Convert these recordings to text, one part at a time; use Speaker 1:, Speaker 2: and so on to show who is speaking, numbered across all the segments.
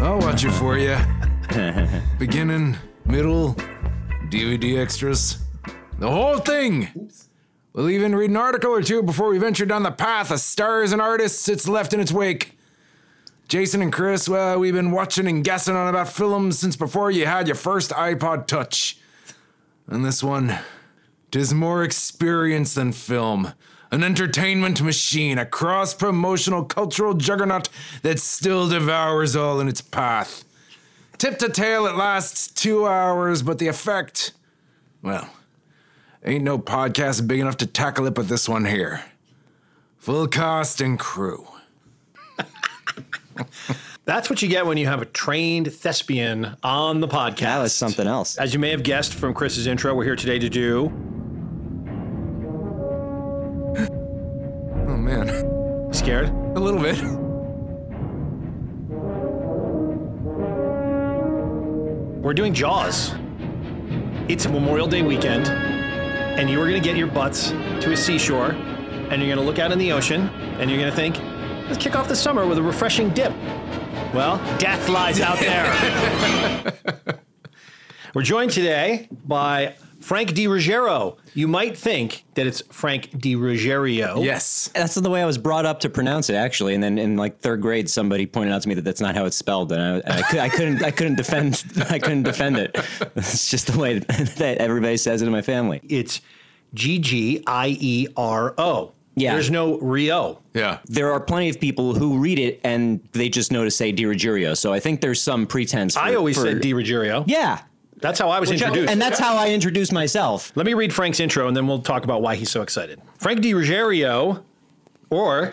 Speaker 1: budget for you. Beginning, middle, DVD extras, the whole thing. We'll even read an article or two before we venture down the path of stars and artists it's left in its wake. Jason and Chris, well, we've been watching and guessing on about films since before you had your first iPod Touch. And this one, tis more experience than film. An entertainment machine, a cross promotional cultural juggernaut that still devours all in its path. Tip to tail, it lasts two hours, but the effect, well, ain't no podcast big enough to tackle it but this one here. Full cast and crew.
Speaker 2: That's what you get when you have a trained thespian on the podcast.
Speaker 3: That was something else.
Speaker 2: As you may have guessed from Chris's intro, we're here today to do
Speaker 1: Oh man,
Speaker 2: scared.
Speaker 1: a little bit.
Speaker 2: We're doing Jaws. It's Memorial Day weekend, and you are going to get your butts to a seashore, and you're going to look out in the ocean, and you're going to think, let's kick off the summer with a refreshing dip. Well, death lies out there. We're joined today by Frank Di Ruggiero. You might think that it's Frank Di Ruggiero.
Speaker 1: Yes.
Speaker 3: That's the way I was brought up to pronounce it, actually. And then in like third grade, somebody pointed out to me that that's not how it's spelled, and I, I, cou- I couldn't, I couldn't defend, I couldn't defend it. It's just the way that everybody says it in my family.
Speaker 2: It's G G I E R O.
Speaker 3: Yeah.
Speaker 2: There's no Rio.
Speaker 1: Yeah.
Speaker 3: There are plenty of people who read it and they just know to say Di Ruggiero. So I think there's some pretense. For,
Speaker 2: I always
Speaker 3: for,
Speaker 2: said Di Ruggiero.
Speaker 3: Yeah,
Speaker 2: That's how I was introduced.
Speaker 3: and that's how I introduced myself.
Speaker 2: Let me read Frank's intro and then we'll talk about why he's so excited. Frank DiRuggiero, or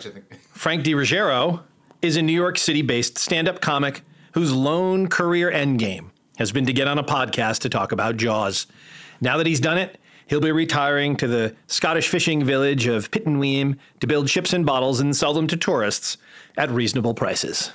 Speaker 2: Frank DiRuggiero, is a New York City based stand up comic whose lone career endgame has been to get on a podcast to talk about Jaws. Now that he's done it, he'll be retiring to the Scottish fishing village of Pittenweem to build ships and bottles and sell them to tourists at reasonable prices.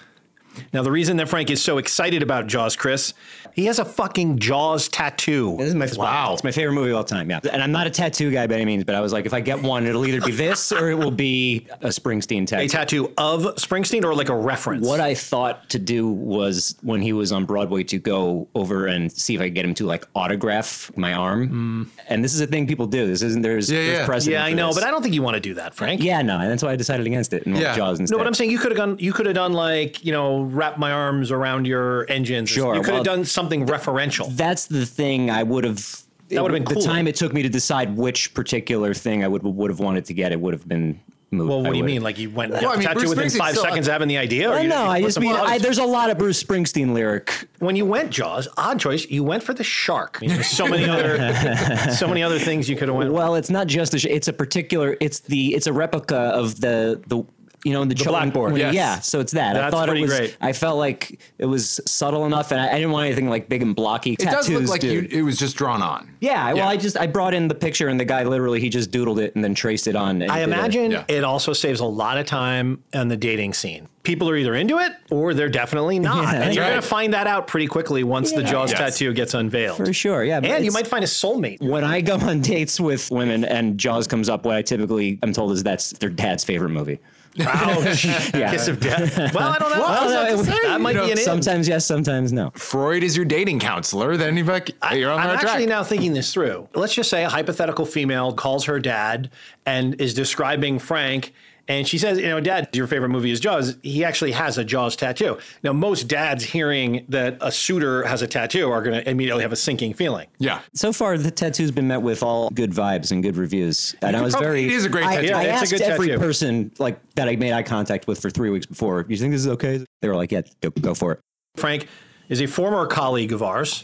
Speaker 2: Now, the reason that Frank is so excited about Jaws, Chris, he has a fucking Jaws tattoo.
Speaker 3: This is my wow. It's my favorite movie of all time. Yeah, and I'm not a tattoo guy by any means, but I was like, if I get one, it'll either be this or it will be a Springsteen
Speaker 2: a
Speaker 3: tattoo.
Speaker 2: tattoo of Springsteen or like a reference?
Speaker 3: What I thought to do was when he was on Broadway to go over and see if I could get him to like autograph my arm. And this is a thing people do. This isn't there's,
Speaker 1: Yeah,
Speaker 3: there's
Speaker 1: yeah.
Speaker 3: precedent.
Speaker 2: Mm. yeah, I
Speaker 3: for
Speaker 2: know,
Speaker 3: this.
Speaker 2: but I don't think you want to do that, Frank.
Speaker 3: yeah, no, and that's why I decided against it. And went
Speaker 1: Yeah.
Speaker 3: with Jaws instead.
Speaker 2: No, but I'm saying you could have gone. You could have done like you know, wrap my arms around your engines.
Speaker 3: Sure,
Speaker 2: You could
Speaker 3: well,
Speaker 2: have done something referential.
Speaker 3: that's the thing I would have.
Speaker 2: That would've been
Speaker 3: the
Speaker 2: cooler.
Speaker 3: time it took me to decide which particular thing I would would have wanted to get. It would have been moved.
Speaker 2: well, what
Speaker 3: I
Speaker 2: do you
Speaker 3: would've-
Speaker 2: mean? Like you went and
Speaker 1: Well, I
Speaker 2: got
Speaker 1: mean,
Speaker 2: a tattoo
Speaker 1: Bruce
Speaker 2: within
Speaker 1: Springsteen's
Speaker 2: five
Speaker 1: still-
Speaker 2: seconds of having the idea? or
Speaker 3: Well,
Speaker 2: you-
Speaker 3: no, I
Speaker 2: what's
Speaker 3: just
Speaker 2: the
Speaker 3: mean
Speaker 2: plot?
Speaker 3: I, there's a lot of Bruce Springsteen lyric.
Speaker 2: when you went Jaws, odd choice. You went for the shark. I mean, there's so many other, so many other things you could have went.
Speaker 3: Well, it's not just the. Sh- it's a particular. It's the. It's a replica of the the. You know, in the, the
Speaker 2: blackboard,
Speaker 1: yes.
Speaker 3: Yeah, so it's that. I
Speaker 2: That's
Speaker 3: thought it
Speaker 2: pretty
Speaker 3: was.
Speaker 2: great.
Speaker 3: I felt like it was subtle enough, and I, I didn't want anything like big and blocky.
Speaker 1: It
Speaker 3: tattoos,
Speaker 1: does look like
Speaker 3: dude.
Speaker 1: you, it was just drawn on.
Speaker 3: Yeah, well,
Speaker 2: Yeah.
Speaker 3: I just I brought in the picture, and the guy literally he just doodled it and then traced it on. and
Speaker 2: I
Speaker 3: did it.
Speaker 2: imagine
Speaker 1: Yeah.
Speaker 2: it also saves a lot of time on the dating scene. People are either into it or they're definitely not.
Speaker 3: Yeah.
Speaker 2: and you're
Speaker 1: Right.
Speaker 2: going to find that out pretty quickly once the
Speaker 3: Yeah.
Speaker 2: Jaws
Speaker 1: Yes.
Speaker 2: tattoo gets unveiled.
Speaker 3: for sure. Yeah, but
Speaker 2: And you
Speaker 3: it's-
Speaker 2: might find a soulmate.
Speaker 3: When I go on dates with women and Jaws comes up, what I typically am told is that's their dad's favorite movie.
Speaker 2: Ouch. Kiss of death. Well, I don't know.
Speaker 3: Well,
Speaker 2: I was about
Speaker 3: Oh, no,
Speaker 2: to
Speaker 3: it-
Speaker 2: say, that might
Speaker 1: you
Speaker 2: be
Speaker 1: know,
Speaker 2: an in.
Speaker 3: Sometimes yes, sometimes no.
Speaker 1: Freud is your dating counselor. Then you're like, hey, you're on the
Speaker 2: I'm
Speaker 1: right
Speaker 2: actually
Speaker 1: track.
Speaker 2: now thinking this through. Let's just say a hypothetical female calls her dad and is describing Frank. And she says, you know, dad, your favorite movie is Jaws. He actually has a Jaws tattoo. Now, most dads hearing that a suitor has a tattoo are going to immediately have a sinking feeling.
Speaker 1: yeah.
Speaker 3: So far, the tattoo's been met with all good vibes and good reviews, and I was
Speaker 1: probably-
Speaker 3: very.
Speaker 1: it is a great
Speaker 3: I,
Speaker 1: tattoo.
Speaker 3: I
Speaker 2: Yeah, it's
Speaker 3: asked
Speaker 2: a good
Speaker 3: every
Speaker 2: tattoo.
Speaker 3: person like that I made eye contact with for three weeks before. You think this is okay? They were like, "Yeah, go, go for it."
Speaker 2: Frank is a former colleague of ours.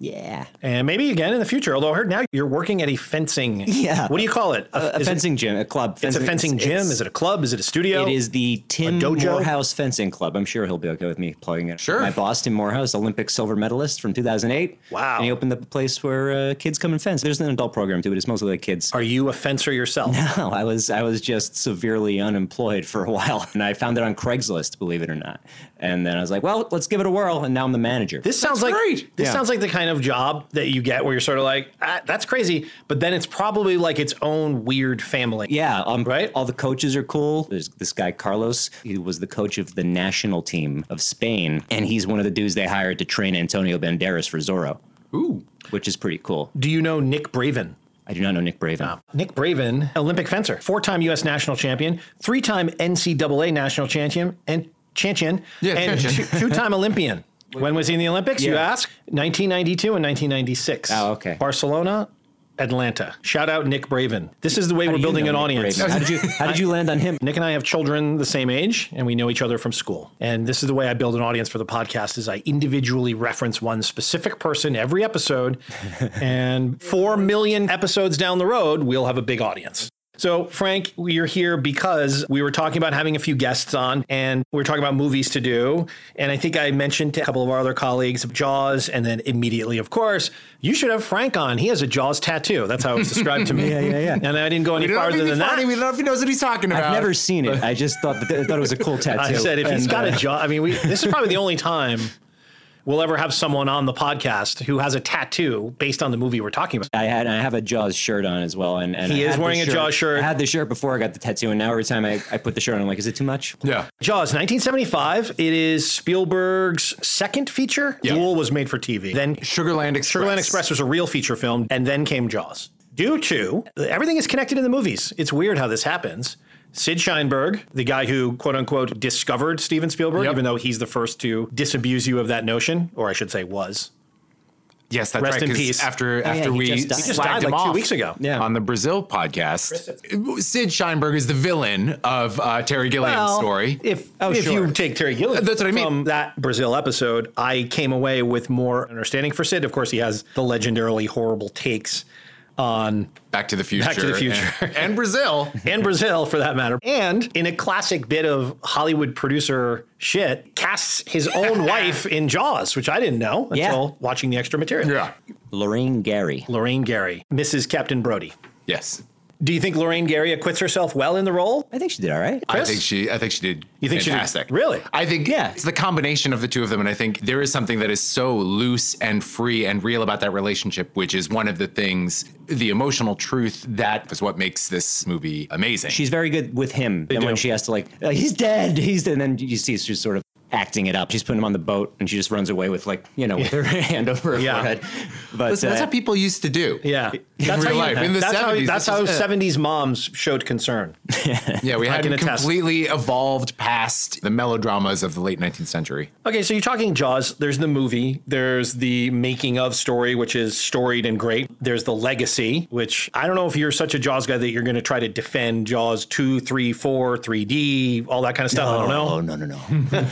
Speaker 3: Yeah,
Speaker 2: And maybe again in the future, although I heard now you're working at a fencing.
Speaker 3: Yeah.
Speaker 2: What do you call it? A,
Speaker 3: a
Speaker 2: is it-
Speaker 3: fencing gym, a club.
Speaker 2: it's a fencing gym.
Speaker 3: it's-
Speaker 2: is it a club? Is it a studio?
Speaker 3: It is the Tim
Speaker 2: dojo?
Speaker 3: Morehouse Fencing Club. I'm sure he'll be okay with me plugging it.
Speaker 1: Sure.
Speaker 3: My boss, Tim Morehouse, Olympic silver medalist from 2008.
Speaker 2: Wow.
Speaker 3: And he opened up a place where uh, kids come and fence. There's an adult program too, but it's mostly like kids.
Speaker 2: Are you a fencer yourself?
Speaker 3: No, I was I was just severely unemployed for a while, and I found it on Craigslist, believe it or not. And then I was like, well, let's give it a whirl, and now I'm the manager.
Speaker 2: This sounds
Speaker 1: That's
Speaker 2: like
Speaker 1: great.
Speaker 2: this
Speaker 3: Yeah.
Speaker 2: sounds like the kind kind of job that you get where you're sort of like, ah, that's crazy, but then it's probably like its own weird family.
Speaker 3: Yeah, um,
Speaker 2: Right?
Speaker 3: All the coaches are cool. There's this guy Carlos. He was the coach of the national team of Spain, and he's one of the dudes they hired to train Antonio Banderas for Zorro,
Speaker 1: Ooh.
Speaker 3: which is pretty cool.
Speaker 2: Do you know Nick Braven?
Speaker 3: I do not know Nick Braven.
Speaker 2: Nick Braven, Olympic fencer, four-time U.S. national champion, three-time NCAA national champion, and champion,
Speaker 1: Yeah,
Speaker 2: and
Speaker 1: champion.
Speaker 2: two- two-time Olympian. When was he in the Olympics? You ask. 1992 and 1996.
Speaker 3: Oh, okay.
Speaker 2: Barcelona, Atlanta. Shout out Nick Braven. This is the way we're
Speaker 3: You
Speaker 2: building
Speaker 3: know
Speaker 2: an
Speaker 3: Nick
Speaker 2: audience.
Speaker 3: Braven. How did you How did you land on him?
Speaker 2: Nick and I have children the same age, and we know each other from school. And this is the way I build an audience for the podcast: is I individually reference one specific person every episode, and four million episodes down the road, we'll have a big audience. So, Frank, you're here because we were talking about having a few guests on and we were talking about movies to do. And I think I mentioned to a couple of our other colleagues Jaws. And then immediately, of course, you should have Frank on. He has a Jaws tattoo. That's how it was described to me. yeah, yeah, yeah. And I didn't go any
Speaker 1: We don't know
Speaker 2: farther
Speaker 1: if he's
Speaker 2: than that.
Speaker 1: funny. We don't know if he knows what he's talking about.
Speaker 3: I've never seen it. I just thought that, I thought it was a cool tattoo.
Speaker 2: I said if he's
Speaker 3: And,
Speaker 2: got a
Speaker 3: uh,
Speaker 2: jaw. I mean, we, this is probably the only time we'll ever have someone on the podcast who has a tattoo based on the movie we're talking about.
Speaker 3: I had I have a Jaws shirt on as well, and, and
Speaker 2: He
Speaker 3: I
Speaker 2: is
Speaker 3: had the
Speaker 2: wearing a Jaws shirt.
Speaker 3: I had the shirt before I got the tattoo, and now every time I, I put the shirt on, I'm like, is it too much?
Speaker 1: Yeah.
Speaker 2: Jaws, 1975. It is Spielberg's second feature.
Speaker 1: Yeah.
Speaker 2: Duel was made for TV. Then
Speaker 1: Sugarland Express.
Speaker 2: Sugarland Express was a real feature film, and then came Jaws. Due to everything is connected in the movies. It's weird how this happens. Sid Sheinberg, the guy who quote unquote discovered Steven Spielberg,
Speaker 1: Yep.
Speaker 2: even though he's the first to disabuse you of that notion, or I should say was.
Speaker 1: Yes, that's
Speaker 2: Rest
Speaker 1: right.
Speaker 2: in
Speaker 1: 'cause
Speaker 2: peace. Oh,
Speaker 1: After
Speaker 3: yeah,
Speaker 1: after
Speaker 3: he
Speaker 1: we
Speaker 3: just died. He
Speaker 2: just
Speaker 1: slagged
Speaker 2: died,
Speaker 1: him
Speaker 2: like, two
Speaker 1: off
Speaker 2: weeks ago.
Speaker 3: Yeah.
Speaker 1: on the Brazil podcast, Sid Sheinberg is the villain of uh, Terry Gilliam's
Speaker 2: Well,
Speaker 1: story.
Speaker 2: If
Speaker 3: Oh,
Speaker 2: if
Speaker 3: sure.
Speaker 2: you take Terry Gilliam,
Speaker 1: That's what I mean.
Speaker 2: From that Brazil episode, I came away with more understanding for Sid. Of course, he has the legendarily horrible takes on
Speaker 1: Back to the Future.
Speaker 2: to the Future.
Speaker 1: And, and Brazil.
Speaker 2: and Brazil for that matter. And in a classic bit of Hollywood producer shit, casts his own wife in Jaws, which I didn't know
Speaker 3: Yeah.
Speaker 2: until watching the extra material.
Speaker 1: yeah.
Speaker 3: Lorraine Gary.
Speaker 2: Lorraine Gary, Mrs. Captain Brody.
Speaker 1: Yes.
Speaker 2: Do you think Lorraine Gary acquits herself well in the role?
Speaker 3: I think she did all right.
Speaker 1: I
Speaker 2: Chris?
Speaker 1: think she. I think she did.
Speaker 2: You think she did-
Speaker 1: fantastic.
Speaker 2: really?
Speaker 1: I think
Speaker 3: Yeah.
Speaker 1: It's the combination of the two of them, and I think there is something that is so loose and free and real about that relationship, which is one of the things, the emotional truth that is what makes this movie amazing.
Speaker 3: She's very good with him. and when
Speaker 2: do.
Speaker 3: she has to like, uh, he's dead, he's dead, and then you see she's sort of acting it up. She's putting him on the boat, and she just runs away with like, you know, with her hand over her
Speaker 2: Yeah.
Speaker 3: forehead. But
Speaker 1: Listen, that's
Speaker 3: uh,
Speaker 1: how people used to do.
Speaker 2: Yeah.
Speaker 1: real
Speaker 2: how
Speaker 1: life. In the
Speaker 2: that's how,
Speaker 1: 70s,
Speaker 2: that's
Speaker 1: this
Speaker 2: how
Speaker 1: is it.
Speaker 2: 70s moms showed concern.
Speaker 1: Yeah, we hadn't
Speaker 2: attest.
Speaker 1: completely evolved past the melodramas of the late 19th century.
Speaker 2: Okay, so you're talking Jaws. There's the movie. There's the making of story, which is storied and great. There's the legacy, which I don't know if you're such a Jaws guy that you're going to try to defend Jaws 2, 3, 4, 3D, all that kind of stuff. I don't know.
Speaker 3: Oh no no no! I wouldn't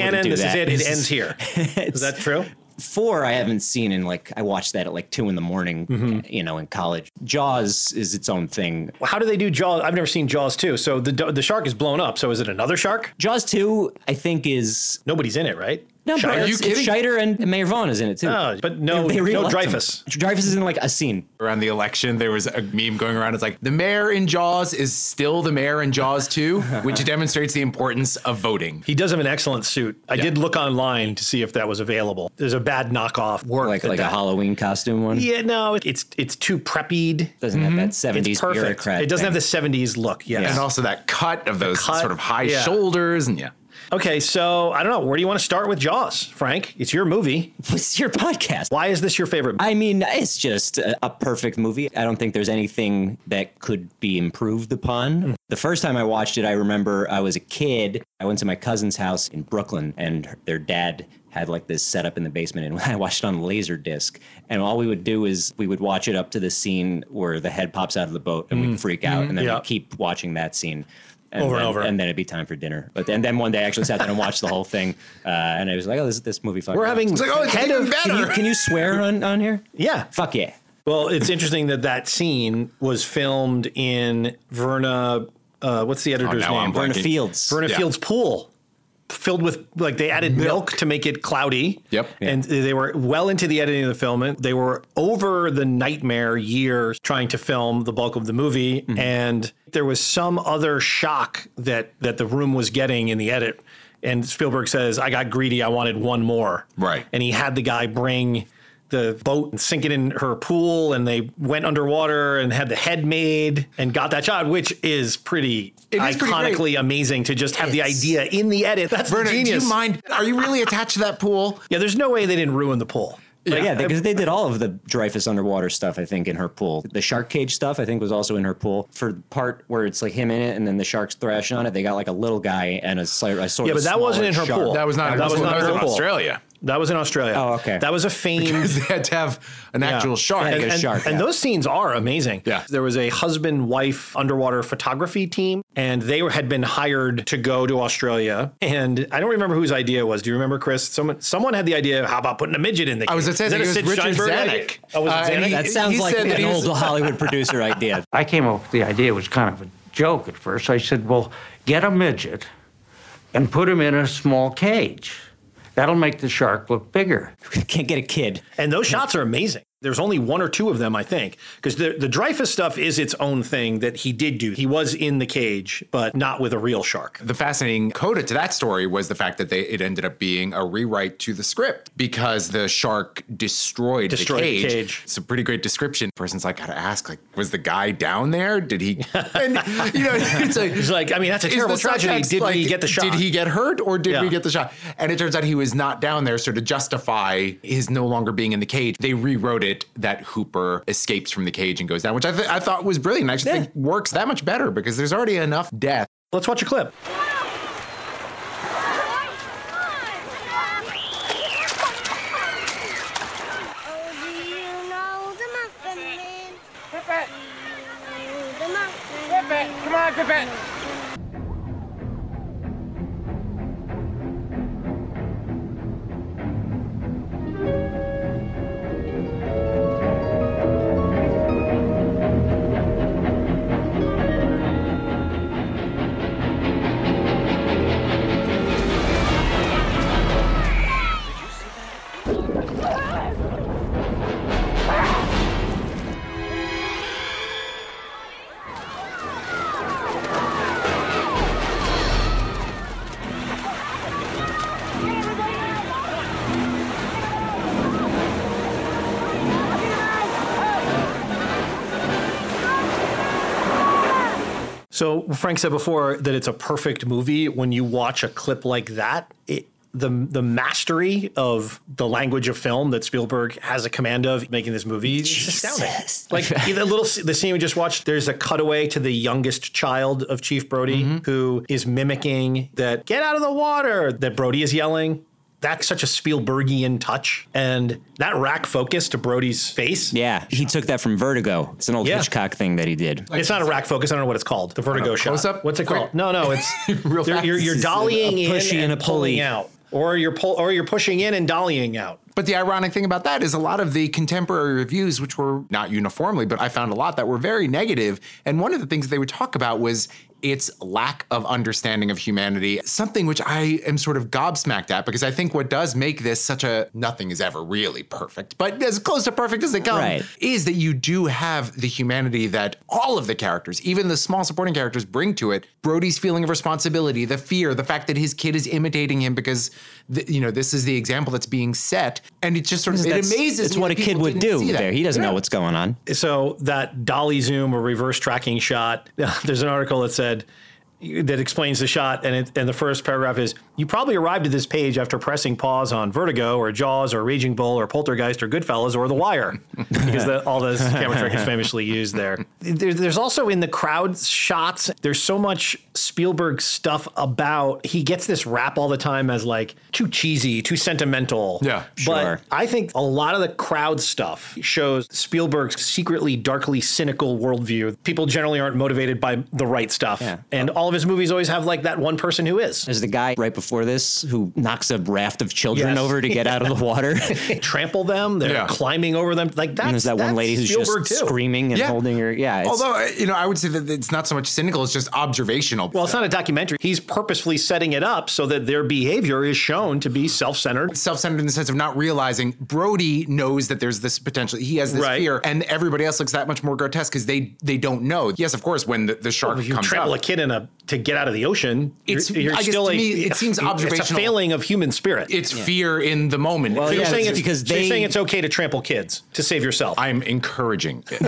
Speaker 2: Canon,
Speaker 3: do
Speaker 2: this is
Speaker 3: that.
Speaker 2: it. It
Speaker 3: This
Speaker 2: ends here. Is that true?
Speaker 3: four I haven't seen in like I watched that at like two in the morning,
Speaker 2: Mm-hmm.
Speaker 3: you know, in college. Jaws is its own thing.
Speaker 2: How do they do Jaws? I've never seen Jaws 2. So the, the shark is blown up. So is it another shark?
Speaker 3: Jaws two, I think, is
Speaker 2: Nobody's in it, right?
Speaker 3: no,
Speaker 2: Shark?
Speaker 3: but
Speaker 1: you
Speaker 3: it's, it's
Speaker 1: kidding?
Speaker 3: Scheider and Mayor Vaughn is in it too.
Speaker 2: Oh, but no, no
Speaker 3: re-elect him.
Speaker 2: Dreyfus.
Speaker 3: Dreyfus is in like a scene.
Speaker 1: Around the election, there was a meme going around. It's like the mayor in Jaws is still the mayor in Jaws 2, which demonstrates the importance of voting.
Speaker 2: He does have an excellent suit. I did look online to see if that was available. There's a bad knockoff work.
Speaker 3: like
Speaker 2: that
Speaker 3: like a
Speaker 2: that-
Speaker 3: Halloween costume one.
Speaker 2: Yeah, no, it- it's it's too preppied.
Speaker 3: Doesn't have that
Speaker 2: It's
Speaker 3: seventies
Speaker 2: perfect.
Speaker 3: bureaucrat.
Speaker 2: It doesn't have
Speaker 3: thing.
Speaker 2: the '70s look. Yes.
Speaker 1: And also that cut of those
Speaker 2: cut,
Speaker 1: sort of high
Speaker 2: yeah.
Speaker 1: shoulders and yeah.
Speaker 2: Okay, so I don't know. Where do you want to start with Jaws, Frank? It's your movie.
Speaker 3: What's your podcast?
Speaker 2: Why is this your favorite?
Speaker 3: I mean, it's just a, a perfect movie. I don't think there's anything that could be improved upon.
Speaker 2: Hmm.
Speaker 3: The first time I watched it, I remember I was a kid. I went to my cousin's house in Brooklyn, and her- their dad had like this setup in the basement, and I watched it on Laserdisc. And all we would do is we would watch it up to the scene where the head pops out of the boat, and we'd freak out, and then
Speaker 2: Hmm. Yeah.
Speaker 3: we'd keep watching that scene. And
Speaker 2: Over and
Speaker 3: then,
Speaker 2: over.
Speaker 3: and then it'd be time for dinner. But then, then one day, I actually sat down and watched the whole thing, uh, and I was like, "Oh, this this movie."
Speaker 2: We're having
Speaker 1: It's like, oh, it's
Speaker 2: head
Speaker 1: even
Speaker 2: of
Speaker 1: better.
Speaker 3: Can you, can you swear on, on here?
Speaker 2: yeah.
Speaker 3: Fuck yeah.
Speaker 2: Well, it's interesting that that scene was filmed in Verna. Uh, what's the editor's
Speaker 3: Oh,
Speaker 1: now I'm
Speaker 2: name?
Speaker 1: blanking.
Speaker 3: Verna Fields.
Speaker 2: Verna
Speaker 1: Yeah.
Speaker 2: Field's pool, filled with like they added milk, to make it cloudy.
Speaker 1: Yep.
Speaker 2: And they were well into the editing of the film. And They were over the nightmare years trying to film the bulk of the movie,
Speaker 4: Mm-hmm.
Speaker 2: and there was some other shock that that the room was getting in the edit. And Spielberg says, "I got greedy. I wanted one more."
Speaker 1: Right.
Speaker 2: And he had the guy bring the boat and sink it in her pool, and they went underwater and had the head made and got that shot, which is pretty
Speaker 4: It is pretty
Speaker 2: iconically
Speaker 4: great.
Speaker 2: amazing to just have the
Speaker 5: It's-
Speaker 2: idea in the edit. That's the
Speaker 5: Vernon, do
Speaker 2: genius.
Speaker 5: you mind? Are you really attached to that pool?
Speaker 2: Yeah, there's no way they didn't ruin the pool. Like,
Speaker 3: yeah, because they did all of the Dreyfus underwater stuff, I think, in her pool. The shark cage stuff, I think, was also in her pool. For the part where it's like him in it and then the sharks thrashing on it, they got like a little guy and a, slight, a sort
Speaker 2: Yeah,
Speaker 3: of
Speaker 2: but that wasn't in her
Speaker 3: smaller shark.
Speaker 2: pool.
Speaker 4: That was not.
Speaker 2: That
Speaker 4: That
Speaker 2: was
Speaker 4: was,
Speaker 2: not
Speaker 4: that was in
Speaker 2: Liverpool.
Speaker 4: Australia.
Speaker 2: That was in Australia.
Speaker 3: Oh, okay.
Speaker 2: That was a famed.
Speaker 4: They had to have an actual shark.
Speaker 3: Yeah,
Speaker 2: and,
Speaker 3: a
Speaker 2: and-
Speaker 3: shark,
Speaker 2: and
Speaker 3: yeah.
Speaker 2: those scenes are amazing.
Speaker 4: Yeah.
Speaker 2: There was a husband wife underwater photography team, and they were, had been hired to go to Australia. And I don't remember whose idea it was. Do you remember, Chris? Someone someone had the idea, how about putting a midget in the
Speaker 4: I was
Speaker 2: cave?
Speaker 4: gonna say, I
Speaker 2: Is
Speaker 4: think
Speaker 2: that a
Speaker 4: it was
Speaker 2: Sid
Speaker 4: Richard
Speaker 2: Sheinberg
Speaker 4: Zanuck.
Speaker 2: idea? Oh, was it
Speaker 4: Uh, and
Speaker 2: Zanuck?
Speaker 4: he-
Speaker 3: That sounds
Speaker 4: He
Speaker 3: like
Speaker 4: said that
Speaker 3: an
Speaker 4: he was-
Speaker 3: old Hollywood producer idea.
Speaker 6: I came up with the idea, it was kind of a joke at first. I said, well, get a midget and put him in a small cage. That'll make the shark look bigger.
Speaker 3: Can't get a kid.
Speaker 2: And those shots are amazing. There's only one or two of them, I think, because the, the Dreyfus stuff is its own thing that he did do. He was in the cage, but not with a real shark.
Speaker 4: The fascinating coda to that story was the fact that they it ended up being a rewrite to the script because the shark destroyed,
Speaker 2: Destroyed
Speaker 4: the
Speaker 2: the
Speaker 4: cage.
Speaker 2: cage.
Speaker 4: It's a pretty great description. Person's like, gotta ask, like, was the guy down there? Did he? And you know, it's like,
Speaker 2: He's like, I mean, that's a
Speaker 4: is
Speaker 2: terrible
Speaker 4: the
Speaker 2: tragedy.
Speaker 4: subtext,
Speaker 2: Did
Speaker 4: like,
Speaker 2: we get the shot?
Speaker 4: Did he get hurt or did
Speaker 2: Yeah.
Speaker 4: we get the shot? And it turns out he was not down there. So to justify his no longer being in the cage, they rewrote it that Hooper escapes from the cage and goes down, which I, th- I thought was brilliant. I actually
Speaker 2: Yeah.
Speaker 4: think works that much better because there's already enough death
Speaker 2: Let's watch a clip.
Speaker 7: Oh, do you know the Muffin Man? Pippa! The Muffin Man. Pippa, come on, Pippa!
Speaker 2: So Frank said before that it's a perfect movie when you watch a clip like that. It, the the mastery of the language of film that Spielberg has a command of making this movie is astounding. Like the little the scene we just watched, there's a cutaway to the youngest child of Chief Brody who is mimicking that "Get out of the water" that Brody is yelling. That's such a Spielbergian touch, and that rack focus to Brody's face.
Speaker 3: Yeah, he took that from Vertigo. It's an old
Speaker 2: Yeah.
Speaker 3: Hitchcock thing that he did.
Speaker 2: It's not a rack focus. I don't know what it's called. The vertigo shot.
Speaker 4: close-up?
Speaker 2: What's it
Speaker 4: Quick.
Speaker 2: called? No, no. It's
Speaker 4: Real
Speaker 2: you're, you're, you're
Speaker 4: fast.
Speaker 2: dollying
Speaker 3: A
Speaker 2: in
Speaker 3: pushy
Speaker 2: and
Speaker 3: and a
Speaker 2: pulling
Speaker 3: pulley.
Speaker 2: out, or you're pull, or you're pushing in and dollying out.
Speaker 4: But the ironic thing about that is a lot of the contemporary reviews, which were not uniformly, but I found a lot that were very negative. And one of the things they would talk about was its lack of understanding of humanity, something which I am sort of gobsmacked at because I think what does make this such a nothing is ever really perfect, but as close to perfect as they come,
Speaker 3: Right.
Speaker 4: is that you do have the humanity that all of the characters, even the small supporting characters, bring to it. Brody's feeling of responsibility, the fear, the fact that his kid is imitating him because, th- you know, this is the example that's being set, and it just sort of it
Speaker 3: That's-
Speaker 4: amazes.
Speaker 3: It's
Speaker 4: me
Speaker 3: what a
Speaker 4: that
Speaker 3: kid
Speaker 4: people
Speaker 3: would
Speaker 4: didn't
Speaker 3: do
Speaker 4: see that.
Speaker 3: there. He doesn't
Speaker 4: Yeah.
Speaker 3: know what's going on.
Speaker 2: So that dolly zoom or reverse tracking shot. There's an article that said that explains the shot, and it, and the first paragraph is: You probably arrived at this page after pressing pause on Vertigo or Jaws or Raging Bull or Poltergeist or Goodfellas or The Wire, because the, all those camera trick is famously used there. there. There's also in the crowd shots. There's so much Spielberg stuff about. He gets this rap all the time as like too cheesy, too sentimental.
Speaker 4: Yeah,
Speaker 2: but
Speaker 3: sure.
Speaker 2: I think a lot of the crowd stuff shows Spielberg's secretly darkly cynical worldview. People generally aren't motivated by the right stuff.
Speaker 3: Yeah.
Speaker 2: And all of his movies always have like that one person who is.
Speaker 3: There's the guy right before this who knocks a raft of children
Speaker 2: Yes.
Speaker 3: over to get out of the water. and
Speaker 2: They trample them, they're
Speaker 4: Yeah.
Speaker 2: climbing over them. Like that's,
Speaker 3: there's that one
Speaker 2: that's
Speaker 3: lady who's
Speaker 2: Spielberg
Speaker 3: just
Speaker 2: too.
Speaker 3: screaming and
Speaker 4: Yeah.
Speaker 3: holding her. Yeah. It's,
Speaker 4: Although uh, you know, I would say that it's not so much cynical; it's just observational.
Speaker 2: Well, it's not a documentary. He's purposefully setting it up so that their behavior is shown to be self-centered.
Speaker 4: self-centered in the sense of not realizing Brody knows that there's this potential. He has this
Speaker 2: Right.
Speaker 4: fear, and everybody else looks that much more grotesque because they they don't know. Yes, of course, when the, the shark
Speaker 2: Oh, You
Speaker 4: comes
Speaker 2: trample
Speaker 4: up,
Speaker 2: a kid in a to get out of the ocean. You're-
Speaker 4: It's-
Speaker 2: you're,
Speaker 4: I guess
Speaker 2: still
Speaker 4: to
Speaker 2: a,
Speaker 4: me, it
Speaker 2: a-
Speaker 4: seems
Speaker 2: It's a
Speaker 4: observational.
Speaker 2: failing of human spirit.
Speaker 4: It's fear in the moment.
Speaker 3: Well,
Speaker 2: so
Speaker 3: yeah,
Speaker 2: you're saying
Speaker 3: it's
Speaker 2: it's
Speaker 3: because
Speaker 2: so you're
Speaker 3: they-
Speaker 2: saying it's okay to trample kids to save yourself.
Speaker 4: I'm encouraging it.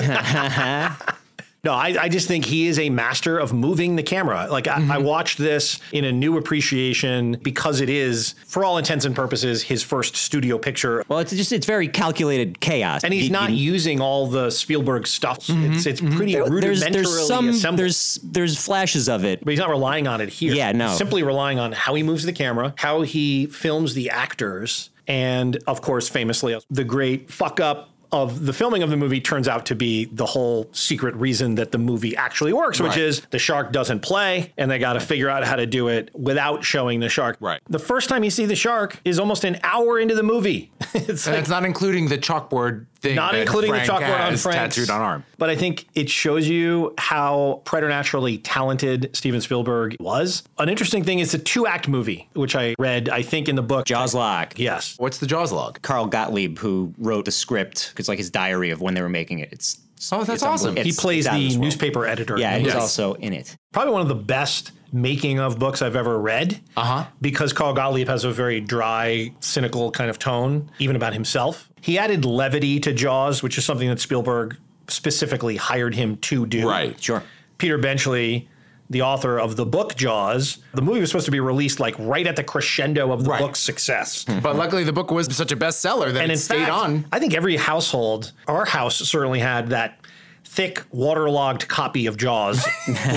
Speaker 2: No, I, I just think he is a master of moving the camera. Like I, I watched this in a new appreciation because it is, for all intents and purposes, his first studio picture.
Speaker 3: Well, it's just it's very calculated chaos.
Speaker 2: And he's
Speaker 3: You-
Speaker 2: not
Speaker 3: you-
Speaker 2: using all the Spielberg stuff. It's it's pretty
Speaker 3: there's
Speaker 2: rudimentarily
Speaker 3: there's some
Speaker 2: assembled.
Speaker 3: there's there's flashes of it.
Speaker 2: but he's not relying on it here.
Speaker 3: Yeah, no.
Speaker 2: He's simply relying on how he moves the camera, how he films the actors, and of course, famously, the great fuck up of the filming of the movie turns out to be the whole secret reason that the movie actually works, which
Speaker 4: Right.
Speaker 2: is the shark doesn't play, and they got to figure out how to do it without showing the shark.
Speaker 4: Right.
Speaker 2: The first time you see the shark is almost an hour into the movie. it's
Speaker 4: and that's not including the chalkboard thing.
Speaker 2: not
Speaker 4: that
Speaker 2: including
Speaker 4: Frank
Speaker 2: the chalkboard on
Speaker 4: has
Speaker 2: Frank's
Speaker 4: tattooed on arm.
Speaker 2: But I think it shows you how preternaturally talented Steven Spielberg was. An interesting thing is a two-act movie, which I read, I think, in the book.
Speaker 3: Jaws lock.
Speaker 2: Yes.
Speaker 4: What's the Jaws log?
Speaker 3: Carl Gottlieb, who wrote the script, it's like his diary of when they were making it. It's
Speaker 4: Oh, that's
Speaker 3: it's
Speaker 4: awesome.
Speaker 3: unbelievable.
Speaker 2: He
Speaker 3: It's-
Speaker 2: plays
Speaker 3: it's out of
Speaker 2: the
Speaker 3: this world.
Speaker 2: newspaper editor.
Speaker 3: Yeah, and he's
Speaker 4: Yes.
Speaker 3: also in it.
Speaker 2: Probably one of the best making of books I've ever read. Uh-huh. Because Carl Gottlieb has a very dry, cynical kind of tone, even about himself. He added levity to Jaws, which is something that Spielberg specifically hired him to do.
Speaker 4: Right.
Speaker 3: Sure.
Speaker 2: Peter Benchley, the author of the book Jaws, the movie was supposed to be released like right at the crescendo of the
Speaker 4: Right.
Speaker 2: book's success.
Speaker 4: But luckily, the book was such a bestseller that
Speaker 2: Mm-hmm. and
Speaker 4: it
Speaker 2: in
Speaker 4: stayed
Speaker 2: fact,
Speaker 4: on.
Speaker 2: I think every household, our house certainly had that thick, waterlogged copy of Jaws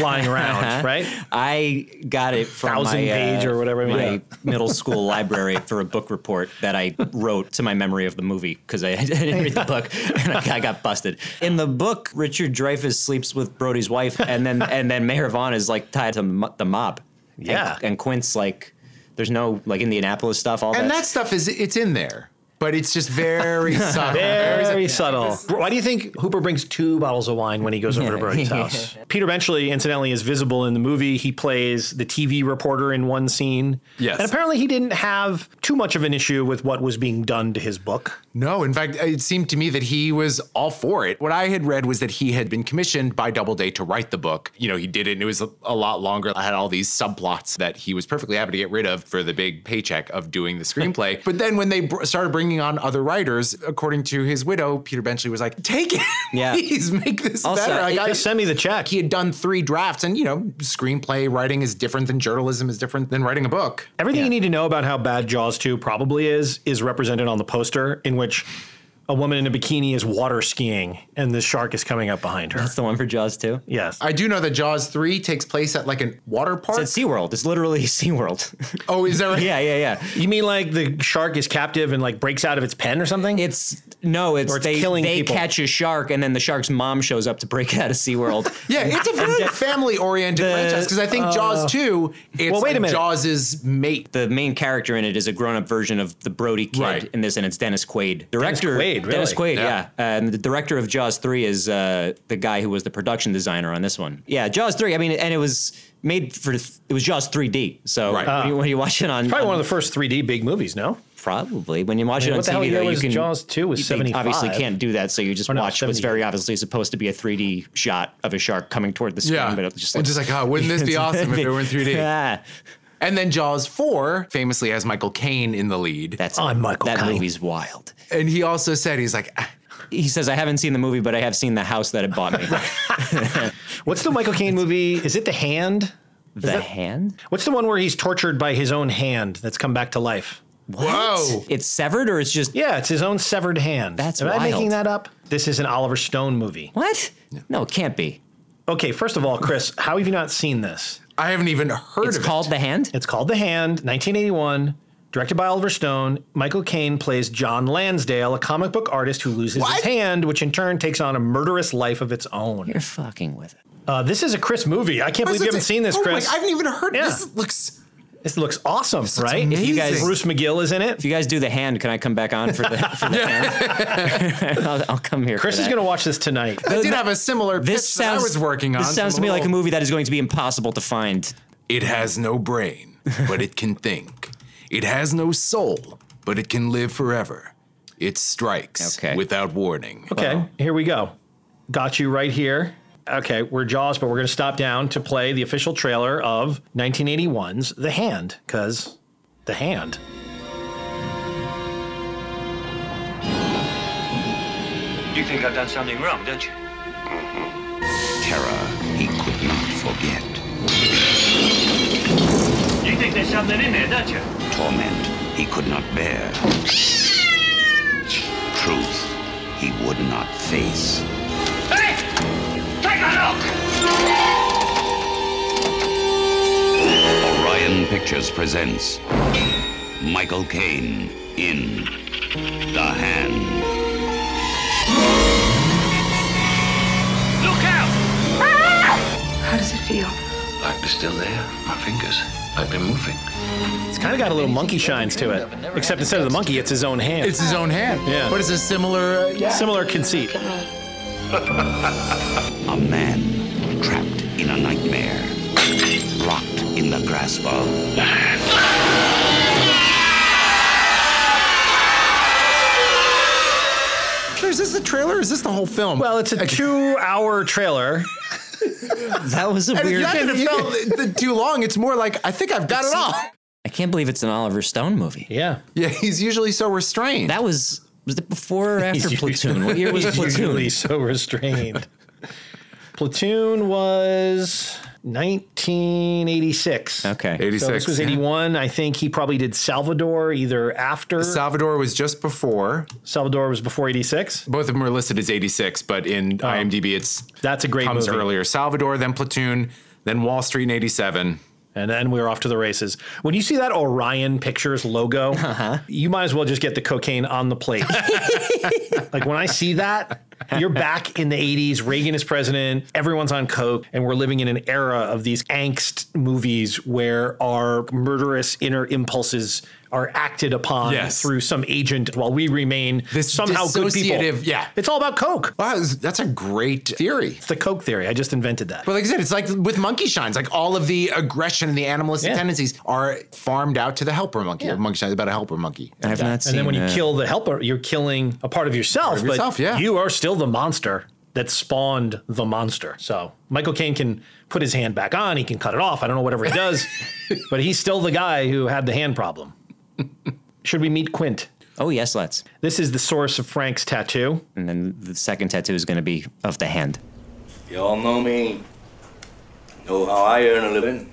Speaker 2: lying around, right?
Speaker 3: I got it from
Speaker 2: Thousand
Speaker 3: my, uh,
Speaker 2: page or whatever,
Speaker 3: my
Speaker 2: yeah.
Speaker 3: middle school library for a book report that I wrote to my memory of the movie because I, I didn't read the book and I got, I got busted. In the book, Richard Dreyfuss sleeps with Brody's wife, and then and then Mayor Vaughn is like tied to mo- the mob. And-
Speaker 2: Yeah.
Speaker 3: and, Quint's like, there's no like Indianapolis stuff. All
Speaker 4: And
Speaker 3: that.
Speaker 4: that stuff is it's in there, but it's just very subtle.
Speaker 2: Very subtle. Why do you think Hooper brings two bottles of wine when he goes over to Brody's house? Peter Benchley, incidentally, is visible in the movie. He plays the TV reporter in one scene.
Speaker 4: Yes.
Speaker 2: And apparently he didn't have too much of an issue with what was being done to his book.
Speaker 4: No, in fact, it seemed to me that he was all for it. What I had read was that he had been commissioned by Doubleday to write the book. You know, he did it and it was a, a lot longer. I had all these subplots that he was perfectly happy to get rid of for the big paycheck of doing the screenplay. but then when they br- started bringing on other writers, according to his widow, Peter Benchley was like, take it.
Speaker 3: Yeah.
Speaker 4: Please make this
Speaker 3: Also,
Speaker 4: better. Like,
Speaker 3: it-
Speaker 4: I-
Speaker 2: Just send me the check.
Speaker 4: he had done three drafts, and you know, screenplay writing is different than journalism is different than writing a book.
Speaker 2: Everything you need to know about how bad Jaws 2 probably is is represented on the poster in which a woman in a bikini is water skiing and the shark is coming up behind her.
Speaker 3: That's the one for Jaws too.
Speaker 2: Yes.
Speaker 4: I do know that Jaws 3 takes place at like a water park.
Speaker 3: It's at SeaWorld. It's literally SeaWorld.
Speaker 4: oh, is there?
Speaker 3: yeah, yeah, yeah.
Speaker 2: you mean like the shark is captive and like breaks out of its pen or something?
Speaker 3: It's no, it's,
Speaker 2: Or it's
Speaker 3: they
Speaker 2: killing
Speaker 3: they
Speaker 2: people.
Speaker 3: catch a shark and then the shark's mom shows up to break it out of SeaWorld.
Speaker 4: Yeah, it's a very family oriented
Speaker 3: The- uh,
Speaker 4: franchise because I think Jaws 2, it's
Speaker 2: Well, wait a
Speaker 4: like
Speaker 2: minute.
Speaker 4: Jaws' mate.
Speaker 3: the main character in it is a grown-up version of the Brody kid
Speaker 4: Right.
Speaker 3: in this, and it's Dennis Quaid. Director
Speaker 2: Quaid, really?
Speaker 3: Dennis Quaid,
Speaker 4: Yeah.
Speaker 3: yeah. And the director of Jaws three is uh, the guy who was the production designer on this one. Yeah, Jaws three. I mean, and it was made for it was Jaws three D. So
Speaker 4: Right.
Speaker 3: when, you, when you watch it on
Speaker 2: Probably
Speaker 3: on-
Speaker 2: one of the first 3D big movies, no?
Speaker 3: probably when you watch
Speaker 2: mean,
Speaker 3: it on
Speaker 2: what the hell
Speaker 3: TV
Speaker 2: year
Speaker 3: though, you
Speaker 2: was
Speaker 3: can
Speaker 2: Jaws 2 was
Speaker 3: they
Speaker 2: 75.
Speaker 3: Obviously, can't do that. So you just
Speaker 2: Or no,
Speaker 3: watch what's
Speaker 2: 78.
Speaker 3: very obviously supposed to be a three D shot of a shark coming toward the screen,
Speaker 4: Yeah.
Speaker 3: but it's just
Speaker 4: And
Speaker 3: like,
Speaker 4: just like, oh, wouldn't this be awesome if it were in 3D?
Speaker 3: Yeah,
Speaker 4: And then Jaws 4 famously has Michael Caine in the lead.
Speaker 3: that's
Speaker 2: I'm Michael
Speaker 3: That
Speaker 2: Caine.
Speaker 3: movie's wild.
Speaker 4: and he also said, he's like, "Ah,
Speaker 3: he says, I haven't seen the movie, but I have seen the house that it bought me.
Speaker 2: What's the Michael Caine movie? Is it The Hand?
Speaker 3: the hand?
Speaker 2: What's the one where he's tortured by his own hand that's come back to life?
Speaker 4: whoa.
Speaker 3: It's severed or it's just.
Speaker 2: Yeah, it's his own severed hand.
Speaker 3: That's
Speaker 2: Am I making
Speaker 3: wild.
Speaker 2: that up? This is an Oliver Stone movie.
Speaker 3: What? No, it can't be.
Speaker 2: Okay, first of all, Chris, how have you not seen this?
Speaker 4: I haven't even heard
Speaker 3: It's
Speaker 4: of
Speaker 3: called The Hand?
Speaker 2: It's called The Hand, 1981, directed by Oliver Stone. Michael Caine plays John Lansdale, a comic book artist who loses his
Speaker 4: What?
Speaker 2: hand, which in turn takes on a murderous life of its own.
Speaker 3: You're fucking with it.
Speaker 2: Uh, this is a Chris movie. I can't
Speaker 4: it.
Speaker 2: believe you haven't seen this,
Speaker 4: Oh my-
Speaker 2: Chris.
Speaker 4: I haven't even heard
Speaker 2: Yeah.
Speaker 4: This looks.
Speaker 2: this looks awesome, right?
Speaker 4: amazing.
Speaker 3: If you guys-
Speaker 2: Bruce McGill is in it.
Speaker 3: If you guys do The Hand, can I come back on for The, for the Hand? I'll, I'll come here.
Speaker 2: Chris is going to watch this tonight.
Speaker 4: I did have a similar
Speaker 3: This
Speaker 4: pitch that I
Speaker 3: sounds.
Speaker 4: was working on.
Speaker 3: This sounds to me like a movie that is going to be impossible to find.
Speaker 4: It has no brain, but it can think. It has no soul, but it can live forever. It strikes
Speaker 3: Okay.
Speaker 4: without warning.
Speaker 2: Okay, here we go. Got you right here. Okay, we're Jaws, but we're going to stop down to play the official trailer of 1981's The Hand, because The Hand.
Speaker 8: You think I've done something wrong, don't you?
Speaker 9: terror he could not forget,
Speaker 8: You think there's something in there, don't you?
Speaker 9: torment he could not bear, truth he would not face.
Speaker 8: Hey! Take a look!
Speaker 9: Orion Pictures presents Michael Caine in The Hand.
Speaker 8: Look out!
Speaker 10: How does it feel?
Speaker 11: Like they're still there. My fingers. Like they're moving.
Speaker 2: It's kind of got a little monkey shines to it, except instead of the monkey, it's his own hand.
Speaker 1: It's his own hand.
Speaker 2: Yeah.
Speaker 4: But it's a similar. Uh,
Speaker 2: Similar conceit.
Speaker 10: Look at me.
Speaker 9: A man trapped in a nightmare, locked in the grasp of
Speaker 4: Is this the trailer? Or is this the whole film?
Speaker 2: Well, it's a two-hour trailer.
Speaker 3: That was a
Speaker 4: And
Speaker 3: weird.
Speaker 4: it's not that it felt th- th- too long. It's more like I think I've got it all.
Speaker 3: I can't believe it's an Oliver Stone movie.
Speaker 2: Yeah,
Speaker 4: Yeah, he's usually so restrained.
Speaker 3: That was was it before or after
Speaker 2: He's
Speaker 3: Platoon? What year was
Speaker 2: He's
Speaker 3: Platoon?
Speaker 2: usually so restrained. Platoon was 1986.
Speaker 3: Okay.
Speaker 1: 86.
Speaker 2: So this was 81. I think he probably did Salvador either after.
Speaker 1: Salvador was just before.
Speaker 2: Salvador was before 86.
Speaker 1: Both of them are listed as 86, but in
Speaker 4: Oh.
Speaker 1: IMDb it's
Speaker 2: That's a great
Speaker 1: comes
Speaker 2: movie.
Speaker 1: earlier. Salvador, then Platoon, then Wall Street in 87.
Speaker 2: And then we were off to the races. When you see that Orion Pictures logo,
Speaker 1: Uh-huh.
Speaker 2: you might as well just get the cocaine on the plate. like when I see that, you're back in the 80s. Reagan is president. Everyone's on coke. And we're living in an era of these angst movies where our murderous inner impulses are acted upon
Speaker 1: Yes.
Speaker 2: through some agent while we remain
Speaker 1: This
Speaker 2: somehow good people.
Speaker 1: dissociative- yeah.
Speaker 2: It's all about coke.
Speaker 4: wow, that's- that's a great theory.
Speaker 2: It's the coke theory. I just invented that.
Speaker 4: But like I said, it's like with monkey shines. Like all of the aggression and the animalistic
Speaker 2: Yeah.
Speaker 4: tendencies are farmed out to the helper monkey. Monkey shines about a helper monkey.
Speaker 3: I have not seen
Speaker 2: And then when you
Speaker 3: that.
Speaker 2: kill the helper, you're killing a part of yourself, but
Speaker 4: yourself, yeah.
Speaker 2: you are still the monster that spawned the monster. So Michael Caine can put his hand back on, he can cut it off. I don't know whatever he does, but he's still the guy who had the hand problem. Should we meet Quint?
Speaker 3: Oh yes, let's.
Speaker 2: This is the source of Frank's tattoo.
Speaker 3: And then the second tattoo is going to be of the hand.
Speaker 11: Y'all know me. Know how I earn a living.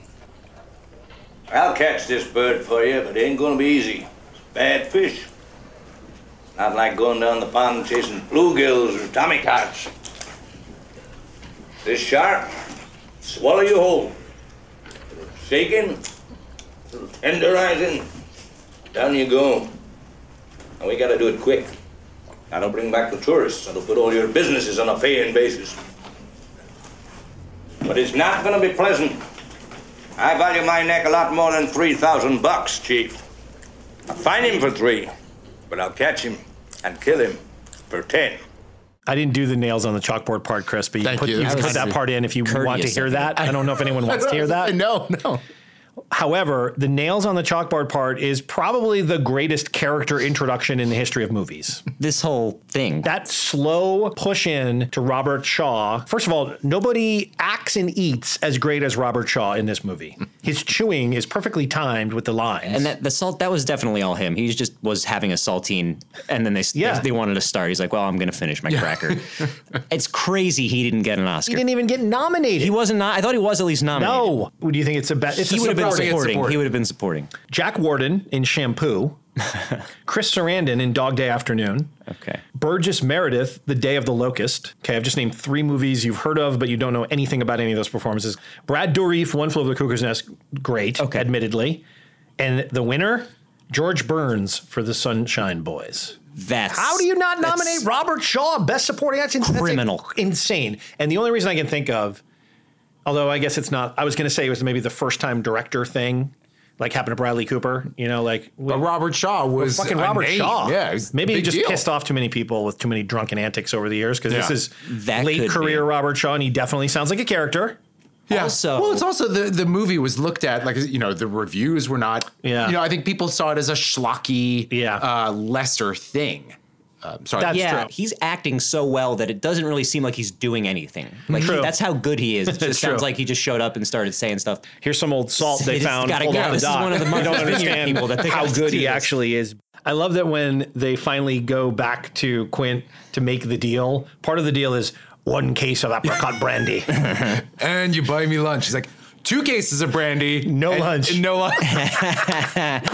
Speaker 11: I'll catch this bird for you, but it ain't gonna be easy. Bad fish. Not like going down the pond chasing bluegills or tommy cats. This shark, swallow you whole. Little Shaking, little tenderizing. Down you go. And we gotta do it quick. I don't bring back the tourists. That'll put all your businesses on a paying basis. But it's not gonna be pleasant. I value my neck a lot more than three thousand bucks, Chief. I'll find him for three, but I'll catch him and kill him for ten.
Speaker 2: I didn't do the nails on the chalkboard part, Chris, but you,
Speaker 4: Thank
Speaker 2: put,
Speaker 4: you.
Speaker 2: you
Speaker 4: That
Speaker 2: can
Speaker 4: was
Speaker 2: cut that part in if you want to
Speaker 3: courteous
Speaker 2: hear
Speaker 3: of
Speaker 2: that. I don't know if anyone wants to hear that.
Speaker 4: No, no.
Speaker 2: However, the nails on the chalkboard part is probably the greatest character introduction in the history of movies.
Speaker 3: This whole thing.
Speaker 2: that slow push in to Robert Shaw. First of all, nobody acts and eats as great as Robert Shaw in this movie. His chewing is perfectly timed with the lines.
Speaker 3: and that the salt that was definitely all him. He just was having a saltine, and then they
Speaker 2: Yeah.
Speaker 3: they, they wanted to start. He's like, "Well, I'm going to finish my cracker." it's crazy he didn't get an Oscar.
Speaker 2: he didn't even get nominated.
Speaker 3: He wasn't. Not, I thought he was at least nominated.
Speaker 2: no. Would you think it's a bet? It's
Speaker 3: he
Speaker 2: a
Speaker 3: would have been
Speaker 2: supporting-
Speaker 3: supporting. He would have been supporting.
Speaker 2: Jack Warden in Shampoo. Chris Sarandon in Dog Day Afternoon.
Speaker 3: Okay.
Speaker 2: Burgess Meredith, The Day of the Locust. Okay, I've just named three movies you've heard of, but you don't know anything about any of those performances. Brad Dourif, One Flew Over the Cuckoo's Nest, great,
Speaker 3: Okay.
Speaker 2: admittedly. And the winner, George Burns for The Sunshine Boys.
Speaker 3: That's
Speaker 2: How do you not
Speaker 3: that's-
Speaker 2: nominate Robert Shaw, Best Supporting Actor? That's
Speaker 3: Criminal.
Speaker 2: insane. And the only reason I can think of, although I guess it's not, I was going to say it was maybe the first time director thing, like happened to Bradley Cooper, you know, like.
Speaker 4: But Robert Shaw was
Speaker 2: Fucking
Speaker 4: a
Speaker 2: Robert
Speaker 4: name.
Speaker 2: Shaw.
Speaker 4: Yeah, it was a
Speaker 2: maybe he
Speaker 4: big
Speaker 2: just
Speaker 4: deal.
Speaker 2: pissed off too many people with too many drunken antics over the years because this
Speaker 1: Yeah.
Speaker 2: is
Speaker 3: That
Speaker 2: late
Speaker 3: could
Speaker 2: career
Speaker 3: be.
Speaker 2: Robert Shaw, and he definitely sounds like a character.
Speaker 4: Yeah.
Speaker 3: Also-
Speaker 4: well, it's also the the movie was looked at like you know the reviews were not.
Speaker 2: Yeah.
Speaker 4: You know, I think people saw it as a schlocky,
Speaker 2: Yeah.
Speaker 4: uh, lesser thing.
Speaker 3: Um, sorry, that's yeah,
Speaker 4: true.
Speaker 3: he's acting so well that it doesn't really seem like he's doing anything. Like he-
Speaker 2: True.
Speaker 3: that's how good he is. It
Speaker 2: It's
Speaker 3: just sounds
Speaker 2: true.
Speaker 3: like he just showed up and started saying stuff.
Speaker 2: Here's some old salt they
Speaker 3: They just
Speaker 2: found.
Speaker 3: gotta
Speaker 2: pulled
Speaker 3: go.
Speaker 2: off a
Speaker 3: This is
Speaker 2: dock.
Speaker 3: one of the
Speaker 2: They
Speaker 3: most
Speaker 2: don't
Speaker 3: vineyard
Speaker 2: understand
Speaker 3: people that they
Speaker 2: how
Speaker 3: have to
Speaker 2: good
Speaker 3: do
Speaker 2: he
Speaker 3: this.
Speaker 2: actually is. I love that when they finally go back to Quint to make the deal. Part of the deal is one case of apricot brandy.
Speaker 1: and you buy me lunch. He's like, two cases of brandy.
Speaker 2: No
Speaker 1: and-
Speaker 2: lunch.
Speaker 1: and no lunch.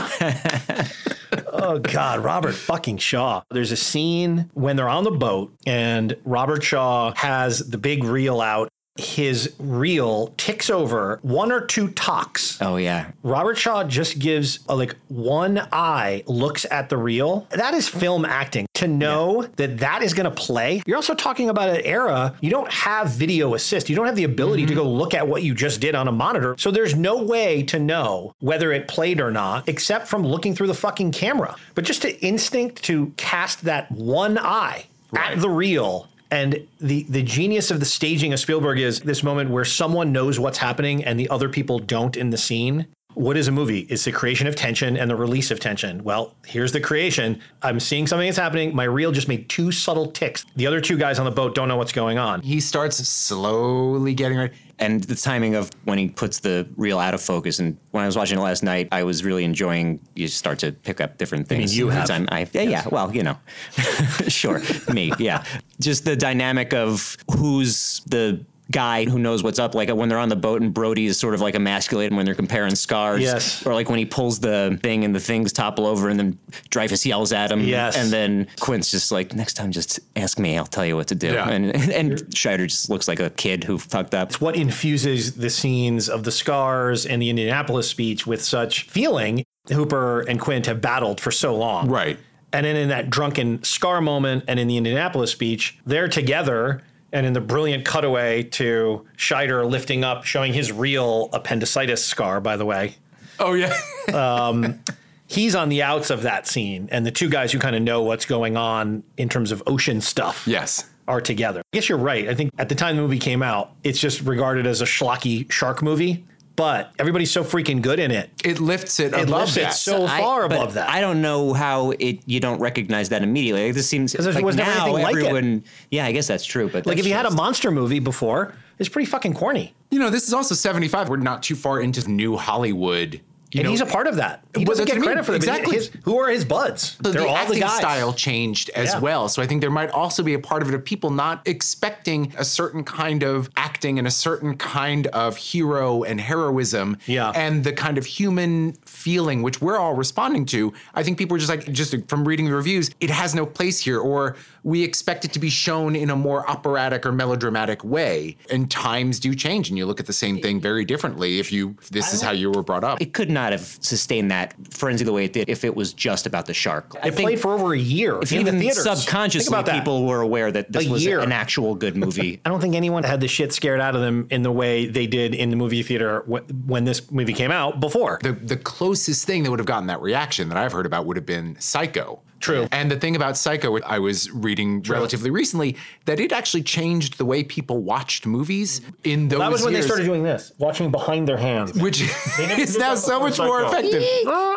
Speaker 2: oh God, Robert fucking Shaw. There's a scene when they're on the boat and Robert Shaw has the big reel out. His reel ticks over one or two tocks.
Speaker 3: Oh yeah,
Speaker 2: Robert Shaw just gives a, like one eye looks at the reel. That is film acting. To know that that is going to play, you're also talking about an era you don't have video assist. You don't have the ability to go look at what you just did on a monitor. So there's no way to know whether it played or not, except from looking through the fucking camera. But just to instinct to cast that one eye at the reel and the the genius of the staging of Spielberg is this moment where someone knows what's happening and the other people don't in the scene. What is a movie? It's the creation of tension and the release of tension. Well, here's the creation. I'm seeing something that's happening. My reel just made two subtle ticks. The other two guys on the boat don't know what's going on.
Speaker 4: He starts slowly getting ready.
Speaker 3: and the timing of when he puts the reel out of focus. And when I was watching it last night, I was really enjoying. You start to pick up different
Speaker 2: mean
Speaker 3: things.
Speaker 2: you
Speaker 3: every
Speaker 2: have?
Speaker 3: Time I, yeah, yeah, well, you know, sure, me, yeah. Just the dynamic of who's the guy who knows what's up. Like when they're on the boat and Brody is sort of like emasculated when they're comparing scars.
Speaker 2: Yes.
Speaker 3: Or like when he pulls the thing and the things topple over and then Dreyfus yells at him.
Speaker 2: Yes.
Speaker 3: And then Quint's just like, next time, just ask me. I'll tell you what to do.
Speaker 1: Yeah.
Speaker 3: And and Scheider just looks like a kid who fucked up.
Speaker 2: It's what infuses the scenes of the scars and the Indianapolis speech with such feeling. Hooper and Quint have battled for so long.
Speaker 1: Right.
Speaker 2: And then in that drunken scar moment and in the Indianapolis speech, they're together. And in the brilliant cutaway to Scheider lifting up, showing his real appendicitis scar, by the way.
Speaker 1: Oh, yeah.
Speaker 2: He's on the outs of that scene. And the two guys who kind of know what's going on in terms of ocean stuff
Speaker 1: yes.
Speaker 2: are together. I guess you're right. I think at the time the movie came out, it's just regarded as a schlocky shark movie, but everybody's so freaking good in it.
Speaker 1: It lifts it,
Speaker 2: It
Speaker 1: above
Speaker 2: lifts
Speaker 1: that.
Speaker 2: it so
Speaker 3: I-
Speaker 2: far
Speaker 3: but
Speaker 2: above that.
Speaker 3: I don't know how it you don't recognize that immediately. Like, this seems
Speaker 2: 'Cause there
Speaker 3: like
Speaker 2: was never
Speaker 3: now
Speaker 2: anything like it.
Speaker 3: everyone. yeah, I guess that's true. But
Speaker 2: like
Speaker 3: that's
Speaker 2: if you had a
Speaker 3: just-
Speaker 2: monster movie before, it's pretty fucking corny.
Speaker 1: you know, this is also 75. We're not too far into new Hollywood. You
Speaker 2: and
Speaker 1: know,
Speaker 2: he's a part of that. He
Speaker 1: Well,
Speaker 2: doesn't
Speaker 1: that's
Speaker 2: get
Speaker 1: what I
Speaker 2: credit
Speaker 1: mean.
Speaker 2: for that.
Speaker 1: Exactly.
Speaker 2: His, who are his buds?
Speaker 4: So
Speaker 2: They're
Speaker 4: the
Speaker 2: all
Speaker 4: acting
Speaker 2: the guys.
Speaker 4: style changed as
Speaker 2: Yeah.
Speaker 4: well. So I think there might also be a part of it of people not expecting a certain kind of acting and a certain kind of hero and heroism
Speaker 2: Yeah.
Speaker 4: and the kind of human feeling which we're all responding to. I think people are just like, just from reading the reviews, it has no place here, or we expect it to be shown in a more operatic or melodramatic way. And times do change, and you look at the same thing very differently if you if this is how you were brought up.
Speaker 3: It could not have sustained that frenzy the way it did if it was just about the shark. I
Speaker 2: It played for over a year.
Speaker 3: if
Speaker 2: in
Speaker 3: even
Speaker 2: the theaters. Think
Speaker 3: subconsciously
Speaker 2: about that.
Speaker 3: people were aware that this
Speaker 2: A
Speaker 3: was
Speaker 2: year.
Speaker 3: an actual good movie.
Speaker 2: I don't think anyone had the shit scared out of them in the way they did in the movie theater wh- when this movie came out before.
Speaker 4: the the closest thing that would have gotten that reaction that I've heard about would have been Psycho.
Speaker 2: True.
Speaker 4: And the thing about Psycho, I was reading relatively recently that it actually changed the way people watched movies in those
Speaker 2: that was when
Speaker 4: years,
Speaker 2: they started doing this, watching behind their hands.
Speaker 4: which is
Speaker 2: did
Speaker 4: now
Speaker 2: that
Speaker 4: so
Speaker 2: before
Speaker 4: much more
Speaker 2: Psycho.
Speaker 4: effective.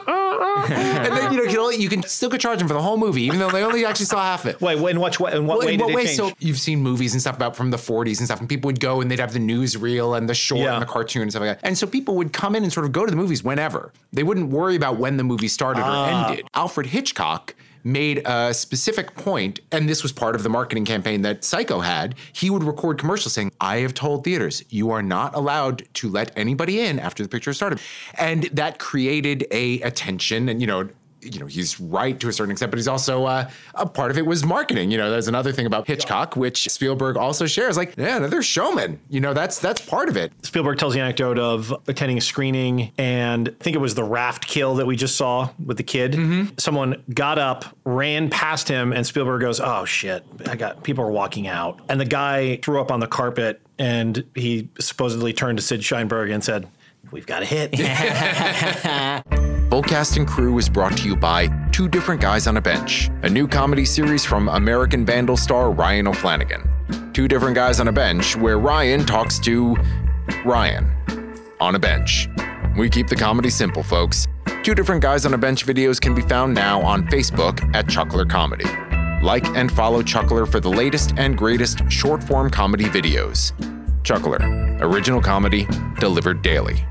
Speaker 4: and then you know you can, only, you can still could charge them for the whole movie, even though they only actually saw half of it.
Speaker 2: Wait, in what, in what
Speaker 4: Well,
Speaker 2: way
Speaker 4: in
Speaker 2: did
Speaker 4: what
Speaker 2: it
Speaker 4: way?
Speaker 2: change?
Speaker 4: So you've seen movies and stuff about from the 40s and stuff, and people would go and they'd have the newsreel and the short
Speaker 2: Yeah.
Speaker 4: and the cartoon and stuff like that. And so people would come in and sort of go to the movies whenever. They wouldn't worry about when the movie started or ended. Alfred Hitchcock made a specific point, and this was part of the marketing campaign that Psycho had. He would record commercials saying, I have told theaters, you are not allowed to let anybody in after the picture started. And that created a attention and, you know, you know he's right to a certain extent, but he's also uh, a part of it was marketing. You know, that's another thing about Hitchcock, which Spielberg also shares. Like, yeah, they're showmen. You know, that's that's part of it.
Speaker 2: Spielberg tells the anecdote of attending a screening, and I think it was the raft kill that we just saw with the kid. Someone got up, ran past him, and Spielberg goes, "Oh shit! I got people are walking out." And the guy threw up on the carpet, and he supposedly turned to Sid Sheinberg and said, "We've got a hit."
Speaker 4: Full Cast and Crew is brought to you by Two Different Guys on a Bench, a new comedy series from American Vandal star Ryan O'Flanagan. Two Different Guys on a Bench, where Ryan talks to Ryan on a bench. We keep the comedy simple, folks. Two Different Guys on a Bench videos can be found now on Facebook at Chuckler Comedy. Like and follow Chuckler for the latest and greatest short form comedy videos. Chuckler, original comedy delivered daily.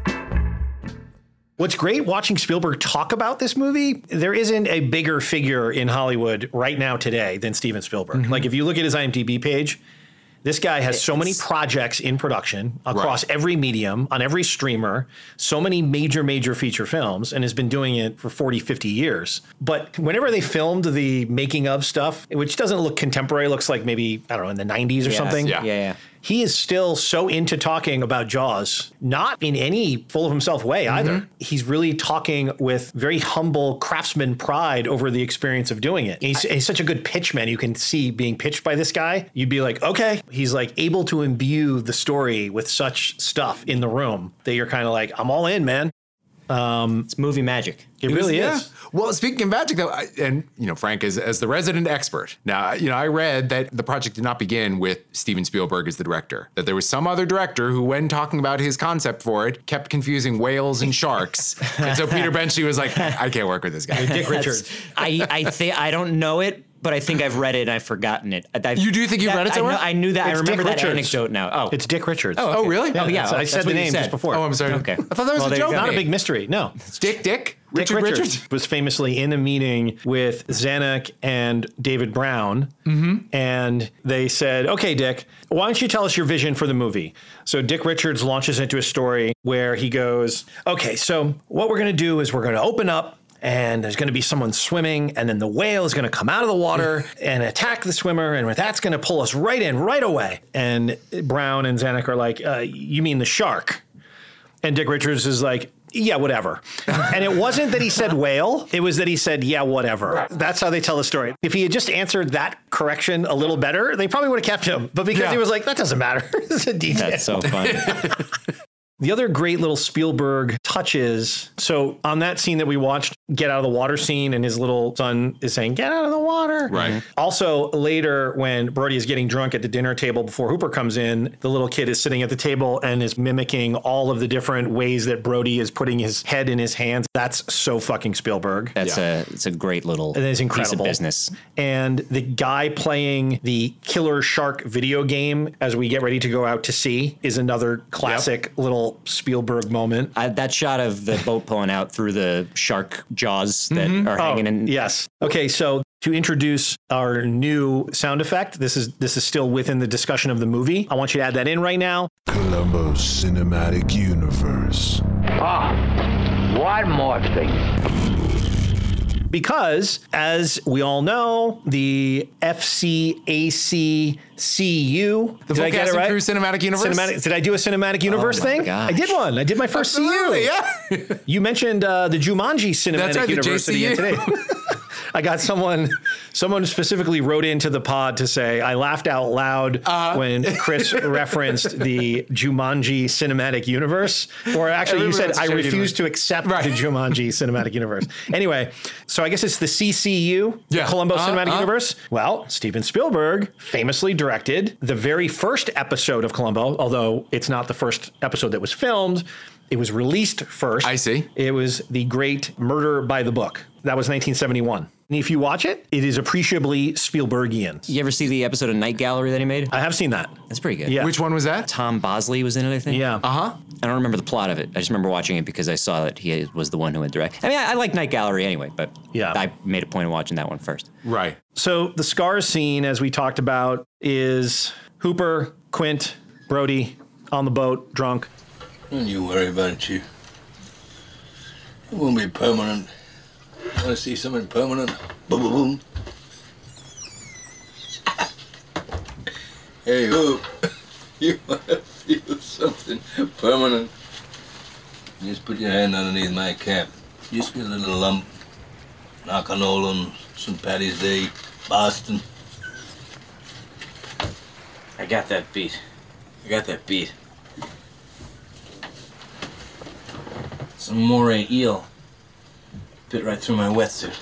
Speaker 2: What's great watching Spielberg talk about this movie, there isn't a bigger figure in Hollywood right now today than Steven Spielberg.
Speaker 3: Mm-hmm.
Speaker 2: Like if you look at his IMDb page, this guy has so many projects in production across every medium, on every streamer, so many major major feature films and has been doing it for 40 50 years. But whenever they filmed the making of stuff, which doesn't look contemporary, looks like maybe I don't know in the 90s or
Speaker 3: Yes,
Speaker 2: something
Speaker 3: Yeah. yeah, yeah.
Speaker 2: he is still so into talking about Jaws, not in any full of himself way
Speaker 3: Mm-hmm.
Speaker 2: either. He's really talking with very humble craftsman pride over the experience of doing it. He's, he's such a good pitchman. You can see being pitched by this guy. You'd be like, okay. He's like able to imbue the story with such stuff in the room that you're kind of like, I'm all in, man. Um,
Speaker 3: It's movie magic.
Speaker 2: it really
Speaker 4: was-
Speaker 2: is.
Speaker 4: yeah. Well, speaking of magic, though, I, and you know, Frank is as the resident expert. Now, you know, I read that the project did not begin with Steven Spielberg as the director. That there was some other director who, when talking about his concept for it, kept confusing whales and sharks, and so Peter Benchley was like, "I can't work with this guy."
Speaker 2: Dick Richards.
Speaker 3: I I think I don't know it, but I think I've read it and I've forgotten it. I- I've-
Speaker 4: You do think you
Speaker 3: that-
Speaker 4: read it
Speaker 3: I
Speaker 4: somewhere?
Speaker 3: know- I, knew that.
Speaker 2: It's
Speaker 3: I remember
Speaker 2: Dick
Speaker 3: that
Speaker 2: Richards.
Speaker 3: anecdote now. Oh,
Speaker 2: It's Dick Richards.
Speaker 4: Oh, really?
Speaker 2: Yeah,
Speaker 3: Oh, yeah,
Speaker 2: that's- I
Speaker 3: that's
Speaker 2: said the
Speaker 3: what you
Speaker 2: name
Speaker 3: said.
Speaker 2: just before.
Speaker 4: Oh, I'm sorry.
Speaker 3: Okay.
Speaker 4: I thought that was
Speaker 3: Well,
Speaker 4: a
Speaker 3: there you
Speaker 4: joke.
Speaker 3: go.
Speaker 2: not a
Speaker 4: name.
Speaker 2: big mystery. No.
Speaker 4: Dick Dick
Speaker 2: Dick
Speaker 4: Richard
Speaker 2: Richards,
Speaker 4: Richards.
Speaker 2: was famously in a meeting with Zanuck and David Brown, and they said, "Okay, Dick, why don't you tell us your vision for the movie?" So Dick Richards launches into a story where he goes, "Okay, so what we're going to do is we're going to open up." And there's going to be someone swimming, and then the whale is going to come out of the water and attack the swimmer, and that's going to pull us right in right away. And Brown and Zanuck are like, uh, "You mean the shark?" And Dick Richards is like, yeah, whatever. and it wasn't that he said whale, it was that he said, yeah, whatever. That's how they tell the story. If he had just answered that correction a little better, they probably would have kept him. But because
Speaker 4: Yeah.
Speaker 2: he was like, that doesn't matter. it's a detail.
Speaker 3: that's so fun.
Speaker 2: The other great little Spielberg touches. So on that scene that we watched, get out of the water scene, and his little son is saying, "Get out of the water." Mm-hmm.
Speaker 4: Right.
Speaker 2: Also later, when Brody is getting drunk at the dinner table before Hooper comes in, the little kid is sitting at the table and is mimicking all of the different ways that Brody is putting his head in his hands. That's so fucking Spielberg.
Speaker 3: That's a it's a great little
Speaker 2: It is
Speaker 3: piece of
Speaker 2: incredible.
Speaker 3: business.
Speaker 2: And the guy playing the Killer Shark video game as we get ready to go out to sea is another classic little Spielberg moment.
Speaker 3: I, that shot of the boat pulling out through the shark jaws that are
Speaker 2: Oh,
Speaker 3: hanging in.
Speaker 2: yes. Okay, so to introduce our new sound effect, this is this is still within the discussion of the movie. I want you to add that in right now.
Speaker 12: Columbo's cinematic universe.
Speaker 8: One more thing.
Speaker 2: because as we all know, the FCACCU.
Speaker 4: The
Speaker 2: did
Speaker 4: full
Speaker 2: I get it
Speaker 4: cast and
Speaker 2: right?
Speaker 4: crew cinematic universe. Oh
Speaker 2: Cinematic, did I do a cinematic universe
Speaker 3: my
Speaker 2: thing?
Speaker 3: gosh.
Speaker 2: I did one. I did my first
Speaker 4: Absolutely,
Speaker 2: CU.
Speaker 4: yeah.
Speaker 2: You mentioned uh, the Jumanji Cinematic
Speaker 4: That's right, the
Speaker 2: University
Speaker 4: JCU.
Speaker 2: today. I got someone. Someone specifically wrote into the pod to say I laughed out loud
Speaker 4: Uh-huh.
Speaker 2: when Chris referenced the Jumanji cinematic universe, or actually you
Speaker 4: Everybody
Speaker 2: said
Speaker 4: wants to
Speaker 2: I
Speaker 4: show you
Speaker 2: refuse
Speaker 4: that."
Speaker 2: to accept
Speaker 4: Right.
Speaker 2: the Jumanji cinematic universe. Anyway, so I guess it's the CCU, the
Speaker 4: Yeah.
Speaker 2: Columbo
Speaker 4: Uh,
Speaker 2: Cinematic
Speaker 4: uh.
Speaker 2: Universe. Well, Steven Spielberg famously directed the very first episode of Columbo, although it's not the first episode that was filmed. It was released first.
Speaker 4: I see.
Speaker 2: It was the great Murder by the Book. That was 1971. And if you watch it, it is appreciably Spielbergian.
Speaker 3: You ever see the episode of Night Gallery that he made?
Speaker 2: I have seen that.
Speaker 3: That's pretty good.
Speaker 2: Yeah.
Speaker 4: Which one was that?
Speaker 3: Tom Bosley was in it, I think.
Speaker 2: Yeah.
Speaker 4: Uh huh.
Speaker 3: I don't remember the plot of it. I just remember watching it because I saw that he was the one who had directed. I mean, I, I like Night Gallery anyway, but
Speaker 2: Yeah.
Speaker 3: I made a point of watching that one first.
Speaker 4: Right.
Speaker 2: So the scar scene, as we talked about, is Hooper, Quint, Brody on the boat, drunk.
Speaker 11: Don't you worry about it, Chief. It won't be permanent. Want to see something permanent? Boom, boom, boom. Hey, Hoop. You want to feel something permanent? Just put your hand underneath my cap. Just get a little lump. Knock on all on St. Patty's Day, Boston.
Speaker 9: I got that beat. I got that beat. Some moray eel bit right through my wetsuit.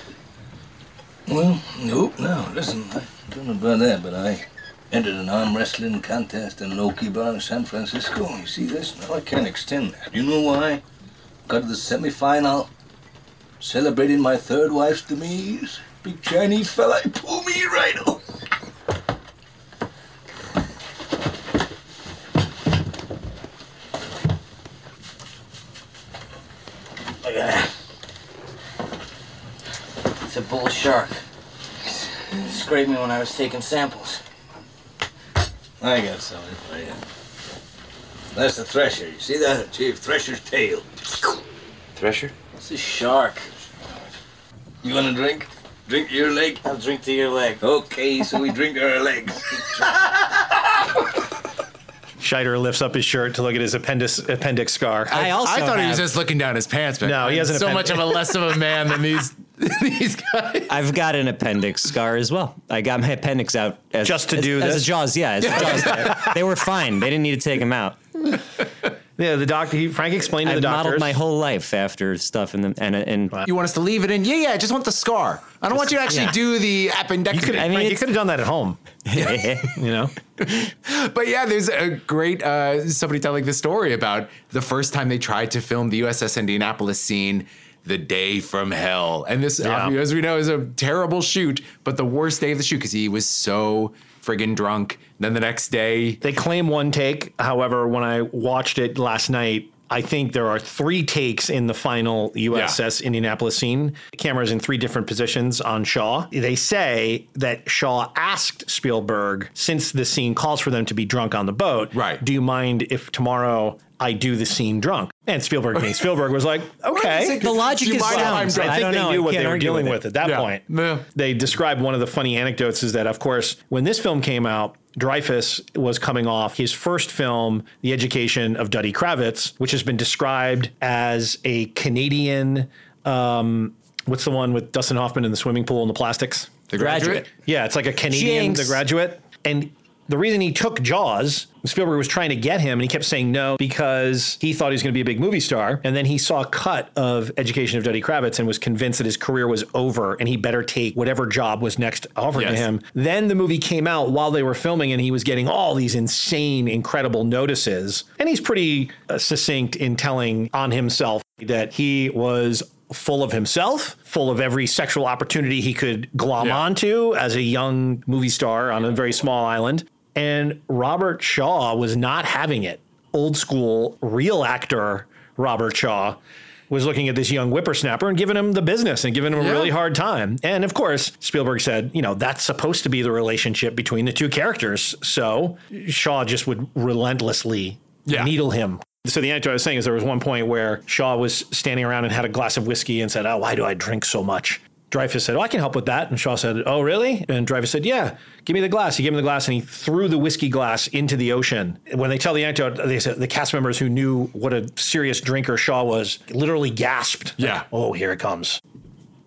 Speaker 11: Well, nope, no, listen, I don't know about that, but I entered an arm wrestling contest in an Oki bar in San Francisco. You see this? Now I can't extend that. You know why? Got to the semifinal, celebrating my third wife's demise. Big Chinese fella, he pulled me right over.
Speaker 8: Look at that. It's a bull shark. It scraped me when I was taking samples.
Speaker 11: I got something for you. That's the thresher. You see that? Chief, thresher's tail.
Speaker 8: Thresher?
Speaker 11: It's a shark. You want a drink? Drink your leg? I'll drink to your leg. Okay, so we drink our legs.
Speaker 2: Scheider lifts up his shirt to look at his appendix appendix scar.
Speaker 4: I thought he was just looking down his pants. but
Speaker 2: No, he has an
Speaker 4: so
Speaker 2: appendix.
Speaker 4: much of a less of a man than these.
Speaker 3: I've got an appendix scar as well. I got my appendix out as,
Speaker 2: Just to
Speaker 3: as-
Speaker 2: do
Speaker 3: as
Speaker 2: this?
Speaker 3: a jaws. Yeah, as a jaws. they, they were fine. They didn't need to take them out.
Speaker 2: Yeah, the doctor. He, Frank explained to
Speaker 3: I
Speaker 2: the doctor.
Speaker 3: modeled my whole life after stuff and the, and and.
Speaker 4: You want us to leave it in? Yeah, yeah. I just want the scar. I don't want you to actually
Speaker 3: Yeah.
Speaker 4: do the appendectomy.
Speaker 2: you could, I mean, you could have done that at home. you know,
Speaker 4: But yeah, there's a great uh, somebody telling the story about the first time they tried to film the USS Indianapolis scene, the day from hell. And this,
Speaker 2: Yeah.
Speaker 4: as we know, is a terrible shoot, but the worst day of the shoot because he was so friggin' drunk. Then the next day,
Speaker 2: they claim one take. However, when I watched it last night, I think there are three takes in the final USS Indianapolis scene. The camera's in three different positions on Shaw. They say that Shaw asked Spielberg, since the scene calls for them to be drunk on the boat,
Speaker 4: Right.
Speaker 2: do you mind if tomorrow I do the scene drunk? And Spielberg, being Spielberg, was like, okay.
Speaker 3: The logic
Speaker 4: You
Speaker 3: is
Speaker 4: might have-
Speaker 3: sound.
Speaker 4: I'm- I
Speaker 3: but
Speaker 2: I
Speaker 3: I
Speaker 2: think
Speaker 3: don't
Speaker 2: they
Speaker 3: know.
Speaker 2: knew
Speaker 3: I
Speaker 2: what
Speaker 3: can't
Speaker 2: they were
Speaker 3: argue
Speaker 2: dealing with, at that
Speaker 4: Yeah.
Speaker 2: point.
Speaker 4: Yeah.
Speaker 2: They described one of the funny anecdotes is that, of course, when this film came out, Dreyfus was coming off his first film, The Education of Duddy Kravitz, which has been described as a Canadian. Um, what's the one with Dustin Hoffman in the swimming pool and the plastics?
Speaker 4: the
Speaker 3: Graduate.
Speaker 2: Yeah, it's like a Canadian,
Speaker 3: Jinx.
Speaker 2: the graduate. And the reason he took Jaws, Spielberg was trying to get him, and he kept saying no because he thought he was going to be a big movie star. And then he saw a cut of Education of Dudley Kravitz and was convinced that his career was over and he better take whatever job was next offered to
Speaker 4: Yes.
Speaker 2: him. Then the movie came out while they were filming, and he was getting all these insane, incredible notices. And he's pretty uh, succinct in telling on himself that he was full of himself, full of every sexual opportunity he could glom
Speaker 4: Yeah.
Speaker 2: onto as a young movie star on a very small island. And Robert Shaw was not having it. Old school, real actor Robert Shaw was looking at this young whippersnapper and giving him the business and giving him a
Speaker 4: Yeah.
Speaker 2: really hard time. And of course, Spielberg said, you know, that's supposed to be the relationship between the two characters. So Shaw just would relentlessly
Speaker 4: Yeah.
Speaker 2: needle him. So the anecdote I was saying is there was one point where Shaw was standing around and had a glass of whiskey and said, "Oh, why do I drink so much?" Dreyfus said, "Oh, I can help with that." And Shaw said, "Oh, really?" And Dreyfus said, "Yeah, give me the glass." He gave him the glass and he threw the whiskey glass into the ocean. When they tell the anecdote, they said the cast members who knew what a serious drinker Shaw was literally gasped. Like,
Speaker 4: Yeah.
Speaker 2: oh, here it comes.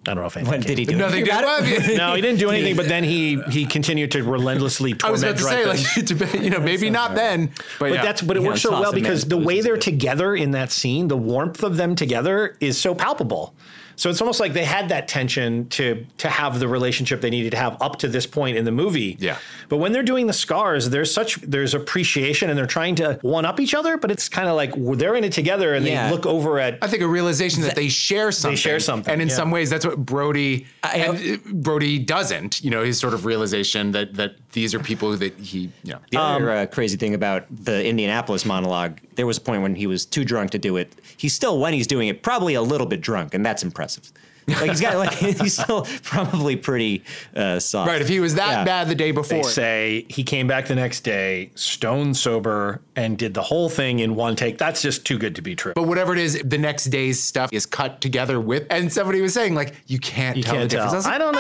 Speaker 2: I don't know if anything.
Speaker 3: What did he do?
Speaker 4: Nothing did.
Speaker 2: No, he didn't do anything. But then he he continued to relentlessly torment
Speaker 4: I was about to say,
Speaker 2: Dreyfus.
Speaker 4: like, it depend- you know, maybe not then, but,
Speaker 2: But
Speaker 4: yeah.
Speaker 2: that's but it
Speaker 3: Yeah,
Speaker 2: works so
Speaker 3: it's
Speaker 2: well
Speaker 3: awesome,
Speaker 2: because
Speaker 3: man.
Speaker 2: the way
Speaker 3: It's
Speaker 2: they're
Speaker 3: good.
Speaker 2: together in that scene, the warmth of them together is so palpable. So it's almost like they had that tension to to have the relationship they needed to have up to this point in the movie.
Speaker 4: Yeah.
Speaker 2: But when they're doing the scars, there's such there's appreciation and they're trying to one up each other, but it's kind of like well, they're in it together and
Speaker 3: Yeah.
Speaker 2: they look over at
Speaker 4: I think a realization that they share something.
Speaker 2: share something,
Speaker 4: and in
Speaker 2: yeah.
Speaker 4: some ways, that's what Brody
Speaker 3: I-
Speaker 4: and, uh, Brody doesn't. You know, his sort of realization that that these are people that he, you know,
Speaker 3: The other uh, crazy thing about the Indianapolis monologue, there was a point when he was too drunk to do it. He's still, when he's doing it, probably a little bit drunk, and that's impressive. Like he's got, like he's still probably pretty uh, soft.
Speaker 4: right. If he was that
Speaker 3: Yeah.
Speaker 4: bad the day
Speaker 2: they
Speaker 4: before,
Speaker 2: say he came back the next day, stone sober, and did the whole thing in one take. That's just too good to be true.
Speaker 4: but whatever it is, the next day's stuff is cut together with. And somebody was saying like, you can't
Speaker 2: you
Speaker 4: tell
Speaker 2: can't
Speaker 4: the difference.
Speaker 2: tell.
Speaker 4: I, was like,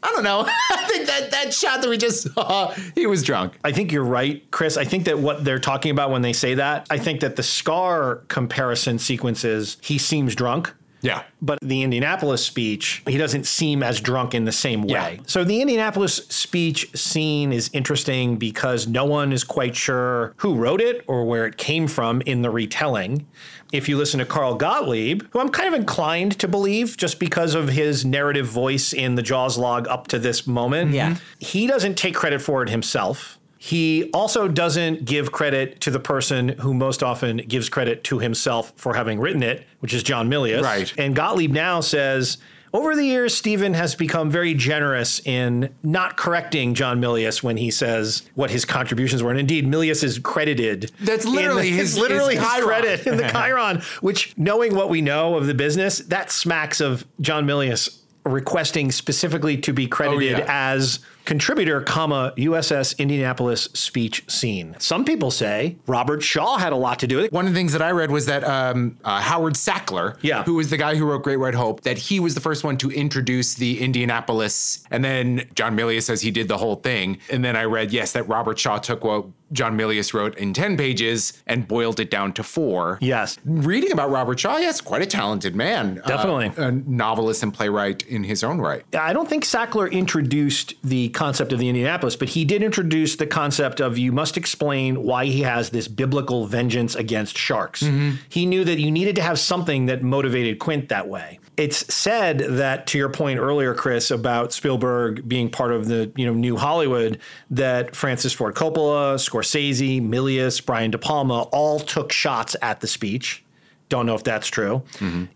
Speaker 4: "Ah,
Speaker 2: I don't know.
Speaker 4: I don't know. I think that that shot that we just saw, he was drunk.
Speaker 2: I think you're right, Chris. I think that what they're talking about when they say that, I think that the scar comparison sequence is he seems drunk.
Speaker 4: Yeah.
Speaker 2: But the Indianapolis speech, he doesn't seem as drunk in the same way.
Speaker 4: Yeah.
Speaker 2: So the Indianapolis speech scene is interesting because no one is quite sure who wrote it or where it came from in the retelling. If you listen to Carl Gottlieb, who I'm kind of inclined to believe just because of his narrative voice in the Jaws log up to this moment,
Speaker 3: Yeah.
Speaker 2: he doesn't take credit for it himself. He also doesn't give credit to the person who most often gives credit to himself for having written it, which is John Milius.
Speaker 4: Right.
Speaker 2: And Gottlieb now says, Over the years, Stephen has become very generous in not correcting John Milius when he says what his contributions were. And indeed, Milius is credited.
Speaker 4: That's
Speaker 2: in the-
Speaker 4: literally
Speaker 2: it's
Speaker 4: his-
Speaker 2: literally
Speaker 4: his
Speaker 2: his
Speaker 4: Chiron.
Speaker 2: credit in the Chiron. Which, knowing what we know of the business, that smacks of John Milius requesting specifically to be credited
Speaker 4: yeah.
Speaker 2: as contributor, comma USS Indianapolis speech scene. Some people say Robert Shaw had a lot to do with it.
Speaker 4: One of the things that I read was that um, uh, Howard Sackler,
Speaker 2: Yeah.
Speaker 4: who was the guy who wrote Great White Hope, that he was the first one to introduce the Indianapolis. And then John Milius says he did the whole thing. And then I read, yes, that Robert Shaw took what John Milius wrote in 10 pages and boiled it down to four.
Speaker 2: Yes.
Speaker 4: Reading about Robert Shaw, yes, quite a talented man. Uh,
Speaker 2: Definitely.
Speaker 4: a novelist and playwright in his own right.
Speaker 2: I don't think Sackler introduced the concept of the Indianapolis, but he did introduce the concept of you must explain why he has this biblical vengeance against sharks. He knew that you needed to have something that motivated Quint that way. It's said that to your point earlier, Chris, about Spielberg being part of the you know new Hollywood, that Francis Ford Coppola, Scorsese, Milius, Brian De Palma all took shots at the speech. Don't know if that's true.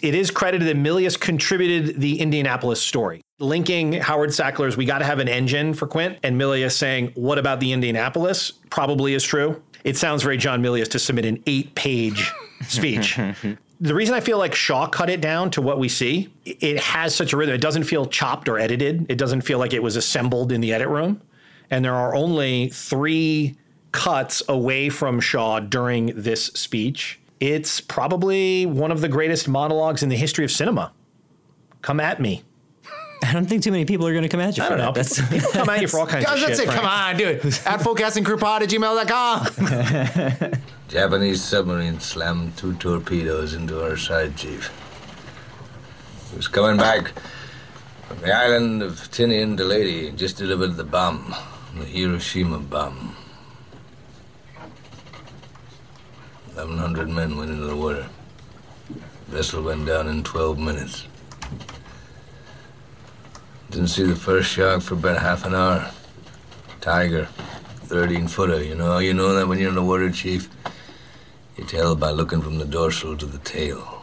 Speaker 2: It is credited that Milius contributed the Indianapolis story, linking Howard Sackler's "We got to have an engine" for Quint and Milius saying, "What about the Indianapolis?" Probably is true. It sounds very John Milius to submit an eight-page speech. The reason I feel like Shaw cut it down to what we see, i- it has such a rhythm. It doesn't feel chopped or edited. It doesn't feel like it was assembled in the edit room. And there are only three cuts away from Shaw during this speech. It's probably one of the greatest monologues in the history of cinema. Come at me.
Speaker 3: I don't think too many people are going to come at you.
Speaker 2: I
Speaker 3: for
Speaker 2: don't know.
Speaker 3: that. That's,
Speaker 2: People, people come at you for all kinds of
Speaker 4: Guys,
Speaker 2: shit.
Speaker 4: that's it.
Speaker 2: Frank.
Speaker 4: Come on, do it. At fullcastingcrewpod at gmail.com.
Speaker 13: Japanese submarine slammed two torpedoes into our side, Chief. He was coming back from the island of Tinian to Lady and just delivered the bomb, the Hiroshima bomb. 1,100 men went into the water. Vessel went down in 12 minutes. Didn't see the first shark for about half an hour. Tiger, 13 footer, you know. You know that when you're in the water, Chief. You tell by looking from the dorsal to the tail.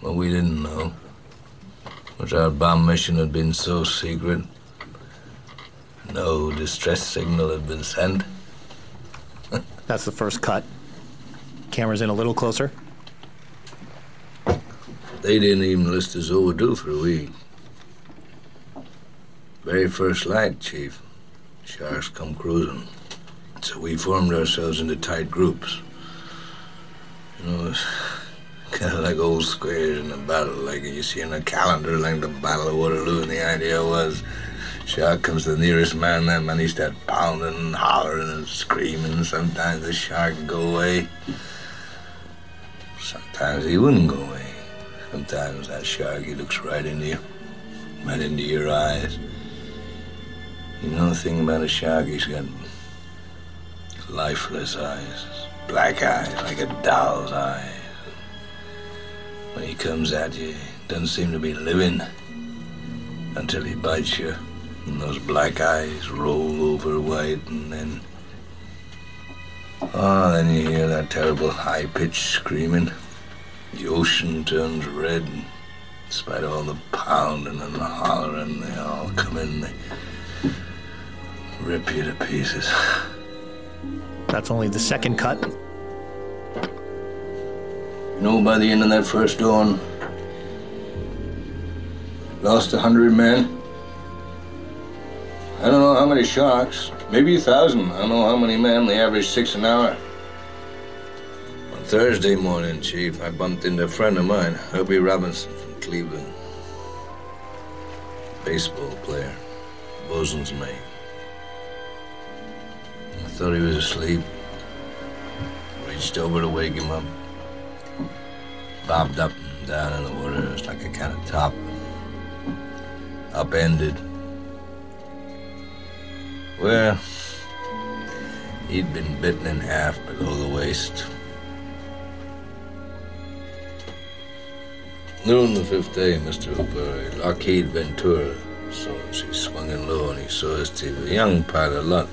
Speaker 13: What we didn't know was our bomb mission had been so secret. No distress signal had been sent.
Speaker 2: That's the first cut. Camera's in a little closer.
Speaker 13: They didn't even list us overdue for a week. Very first light, Chief. Sharks come cruising. So we formed ourselves into tight groups. You know, it's kind of like old squares in a battle, like you see in a calendar, like the Battle of Waterloo. And the idea was shark comes to the nearest man, that man he start pounding and hollering and screaming. Sometimes the shark would go away. Sometimes he wouldn't go away. Sometimes that shark, he looks right into you, right into your eyes. You know the thing about a shark, he's got lifeless eyes, black eyes, like a doll's eyes. When he comes at you, he doesn't seem to be living until he bites you, and those black eyes roll over white, and then. Oh, then you hear that terrible high pitched screaming. The ocean turns red. and In spite of all the pounding and the hollering, they all come in. They rip you to pieces.
Speaker 2: That's only the second cut.
Speaker 13: You know, by the end of that first dawn, lost a hundred men. I don't know how many sharks, maybe a thousand. I don't know how many men. They average six an hour. On Thursday morning, Chief, I bumped into a friend of mine, Herbie Robinson from Cleveland. Baseball player, bosun's mate. I thought he was asleep. Reached over to wake him up bobbed up and down in the water. It was like a kind of top, upended. Well, he'd been bitten in half below the waist. Noon the fifth day, Mr. Hooper, Lockheed Ventura saw us. He swung in low and he saw us. He was a young pilot, a lot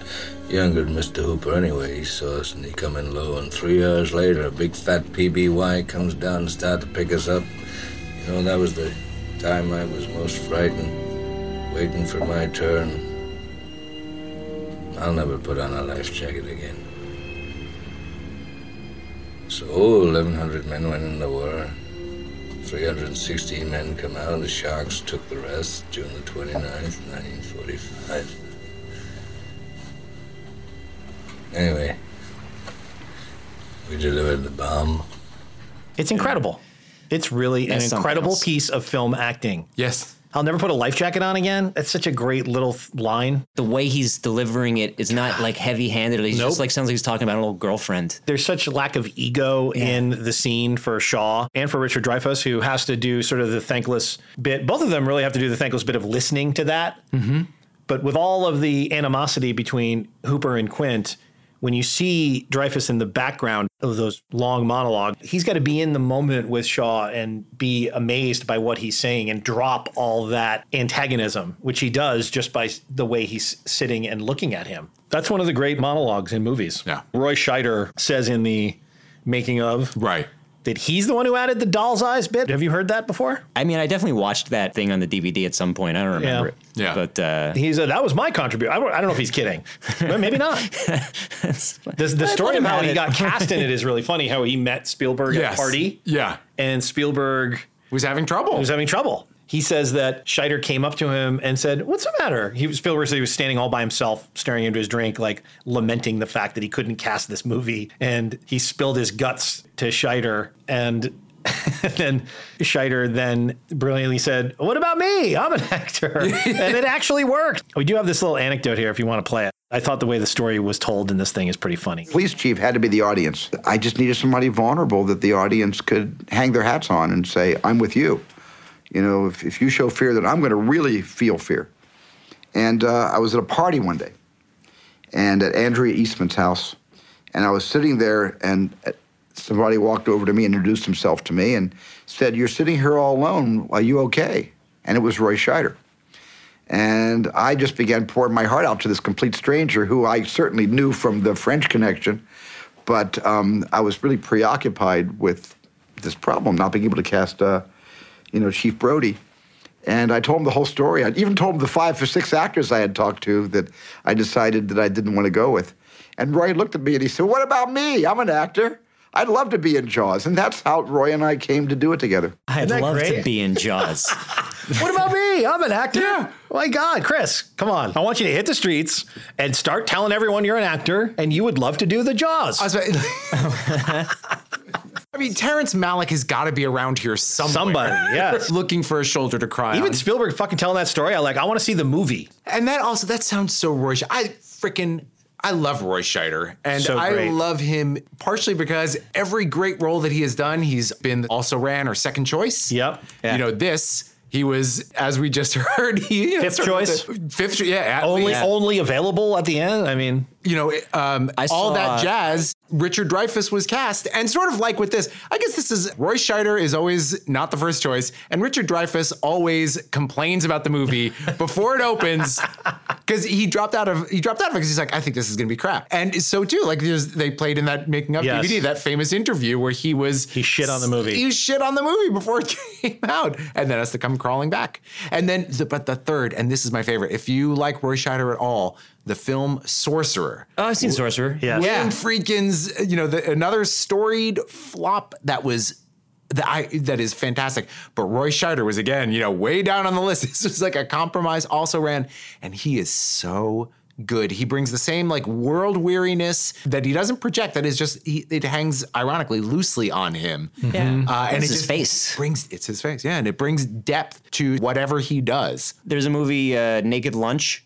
Speaker 13: younger than Mr. Hooper anyway. He saw us and he come in low. And three hours later, a big fat PBY comes down and start to pick us up. You You know, that was the time I was most frightened, waiting for my turn. I'll never put on a life jacket again. So 1,100 men went in the war. 316 men come out, and the Sharks took the rest June the 29th, 1945. Anyway, we delivered the bomb.
Speaker 2: It's incredible. It's really
Speaker 13: That's
Speaker 2: an
Speaker 13: something
Speaker 2: incredible
Speaker 13: else.
Speaker 2: piece of film acting.
Speaker 4: Yes.
Speaker 2: I'll never put a life jacket on again. That's such a great little th- line.
Speaker 3: The way he's delivering it is not like heavy handed. He's just like sounds like he's talking about an old girlfriend.
Speaker 2: There's such lack of ego in the scene for Shaw and for Richard Dreyfuss, who has to do sort of the thankless bit. Both of them really have to do the thankless bit of listening to that.
Speaker 14: Mm-hmm.
Speaker 2: But with all of the animosity between Hooper and Quint, when you see Dreyfus in the background of those long monologue, he's got to be in the moment with Shaw and be amazed by what he's saying and drop all that antagonism, which he does just by s- the way he's sitting and looking at him. That's one of the great monologues in movies. Yeah. Roy Scheider says in the making of
Speaker 4: right
Speaker 2: that he's the one who added the doll's eyes bit. Have you heard that before?
Speaker 3: I mean, I definitely watched that thing on the DVD at some point. I don't remember
Speaker 2: Yeah.
Speaker 3: it. Yeah. But uh,
Speaker 2: He said that was my contribution. I don't, I don't know if he's kidding, but maybe not. the the
Speaker 3: I
Speaker 2: story
Speaker 3: thought
Speaker 2: of how
Speaker 3: about
Speaker 2: he
Speaker 3: it.
Speaker 2: got cast in it is really funny. How he met Spielberg at a
Speaker 4: Yes.
Speaker 2: party,
Speaker 4: Yeah.
Speaker 2: and Spielberg
Speaker 4: was having trouble.
Speaker 2: Was having trouble. He says that Scheider came up to him and said, "What's the matter?" He Spielberg said he was standing all by himself, staring into his drink, like lamenting the fact that he couldn't cast this movie, and he spilled his guts to Scheider and. then Scheider then brilliantly said, "What about me? I'm an actor," and it actually worked. We do have this little anecdote here if you want to play it. I thought the way the story was told in this thing is pretty funny.
Speaker 15: Police chief had to be the audience. I just needed somebody vulnerable that the audience could hang their hats on and say, I'm with you. You know, if, if you show fear, then I'm going to really feel fear. And uh, I was at a party one day and at Andrea Eastman's house. And I was sitting there, and uh, somebody walked over to me, and introduced himself to me, and said, You're sitting here all alone. Are you okay? And it was Roy Scheider. And I just began pouring my heart out to this complete stranger who I certainly knew from the French connection, but um, I was really preoccupied with this problem, not being able to cast, uh, you know, Chief Brody. And I told him the whole story. I even told him the five or six actors I had talked to that I decided that I didn't want to go with. And Roy looked at me and he said, What about me? I'm an actor. I'd love to be in Jaws. And that's how Roy and I came to do it together.
Speaker 3: I'd
Speaker 15: Isn't that
Speaker 3: love to
Speaker 15: great?
Speaker 3: be in Jaws.
Speaker 2: What about me? I'm an actor. Oh My God, Chris, come on. I want you to hit the streets and start telling everyone you're an actor and you would love to do the Jaws.
Speaker 4: I mean, Terrence Malick has got to be around here somewhere. Somebody,
Speaker 2: yes.
Speaker 4: Looking for a shoulder to cry
Speaker 2: Even
Speaker 4: on.
Speaker 2: Spielberg fucking telling that story. I like, I want to see the movie.
Speaker 4: And that also, that sounds so Roy. Sch- I freaking, I love Roy Scheider. And
Speaker 2: So
Speaker 4: I
Speaker 2: great.
Speaker 4: love him partially because every great role that he has done, he's been also ran or second choice. Yep. You know, this, he was, as we just heard, he, you know,
Speaker 2: Fifth
Speaker 4: sort of
Speaker 2: choice?
Speaker 4: the- Fifth choice, Oh, yeah. at
Speaker 2: Only,
Speaker 4: least.
Speaker 2: only available at the end. I mean,
Speaker 4: you know, it, um,
Speaker 2: I
Speaker 4: all
Speaker 2: saw-
Speaker 4: that jazz. Richard Dreyfuss was cast, and sort of like with this, I guess this is Roy Scheider is always not the first choice, and Richard Dreyfuss always complains about the movie before it opens because he dropped out of he dropped out of it because he's like, I think this is going to be crap, and so too, like there's, they played in that making up
Speaker 2: Yes.
Speaker 4: DVD that famous interview where he was he
Speaker 2: shit on the movie.
Speaker 4: he shit on the movie before it came out, and then has to come crawling back, and then the, but the third, and this is my favorite, if you like Roy Scheider at all, the film Sorcerer.
Speaker 3: Oh, I've seen Sorcerer.
Speaker 4: Yeah. William Friedkin's, you know, the, another storied flop that was that I that is fantastic. But Roy Scheider was again, you know, way down on the list. This was like a compromise. Also ran, and he is so good. He brings the same like world weariness that he doesn't project. That is just he, it hangs ironically loosely on him.
Speaker 3: Yeah.
Speaker 4: uh, and
Speaker 3: It's
Speaker 4: it
Speaker 3: his
Speaker 4: just face brings it's his face. Yeah, and it brings depth to whatever he does.
Speaker 3: There's a movie, uh, Naked Lunch.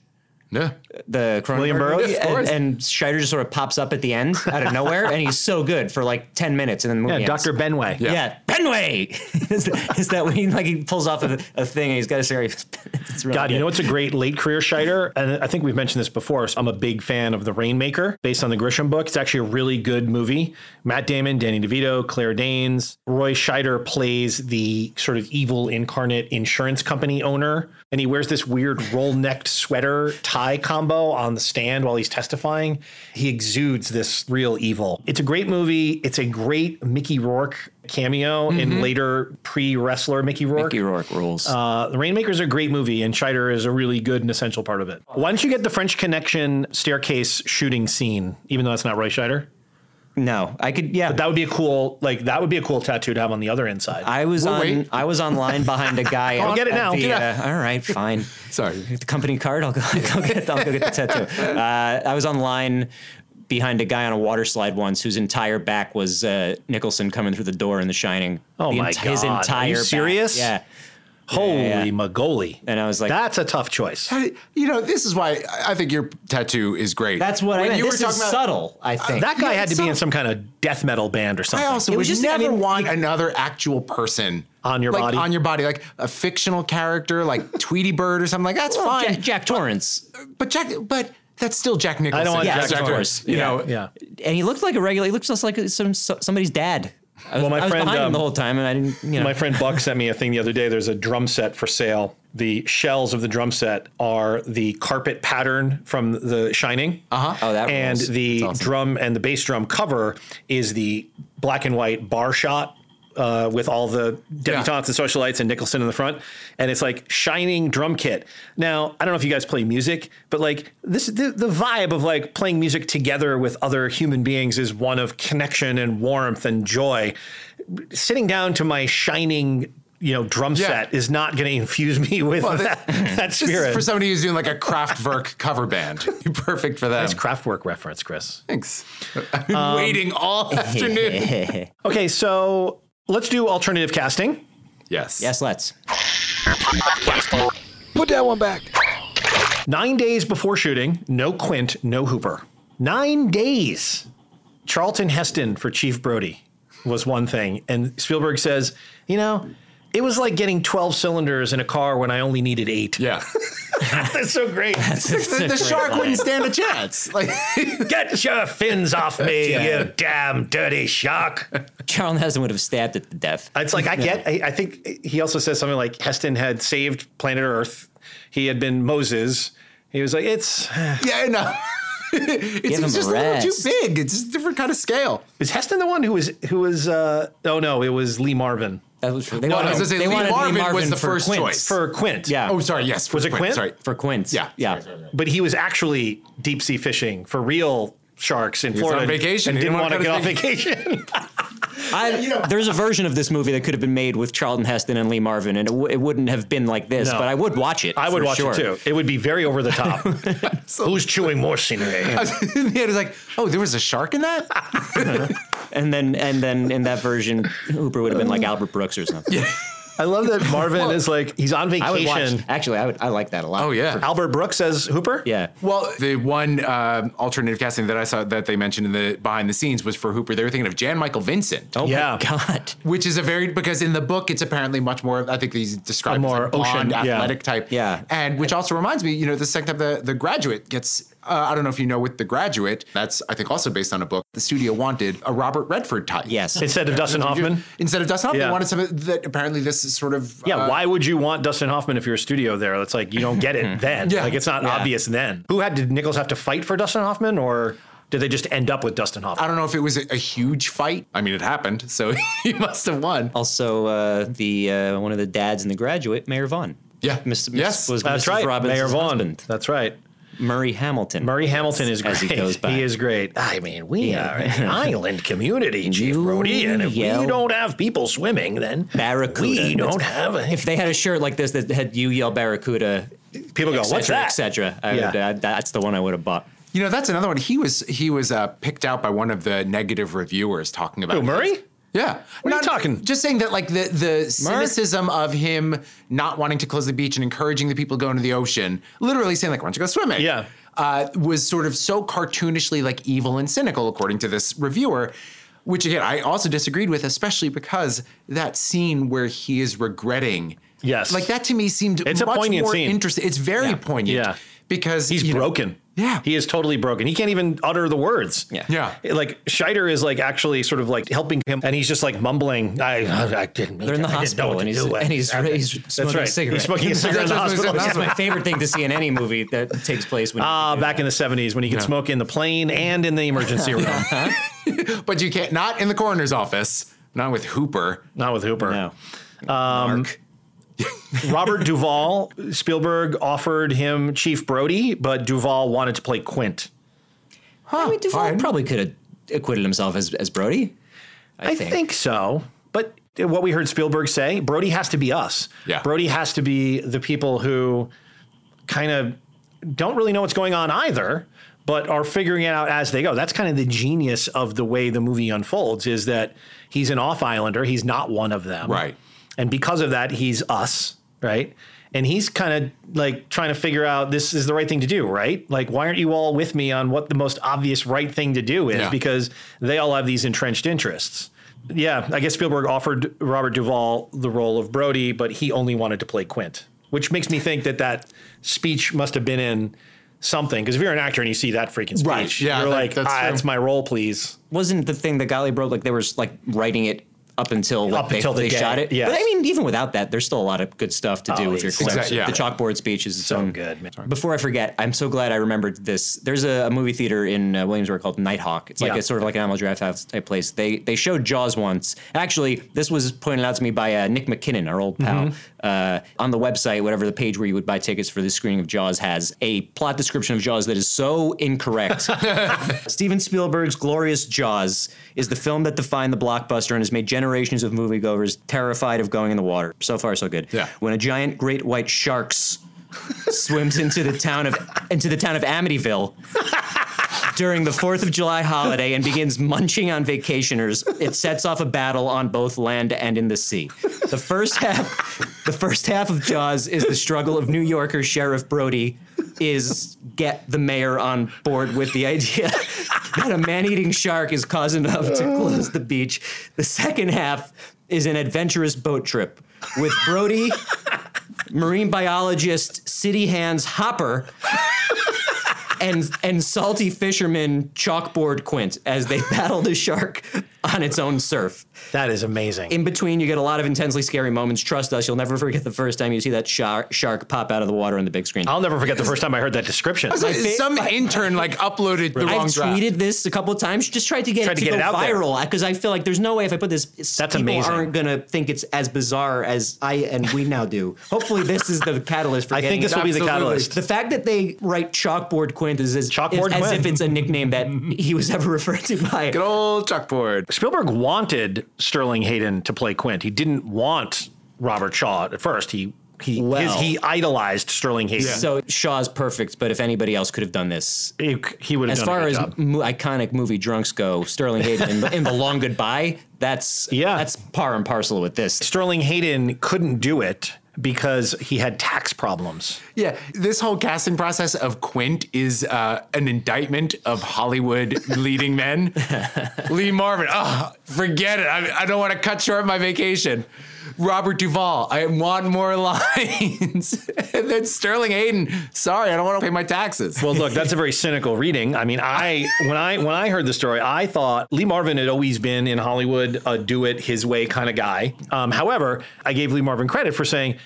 Speaker 4: Yeah.
Speaker 3: The Cronenberg
Speaker 4: William Burroughs?
Speaker 3: movie,
Speaker 4: Yeah, of
Speaker 3: and,
Speaker 4: course.
Speaker 3: and Scheider just sort of pops up at the end out of nowhere, and he's so good for like ten minutes, and then the movie.
Speaker 2: Yeah, Dr. Benway.
Speaker 3: Yeah,
Speaker 2: Yeah.
Speaker 3: Benway. is, that, is that when he like he pulls off a, a thing and he's got a serious? It's really
Speaker 2: God, you
Speaker 3: good.
Speaker 2: know what's a great late career Scheider? And I think we've mentioned this before. So I'm a big fan of The Rainmaker, based on the Grisham book. It's actually a really good movie. Matt Damon, Danny DeVito, Claire Danes. Roy Scheider plays the sort of evil incarnate insurance company owner, and he wears this weird roll necked sweater eye combo on the stand while he's testifying. He exudes this real evil. It's a great movie. It's a great Mickey Rourke cameo in
Speaker 3: Mhm.
Speaker 2: later pre wrestler Mickey Rourke.
Speaker 3: Mickey Rourke rules.
Speaker 2: Uh, the Rainmaker's a great movie, and Scheider is a really good and essential part of it. Why don't you get the French Connection staircase shooting scene, even though that's not Roy Scheider?
Speaker 3: No, I could. Yeah,
Speaker 2: but that would be a cool. Like that would be a cool tattoo to have on the other inside.
Speaker 3: I was on. I was online behind a guy.
Speaker 2: I'll
Speaker 3: at-
Speaker 2: get it
Speaker 3: at
Speaker 2: now.
Speaker 3: the,
Speaker 2: Get it.
Speaker 3: uh, all right, fine.
Speaker 4: Sorry.
Speaker 3: The company card. I'll go, I'll go get. I'll go get the tattoo. Uh, I was online behind a guy on a water slide once, whose entire back was uh, Nicholson coming through the door in The Shining.
Speaker 2: Oh
Speaker 3: The
Speaker 2: my
Speaker 3: enti- His
Speaker 2: God. Are
Speaker 3: entire.
Speaker 2: you
Speaker 3: back.
Speaker 2: serious?
Speaker 3: Yeah.
Speaker 2: Holy
Speaker 3: Yeah, yeah.
Speaker 2: magoli!
Speaker 3: And I was like,
Speaker 2: that's a tough choice.
Speaker 4: You know, this is why I- I think your tattoo is great.
Speaker 3: That's what I
Speaker 4: When
Speaker 3: meant.
Speaker 4: you
Speaker 3: This
Speaker 4: were
Speaker 3: is
Speaker 4: talking about-
Speaker 3: subtle. I think
Speaker 2: that guy had to be in some kind of death metal band or something.
Speaker 4: I also
Speaker 2: It
Speaker 4: would
Speaker 2: was just- I
Speaker 4: never
Speaker 2: mean,
Speaker 4: want another actual person
Speaker 2: on your
Speaker 4: like,
Speaker 2: body.
Speaker 4: On your body, like a fictional character, like Tweety Bird or something. Like that's
Speaker 3: Well,
Speaker 4: fine.
Speaker 3: Jack, Jack Torrance.
Speaker 4: But Jack, but that's still Jack Nicholson.
Speaker 3: want
Speaker 4: yeah,
Speaker 3: Jack Torrance.
Speaker 4: You
Speaker 3: Yeah.
Speaker 4: know,
Speaker 2: yeah.
Speaker 3: And he looked like a regular. He looked just like some somebody's dad. I was,
Speaker 2: Well, my
Speaker 3: I was
Speaker 2: friend,
Speaker 3: behind him
Speaker 2: um,
Speaker 3: the whole time, and I didn't. You know,
Speaker 2: My friend Buck sent me a thing the other day. There's a drum set for sale. The shells of the drum set are the carpet pattern from The Shining. Uh
Speaker 3: Oh, that
Speaker 2: And
Speaker 3: rules.
Speaker 2: the drum and the bass drum cover is the black and white bar shot. Uh, with all the debutantes and socialites and Nicholson in the front, and it's like shining drum kit. Now I don't know if you guys play music, but like this, the, the vibe of like playing music together with other human beings is one of connection and warmth and joy sitting down to my shining you know drum set is not going to infuse me with
Speaker 4: Well,
Speaker 2: that, that
Speaker 4: This is
Speaker 2: spirit
Speaker 4: for somebody who's doing like a Kraftwerk cover band. You're perfect for that.
Speaker 2: Nice Kraftwerk reference, Chris.
Speaker 4: Thanks. I've been
Speaker 3: Um,
Speaker 4: waiting all afternoon.
Speaker 2: okay so let's do alternative casting
Speaker 4: yes
Speaker 3: yes let's
Speaker 2: put that one back nine days before shooting no quint no hooper nine days charlton heston for chief brody was one thing and spielberg says you know it was like getting 12 cylinders in a car when i only needed eight
Speaker 4: yeah
Speaker 2: that's so great
Speaker 4: the, the shark wouldn't stand a chance. Like
Speaker 2: Get your fins off me, you damn dirty shark.
Speaker 3: Charlton Heston would have stabbed it to death.
Speaker 2: It's like I get. I, I think he also says something like Heston had saved planet Earth. He had been Moses. He was like, it's.
Speaker 4: Yeah, I know. it
Speaker 2: Give
Speaker 4: seems
Speaker 2: him a
Speaker 4: just a little too
Speaker 2: rest.
Speaker 4: big. It's just a different kind of scale.
Speaker 2: Is Heston the one who was who was? Uh, oh no, it was Lee Marvin.
Speaker 3: That was
Speaker 4: they No, I wanted- was gonna say they Lee wanted Lee Marvin Marvin was the for first Quint. choice.
Speaker 2: for Quint.
Speaker 3: Yeah.
Speaker 4: Oh, sorry. Yes, for
Speaker 2: was it
Speaker 4: Quint,
Speaker 2: Quint?
Speaker 4: sorry.
Speaker 3: for Quince.
Speaker 4: Yeah.
Speaker 3: yeah.
Speaker 2: But he was actually deep sea fishing for real sharks in
Speaker 4: He was
Speaker 2: Florida.
Speaker 4: on vacation.
Speaker 2: and
Speaker 4: He
Speaker 2: didn't
Speaker 4: didn't
Speaker 2: want to
Speaker 4: wanna
Speaker 2: get off
Speaker 4: go to
Speaker 2: vacation.
Speaker 3: I, there's a version of this movie that could have been made with Charlton Heston and Lee Marvin, and it, w- it wouldn't have been like this.
Speaker 2: No.
Speaker 3: But I would watch it.
Speaker 2: I would
Speaker 3: for
Speaker 2: watch
Speaker 3: sure.
Speaker 2: it too. It would be very over the top. Who's chewing more scenery?
Speaker 4: in the end, it's like, oh, there was a shark in that.
Speaker 3: And then and then in that version, Hooper would have been like Albert Brooks or something.
Speaker 2: I love that Marvin is like he's on
Speaker 3: I would
Speaker 2: vacation.
Speaker 3: watch. Actually, I would. I like that a lot.
Speaker 4: Oh yeah.
Speaker 2: Albert Brooks as Hooper.
Speaker 3: Yeah.
Speaker 4: Well, the one uh, alternative casting that I saw that they mentioned in the behind the scenes was for Hooper. They were thinking of Jan Michael Vincent,
Speaker 3: Oh
Speaker 2: Yeah.
Speaker 3: my God.
Speaker 4: which is a very because in the book it's apparently much more. I think he's described
Speaker 2: A
Speaker 4: as
Speaker 2: more
Speaker 4: like blonde,
Speaker 2: ocean- yeah.
Speaker 4: athletic type.
Speaker 3: Yeah.
Speaker 4: and which also reminds me, you know, the second time the the graduate gets. Uh, I don't know if you know with the graduate. That's I think also based on a book. The studio wanted a Robert Redford type.
Speaker 3: Yes.
Speaker 2: Instead of Dustin Hoffman.
Speaker 4: Instead of Dustin Hoffman,
Speaker 2: Yeah.
Speaker 4: they wanted something that apparently this is sort of
Speaker 2: Yeah,
Speaker 4: uh,
Speaker 2: why would you want Dustin Hoffman if you're a studio there? That's like you don't get it then.
Speaker 4: Yeah.
Speaker 2: Like it's not
Speaker 4: Yeah.
Speaker 2: obvious then. Who had did Nichols have to fight for Dustin Hoffman or did they just end up with Dustin
Speaker 4: I
Speaker 2: Hoffman?
Speaker 4: don't know if it was a, a huge fight. I mean, it happened, so he must have won.
Speaker 3: Also, uh, the uh, one of the dads in The Graduate, Mayor Vaughn.
Speaker 4: Yeah.
Speaker 3: Miss, Miss-
Speaker 4: Yes.
Speaker 3: was
Speaker 2: That's
Speaker 3: Mrs.
Speaker 2: right.
Speaker 3: Robinson's
Speaker 2: Mayor Vaughn.
Speaker 3: husband,
Speaker 2: That's right.
Speaker 3: Murray Hamilton.
Speaker 2: Murray Hamilton is great.
Speaker 3: As he goes by.
Speaker 2: He is great. I mean, we
Speaker 3: Yeah.
Speaker 2: are an island community, Chief Brody, and if
Speaker 3: yell.
Speaker 2: we don't have people swimming, then
Speaker 3: Barracuda.
Speaker 2: we don't
Speaker 3: That's-
Speaker 2: have a
Speaker 3: If they had a shirt like this that had you yell Barracuda,
Speaker 2: people go,
Speaker 3: et
Speaker 2: what's
Speaker 3: cetera,
Speaker 2: that?
Speaker 3: et cetera, I
Speaker 2: Yeah.
Speaker 3: would, uh, that's the one I would have bought.
Speaker 4: You know, that's another one. He was he was uh, picked out by one of the negative reviewers talking about
Speaker 2: Who,
Speaker 4: his-
Speaker 2: Murray?
Speaker 4: Yeah,
Speaker 2: What are you talking?
Speaker 4: Just saying that, like the the cynicism of him not wanting to close the beach and encouraging the people going to the ocean, literally saying like, "Why don't you go swimming?"
Speaker 2: Yeah.
Speaker 4: uh, was sort of so cartoonishly like evil and cynical, according to this reviewer. Which again, I also disagreed with, especially because that scene where he is regretting.
Speaker 2: Yes.
Speaker 4: Like that to me seemed
Speaker 2: It's a
Speaker 4: much
Speaker 2: poignant
Speaker 4: more
Speaker 2: scene.
Speaker 4: interesting. It's very poignant
Speaker 2: Yeah.
Speaker 4: because
Speaker 2: He's
Speaker 4: you know,
Speaker 2: broken. Yeah. He is totally broken. He can't even utter the words. Yeah.
Speaker 4: Yeah.
Speaker 2: Like Scheider is like actually sort of like helping him and he's just like mumbling. I, I didn't mean
Speaker 3: They're in the
Speaker 2: to. I didn't know
Speaker 3: hospital
Speaker 2: what
Speaker 3: and
Speaker 2: to
Speaker 3: he's,
Speaker 2: do.
Speaker 3: and he's,
Speaker 2: I-
Speaker 3: he's
Speaker 2: That's
Speaker 3: smoking a
Speaker 2: right.
Speaker 3: cigarette.
Speaker 2: He's smoking a cigarette in the hospital.
Speaker 3: That's my
Speaker 2: Yeah.
Speaker 3: favorite thing to see in any movie that takes place when
Speaker 2: Ah, back in the 70s when you could
Speaker 3: Yeah.
Speaker 2: smoke in the plane and in the emergency room.
Speaker 4: but you can't, not in the coroner's office, not with Hooper.
Speaker 2: Not with Hooper. No. Um, Robert Duvall, Spielberg offered him Chief Brody, but Duvall wanted to play Quint.
Speaker 3: I mean, Duvall probably could have acquitted himself as, as Brody.
Speaker 2: I, think. so. But what we heard Spielberg say, Brody has to be us.
Speaker 4: Yeah.
Speaker 2: Brody has to be the people who kind of don't really know what's going on either, but are figuring it out as they go. That's kind of the genius of the way the movie unfolds is that he's an off islander, he's not one of them. Right. And because of that, he's us, right? And he's kind of like trying to figure out this is the right thing to do, right? Like, why aren't you all with me on what the most obvious right thing to do is?
Speaker 4: Yeah.
Speaker 2: Because they all have these entrenched interests. Yeah, I guess Spielberg offered Robert Duvall the role of Brody, but he only wanted to play Quint, which makes me think that that speech must have been in something. Because if you're an actor and you see that freaking speech,
Speaker 3: Right, yeah,
Speaker 2: you're
Speaker 3: that-
Speaker 2: like,
Speaker 3: that's
Speaker 2: ah,
Speaker 3: true.
Speaker 2: that's my role, please.
Speaker 3: Wasn't the thing that Golly broke like they were like writing it up until like,
Speaker 2: Up
Speaker 3: they,
Speaker 2: until the
Speaker 3: they
Speaker 2: day,
Speaker 3: shot it?
Speaker 2: yes.
Speaker 3: But I mean, even without that, there's still a lot of good stuff to do
Speaker 2: Oh,
Speaker 3: with your
Speaker 2: it's-
Speaker 3: clips.
Speaker 2: Exact- yeah.
Speaker 3: The chalkboard speech is its
Speaker 2: So
Speaker 3: own.
Speaker 2: good, man.
Speaker 3: Before I forget, I'm so glad I remembered this. There's a, a movie theater in uh, Williamsburg called Nighthawk. It's like
Speaker 2: Yeah.
Speaker 3: a sort of like an Alamo Draft House type place. They they showed Jaws once. Actually, this was pointed out to me by uh, Nick McKinnon, our old pal,
Speaker 2: Mm-hmm.
Speaker 16: Mhm.
Speaker 3: uh, on the website, whatever the page where you would buy tickets for the screening of Jaws has a plot description of Jaws that is so incorrect. Steven Spielberg's glorious Jaws is the film that defined the blockbuster and has made generations of moviegoers terrified of going in the water. So far, so good. Yeah. When a giant great white sharks swims into the town of into the town of Amityville during the 4th of July holiday and begins munching on vacationers, it sets off a battle on both land and in the sea. The first half the first half of Jaws is the struggle of New Yorker Sheriff Brody is get the mayor on board with the idea that a man-eating shark is cause enough to close the beach. The second half is an adventurous boat trip with Brody, marine biologist, city hands Hopper, and and salty fisherman chalkboard Quint as they battle the shark on its own surf.
Speaker 2: That is amazing.
Speaker 3: In between, you get a lot of intensely scary moments. Trust us, you'll never forget the first time you see that shark shark pop out of the water on the big screen.
Speaker 2: I'll never forget the first time I heard that description.
Speaker 3: My fa-
Speaker 4: Some intern like uploaded the
Speaker 3: I've
Speaker 4: wrong draft.
Speaker 3: tweeted this a couple of times, just tried to get
Speaker 4: Tried
Speaker 3: it
Speaker 4: to get
Speaker 3: to, go
Speaker 4: it out there.
Speaker 3: viral because I feel like there's no way if I put this, That's people
Speaker 2: amazing.
Speaker 3: aren't gonna think it's as bizarre as I and we now do. Hopefully, this is the catalyst for.
Speaker 2: I
Speaker 3: getting
Speaker 2: think
Speaker 3: it.
Speaker 2: this will be the Absolutely. catalyst.
Speaker 3: The fact that they write chalkboard Quint is as
Speaker 2: Chalkboard
Speaker 3: is- as
Speaker 2: Quint.
Speaker 3: if it's a nickname that he was ever referred to by. Good
Speaker 4: old chalkboard.
Speaker 2: Spielberg wanted Sterling Hayden to play Quint. He didn't want Robert Shaw at first. He he his, he idolized Sterling Hayden.
Speaker 3: So Shaw's perfect, but if anybody else could have done this,
Speaker 2: he, would have
Speaker 3: As
Speaker 2: done a
Speaker 3: far
Speaker 2: good
Speaker 3: as
Speaker 2: job.
Speaker 3: mo- iconic movie drunks go, Sterling Hayden in, the, in the Long Goodbye, that's yeah, that's par and parcel with this.
Speaker 2: Sterling Hayden couldn't do it because he had tax problems.
Speaker 4: Yeah, this whole casting process of Quint is uh, an indictment of Hollywood leading men. Lee Marvin, oh, forget it. I, I don't want to cut short my vacation. Robert Duvall, I want more lines. and then Sterling Hayden, sorry, I don't want to pay my taxes.
Speaker 2: Well, look, that's a very cynical reading. I mean, I when I when I heard the story, I thought Lee Marvin had always been in Hollywood a do it his way kind of guy. Um, however, I gave Lee Marvin credit for saying,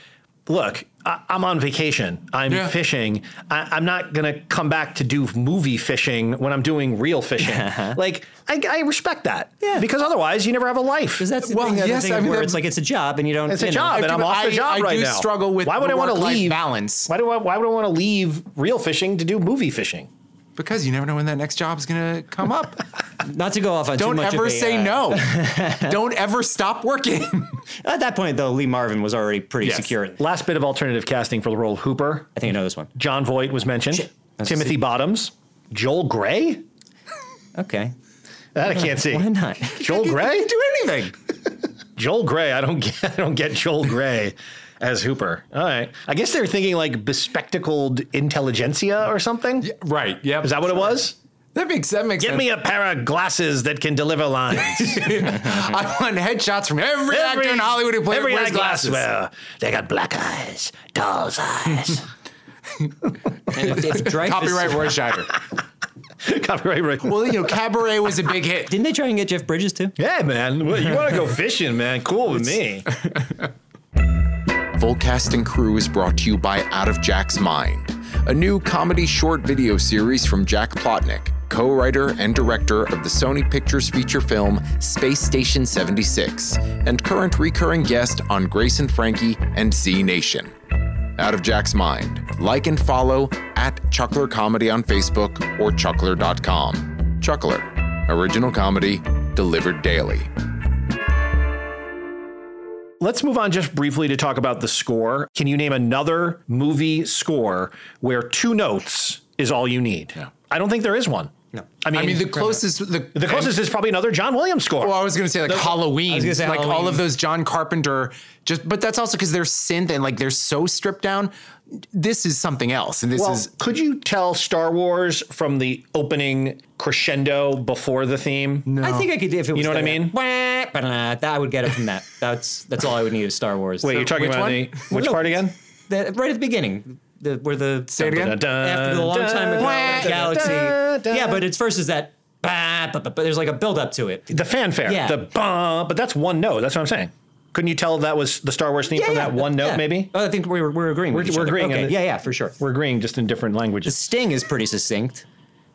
Speaker 2: "Look, I, I'm on vacation. I'm fishing. I, I'm not gonna come back to do movie fishing when I'm doing real fishing." like, I, I respect that. Yeah. Because otherwise, you never have a life. Because
Speaker 3: that's the well, thing, the other thing of where it's like it's a job and you don't.
Speaker 2: it's a
Speaker 3: you know.
Speaker 2: job, and I'm off the job right now. why would I want to leave
Speaker 4: balance?
Speaker 2: Why do I why would I want to leave real fishing to do movie fishing?
Speaker 4: Because you never know when that next job's going to come up.
Speaker 3: Not to go off on too
Speaker 4: Don't
Speaker 3: much of
Speaker 4: ever
Speaker 3: a,
Speaker 4: say
Speaker 3: uh,
Speaker 4: no. Don't ever stop working.
Speaker 3: At that point, though, Lee Marvin was already pretty
Speaker 2: Yes.
Speaker 3: secure.
Speaker 2: Last bit of alternative casting for the role of Hooper.
Speaker 3: I think I know this one.
Speaker 2: John Voight was mentioned.
Speaker 3: That's
Speaker 2: Timothy
Speaker 3: a-
Speaker 2: Bottoms. Joel Gray.
Speaker 3: Okay.
Speaker 2: That I can't see.
Speaker 3: Why not?
Speaker 2: Joel Gray?
Speaker 4: do anything.
Speaker 2: Joel Gray. I don't get. I don't get Joel Gray as Hooper. All right. I guess they were thinking like bespectacled intelligentsia or something.
Speaker 4: right. Yeah.
Speaker 2: Is that what it was?
Speaker 4: That makes that makes
Speaker 2: Get me a pair of glasses that can deliver lines.
Speaker 4: I want headshots from every, actor in Hollywood who plays
Speaker 2: every
Speaker 4: wears
Speaker 2: eyeglass
Speaker 4: glasses.
Speaker 2: wearer. They got black eyes, doll's eyes.
Speaker 3: And if- if Dreyfus-
Speaker 4: Copyright Roy Scheider.
Speaker 2: Copyright Roy.
Speaker 4: Well, you know, Cabaret was a big hit.
Speaker 3: Didn't they try and get Jeff Bridges too?
Speaker 2: Yeah, man. Well, you want to go fishing, man? Cool with me.
Speaker 4: Fullcast and Crew is brought to you by Out of Jack's Mind, a new comedy short video series from Jack Plotnick, co writer and director of the Sony Pictures feature film Space Station 76, and current recurring guest on Grace and Frankie and Z Nation. Out of Jack's Mind. Like and follow at Chuckler Comedy on Facebook or Chuckler.com. Chuckler, original comedy delivered daily.
Speaker 2: Let's move on just briefly to talk about the score. Can you name another movie score where two notes is all you need? I don't think there is one. No. I mean,
Speaker 4: I mean, the closest the,
Speaker 2: the closest is probably another John Williams score.
Speaker 4: Well, I was going to say like
Speaker 2: Those- I
Speaker 4: Halloween,
Speaker 2: was gonna say
Speaker 4: like all
Speaker 2: Halloween.
Speaker 4: of those John Carpenter. Just, but that's also because they're synth and like they're so stripped down. This is something else, and this
Speaker 2: well,
Speaker 4: is
Speaker 2: could you tell Star Wars from the opening crescendo before the theme? No.
Speaker 3: I think I could if it was.
Speaker 2: You know what I
Speaker 3: the-
Speaker 2: mean?
Speaker 3: Wah, ba-da, that I would get it from that. That's that's all I would need of Star Wars.
Speaker 2: Wait, you're talking
Speaker 3: Which
Speaker 2: about
Speaker 3: one?
Speaker 2: the which part again?
Speaker 3: That- right at the beginning, the, where the
Speaker 2: Say it again. Dun,
Speaker 3: after the long
Speaker 2: dun,
Speaker 3: time ago
Speaker 2: dun,
Speaker 3: galaxy.
Speaker 2: dun, dun.
Speaker 3: yeah, but it's versus that. Bah, but, there's like a build up to it.
Speaker 2: The fanfare.
Speaker 3: Yeah.
Speaker 2: The bah, but that's one note. That's what I'm saying. Couldn't you tell that was the Star Wars theme from that one note,
Speaker 3: yeah.
Speaker 2: maybe?
Speaker 3: Oh, I think we're we're agreeing.
Speaker 2: We're,
Speaker 3: with each
Speaker 2: we're
Speaker 3: other.
Speaker 2: agreeing.
Speaker 3: Okay,
Speaker 2: on it.
Speaker 3: yeah, yeah, for sure.
Speaker 2: We're agreeing just in different
Speaker 3: The
Speaker 2: languages.
Speaker 3: sting is pretty succinct.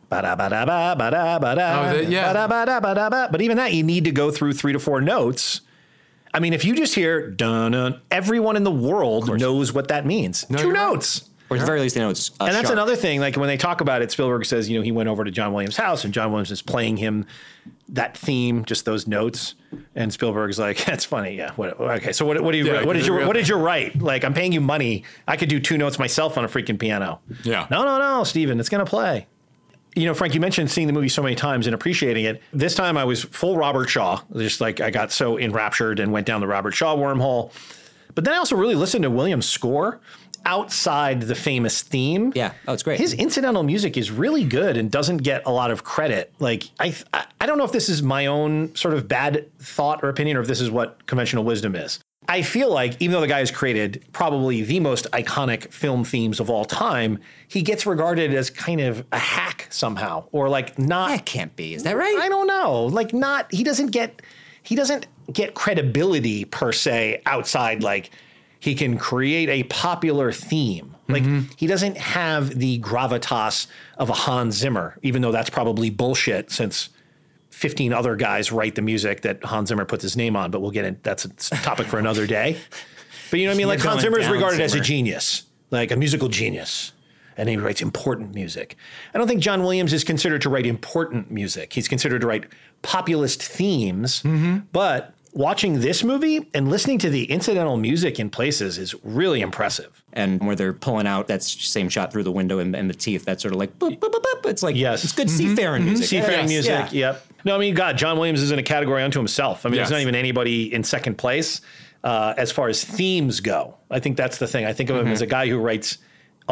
Speaker 2: Ba-da, ba-da, ba, ba-da, ba-da,
Speaker 4: Oh, the- yeah.
Speaker 2: ba-da, ba-da, ba-da, ba. But even that, you need to go through three to four notes. I mean, if you just hear dun, dun, everyone in the world knows what that means. Two notes.
Speaker 3: Or at the very least, they know it's.
Speaker 2: and that's another thing. Like when they talk about it, Spielberg says, you know, he went over to John Williams' house and John Williams is playing him that theme, just those notes. And Spielberg's like, that's funny. Yeah. What, okay. So what, what do you,
Speaker 4: Yeah,
Speaker 2: what did
Speaker 4: give
Speaker 2: you,
Speaker 4: me
Speaker 2: what
Speaker 4: that.
Speaker 2: did you write? Like I'm paying you money. I could do two notes myself on a freaking piano.
Speaker 4: yeah.
Speaker 2: No, no, no, Steven, it's going to play. You know, Frank, you mentioned seeing the movie so many times and appreciating it. This time I was full Robert Shaw. Just like I got so enraptured and went down the Robert Shaw wormhole. But then I also really listened to Williams' score outside the famous theme.
Speaker 3: Yeah. Oh, it's great.
Speaker 2: His incidental music is really good and doesn't get a lot of credit. Like I, I- I don't know if this is my own sort of bad thought or opinion, or if this is what conventional wisdom is. I feel like even though the guy has created probably the most iconic film themes of all time, he gets regarded as kind of a hack somehow, or like not.
Speaker 3: That can't be. Is that right?
Speaker 2: I don't know. Like not. He doesn't get. He doesn't get credibility per se outside like he can create a popular theme. Like he doesn't have the gravitas of a Hans Zimmer, even though that's probably bullshit since 15 other guys write the music that Hans Zimmer puts his name on, but we'll get in that's a topic for another day. But you know what I mean? Like
Speaker 3: You're
Speaker 2: Hans
Speaker 3: going
Speaker 2: Zimmer is
Speaker 3: down,
Speaker 2: regarded as a
Speaker 3: Zimmer.
Speaker 2: genius, like a musical genius. And he writes important music. I don't think John Williams is considered to write important music. He's considered to write populist themes.
Speaker 3: Mm-hmm.
Speaker 2: But watching this movie and listening to the incidental music in places is really impressive.
Speaker 3: and where they're pulling out that s- same shot through the window and, and the teeth. That's sort of like boop, boop, boop, boop. It's like
Speaker 2: Yes. Mm-hmm.
Speaker 3: it's good seafaring music.
Speaker 2: Seafaring
Speaker 3: Yes.
Speaker 2: music.
Speaker 3: Yeah.
Speaker 2: Yep. No, I mean, God, John Williams is in a category unto himself. I mean,
Speaker 4: Yes.
Speaker 2: there's not even anybody in second place uh, as far as themes go. I think that's the thing. I think of him as
Speaker 3: Mm-hmm.
Speaker 2: a guy who writes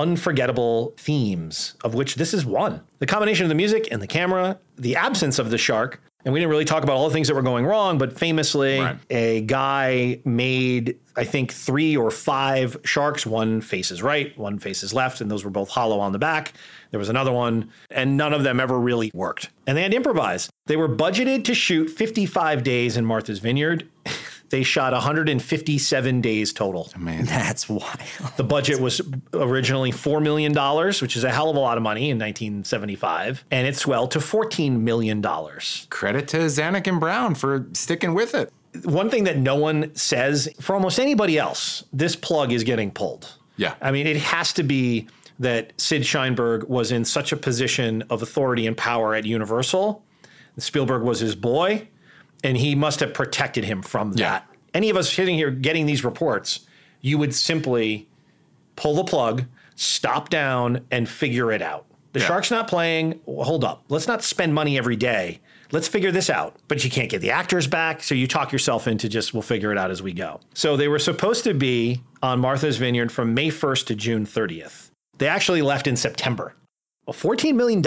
Speaker 2: unforgettable themes, of which this is one. The combination of the music and the camera, the absence of the shark. And we didn't really talk about all the things that were going wrong, but famously,
Speaker 4: Right.
Speaker 2: a guy made, I think, three or five sharks. One faces right, one faces left, and those were both hollow on the back. There was another one, and none of them ever really worked. And they had to improvise. They were budgeted to shoot 55 days in Martha's Vineyard. they shot 157 days total.
Speaker 3: That's wild.
Speaker 2: The budget was originally $4 million, which is a hell of a lot of money in 1975, and it swelled to $14 million.
Speaker 4: Credit to Zanuck and Brown for sticking with it.
Speaker 2: one thing that no one says for almost anybody else, this plug is getting pulled.
Speaker 4: Yeah.
Speaker 2: I mean, it has to be that Sid Sheinberg was in such a position of authority and power at Universal. Spielberg was his boy, and he must have protected him from
Speaker 4: Yeah.
Speaker 2: that. Any of us sitting here getting these reports, you would simply pull the plug, stop down, and figure it out. The
Speaker 4: Yeah.
Speaker 2: shark's not playing. Well, Hold up. Let's not spend money every day. Let's figure this out. But you can't get the actors back. So you talk yourself into just, we'll figure it out as we go. So they were supposed to be on Martha's Vineyard from May 1st to June 30th. They actually left in September. Well, $14 million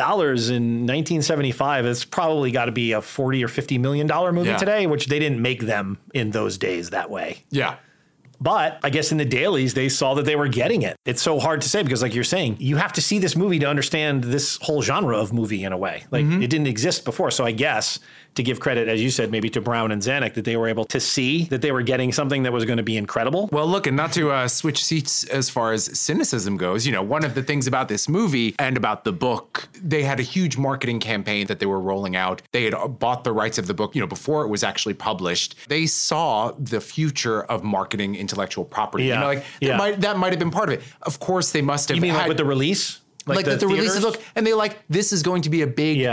Speaker 2: in 1975 is probably got to be a 40 or $50 million dollar movie
Speaker 4: Yeah.
Speaker 2: today, which they didn't make them in those days that way.
Speaker 4: Yeah.
Speaker 2: But I guess in the dailies, they saw that they were getting it. It's so hard to say because, like you're saying, you have to see this movie to understand this whole genre of movie in a way. Like
Speaker 4: Mm-hmm.
Speaker 2: it didn't exist before. So I guess to give credit, as you said, maybe to Brown and Zanuck, that they were able to see that they were getting something that was going to be incredible.
Speaker 4: Well, look, and not to uh, switch seats as far as cynicism goes, you know, one of the things about this movie and about the book, they had a huge marketing campaign that they were rolling out. They had uh, bought the rights of the book, you know, before it was actually published. They saw the future of marketing intellectual property. You
Speaker 2: Yeah.
Speaker 4: know, like that
Speaker 2: Yeah.
Speaker 4: might that might have been part of it. Of course, they must have.
Speaker 2: You mean like
Speaker 4: had-
Speaker 2: with the release?
Speaker 4: like, that the release
Speaker 2: theaters?
Speaker 4: of the book, and they like this is going to be a big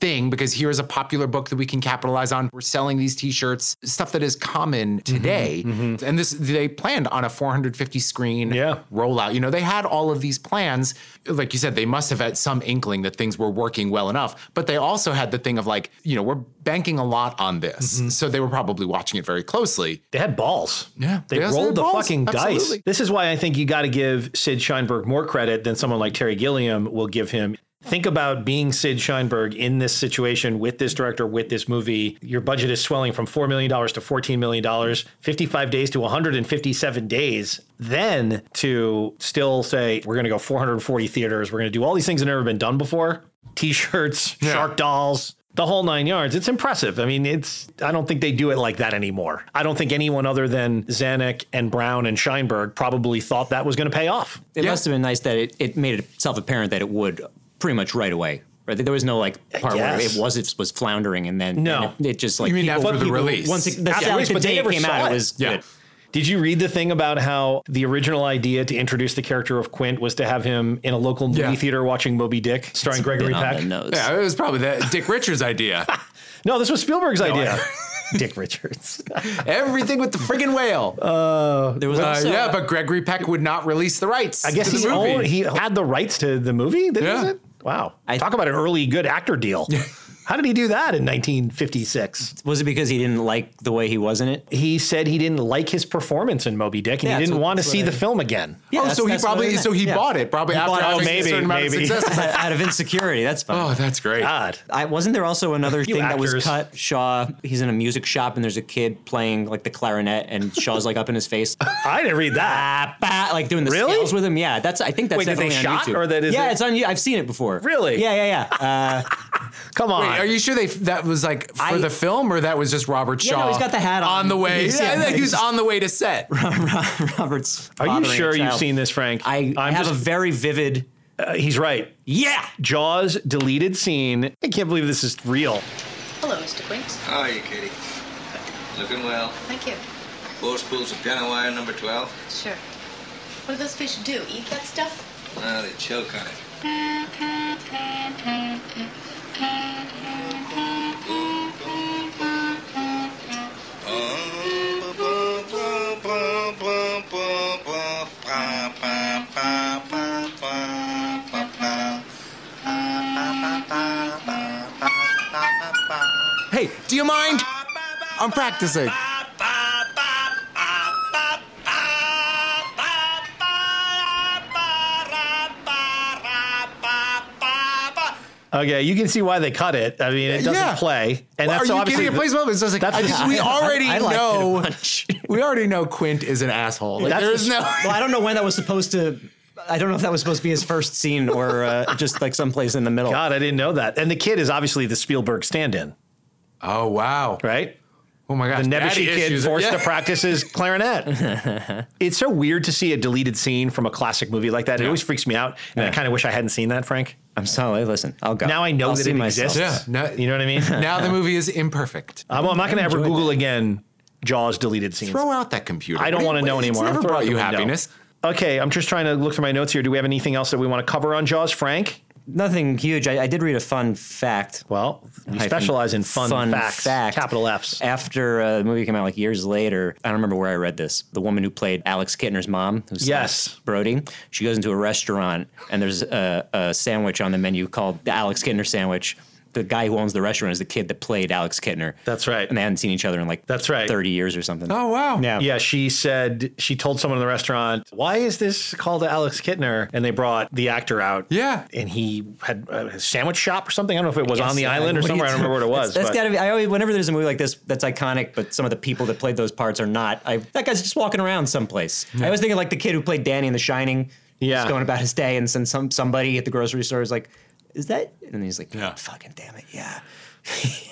Speaker 4: thing because here is a popular book that we can capitalize on. We're selling these T-shirts, stuff that is common today, and this they planned on a 450 screen rollout. You know, they had all of these plans. Like you said, they must have had some inkling that things were working well enough, but they also had the thing of like, you know, we're banking a lot on this, so they were probably watching it very closely.
Speaker 2: They had balls.
Speaker 4: Yeah,
Speaker 2: They
Speaker 4: had
Speaker 2: rolled the
Speaker 4: balls.
Speaker 2: fucking
Speaker 4: Absolutely.
Speaker 2: dice. This is why I think you got to give Sid Sheinberg more credit than someone like Terry Gilliam will give him. Think about being Sid Sheinberg in this situation with this director, with this movie. Your budget is swelling from $4 million to $14 million, 55 days to 157 days. Then to still say, we're going to go 440 theaters, we're going to do all these things that have never been done before t shirts, shark dolls, the whole nine yards. It's impressive. I mean, it's I don't think they do it like that anymore. I don't think anyone other than Zanuck and Brown and Scheinberg probably thought that was going to pay off.
Speaker 3: It must have been nice that it, it made itself apparent that it would pretty much right away. Right? There was no like part where
Speaker 2: guess.
Speaker 3: it was it was floundering and then
Speaker 2: No.
Speaker 3: and it, it just like
Speaker 2: You mean
Speaker 3: people-
Speaker 2: after the
Speaker 3: people-
Speaker 2: release?
Speaker 3: Once it, the,
Speaker 2: After
Speaker 3: like,
Speaker 2: release,
Speaker 3: the
Speaker 2: but they
Speaker 3: day it
Speaker 2: never
Speaker 3: came
Speaker 2: saw
Speaker 3: out,
Speaker 2: it.
Speaker 3: it was
Speaker 2: Yeah.
Speaker 3: good.
Speaker 2: Did you read the thing about how the original idea to introduce the character of Quint was to have him in a local movie theater watching Moby Dick, starring Gregory
Speaker 4: on
Speaker 2: Peck?
Speaker 4: the nose. Yeah, it was probably that Dick Richards idea.
Speaker 2: no, this was Spielberg's idea. Dick Richards.
Speaker 4: Everything with the friggin' whale.
Speaker 2: there was
Speaker 4: Uh,
Speaker 2: also-
Speaker 4: yeah, but Gregory Peck would not release the rights.
Speaker 2: I guess
Speaker 4: to the
Speaker 2: he
Speaker 4: movie.
Speaker 2: owned, he had the rights to the movie. That is it. Wow. Talk about an early good actor deal. How did he do that in 1956?
Speaker 3: Was it because he didn't like the way he was in it?
Speaker 2: He said he didn't like his performance in Moby Dick, and he
Speaker 3: Yeah, that's
Speaker 2: didn't
Speaker 3: what-
Speaker 2: want to
Speaker 3: that's
Speaker 2: see
Speaker 3: what
Speaker 2: the
Speaker 3: I-
Speaker 2: film again.
Speaker 3: Yeah,
Speaker 4: oh,
Speaker 3: that's-
Speaker 4: so he
Speaker 3: that's what
Speaker 4: probably
Speaker 3: I meant.
Speaker 4: so he
Speaker 3: Yeah.
Speaker 4: bought it probably
Speaker 3: He
Speaker 4: after
Speaker 3: bought it. Oh,
Speaker 4: having a
Speaker 3: maybe,
Speaker 4: certain amount
Speaker 3: maybe.
Speaker 4: of success.
Speaker 3: out of insecurity. That's fine.
Speaker 4: Oh, that's great.
Speaker 2: God.
Speaker 3: I wasn't there also another
Speaker 2: You
Speaker 3: thing that
Speaker 2: actors.
Speaker 3: was cut. Shaw, he's in a music shop and there's a kid playing like the clarinet and Shaw's like up in his face.
Speaker 2: I didn't read that.
Speaker 3: bah, like doing the
Speaker 2: Really?
Speaker 3: scales with him. Yeah, that's I think that's
Speaker 2: Wait, that they
Speaker 3: definitely on
Speaker 2: shot,
Speaker 3: YouTube.
Speaker 2: or that is
Speaker 3: yeah,
Speaker 2: it-
Speaker 3: it's on. you- I've seen it before.
Speaker 2: Really?
Speaker 3: Yeah, yeah, yeah. Uh,
Speaker 2: Come on.
Speaker 4: Ah. Wait, are you sure they that was like for
Speaker 3: I-
Speaker 4: the film or that was just Robert
Speaker 3: Yeah,
Speaker 4: Shaw?
Speaker 3: no, he's got the hat on.
Speaker 4: the way.
Speaker 3: He's-
Speaker 4: yeah,
Speaker 3: yeah,
Speaker 4: he was
Speaker 3: he's-
Speaker 4: on the way to set.
Speaker 3: Robert's.
Speaker 2: Are you
Speaker 3: fathering a
Speaker 2: sure you've
Speaker 3: child.
Speaker 2: seen this, Frank?
Speaker 3: I, I
Speaker 2: I'm
Speaker 3: have
Speaker 2: just-
Speaker 3: a very vivid.
Speaker 2: Uh, he's right.
Speaker 3: Yeah.
Speaker 2: Jaws deleted scene. I can't believe this is real.
Speaker 17: Hello, Mr. Quint.
Speaker 13: How are you, Katie? Looking well.
Speaker 17: Thank you.
Speaker 13: Four spools of piano wire number 12.
Speaker 17: Sure. What do those fish do? Eat that stuff?
Speaker 13: Well, they choke on it.
Speaker 4: Hey, do you mind? I'm practicing.
Speaker 2: Okay, you can see why they cut it. I mean, it doesn't
Speaker 4: Yeah.
Speaker 2: play, and
Speaker 4: Well,
Speaker 2: that's
Speaker 4: are you
Speaker 2: obviously
Speaker 4: kidding? It plays well. It's just like,
Speaker 2: that's
Speaker 4: I
Speaker 2: the-
Speaker 4: just- we
Speaker 2: I-
Speaker 4: already
Speaker 2: I liked it a
Speaker 4: know.
Speaker 3: bunch.
Speaker 4: we already know Quint is an asshole. Like,
Speaker 3: That's
Speaker 4: there's
Speaker 3: the-
Speaker 4: no.
Speaker 3: Well, I don't know when that was supposed to. I don't know if that was supposed to be his first scene or uh, just like someplace in the middle.
Speaker 2: God, I didn't know that. And the kid is obviously the Spielberg stand-in,
Speaker 4: Oh wow!
Speaker 2: right?
Speaker 4: Oh my gosh!
Speaker 2: the
Speaker 4: daddy
Speaker 2: Nebuchadnezzar kid
Speaker 4: issues.
Speaker 2: forced
Speaker 4: Yeah.
Speaker 2: to practice his clarinet. it's so weird to see a deleted scene from a classic movie like that. It always freaks me out, and I
Speaker 3: Yeah.
Speaker 2: kind of wish I hadn't seen that, Frank.
Speaker 3: I'm sorry. Listen, I'll go.
Speaker 2: Now I know
Speaker 3: I'll
Speaker 2: that
Speaker 3: see
Speaker 2: it
Speaker 3: myself.
Speaker 2: exists.
Speaker 4: Yeah, no-
Speaker 2: you know what I mean. Uh,
Speaker 4: now the movie is imperfect.
Speaker 2: I'm, I'm not going to ever Google again Jaws deleted scenes.
Speaker 4: Throw out that computer.
Speaker 2: I don't
Speaker 4: What-
Speaker 2: want to know
Speaker 4: it's
Speaker 2: anymore. I'm
Speaker 4: Never
Speaker 2: throwing
Speaker 4: brought
Speaker 2: out
Speaker 4: you
Speaker 2: the window.
Speaker 4: happiness.
Speaker 2: Okay, I'm just trying to look through my notes here. Do we have anything else that we want to cover on Jaws, Frank?
Speaker 3: Nothing huge. I, I did read a fun fact.
Speaker 2: Well, we specialize in fun facts. Capital Fs.
Speaker 3: After uh, the movie came out, like years later, I don't remember where I read this. The woman who played Alex Kittner's mom, who's
Speaker 2: Yes.
Speaker 3: Brody, she goes into a restaurant and there's a, a sandwich on the menu called the Alex Kittner sandwich. the guy who owns the restaurant is the kid that played Alex Kittner.
Speaker 2: That's right.
Speaker 3: And they hadn't seen each other in like
Speaker 2: that's right.
Speaker 3: 30 years or something.
Speaker 4: Oh, wow.
Speaker 2: Yeah. Yeah. She said, she told someone in the restaurant, why is this called to Alex Kittner? And they brought the actor out.
Speaker 4: Yeah.
Speaker 2: And he had a sandwich shop or something. I don't know if it was on the island or somewhere. I don't remember where it was.
Speaker 3: That's,
Speaker 2: but-
Speaker 3: that's gotta be. I always, whenever there's a movie like this that's iconic, but some of the people that played those parts are not. I, that guy's just walking around someplace. I was thinking like the kid who played Danny in The Shining.
Speaker 2: Yeah.
Speaker 3: just going about his day, and then some somebody at the grocery store is like, "Is that?" And he's like,
Speaker 2: Yeah.
Speaker 3: "Fucking damn it, yeah."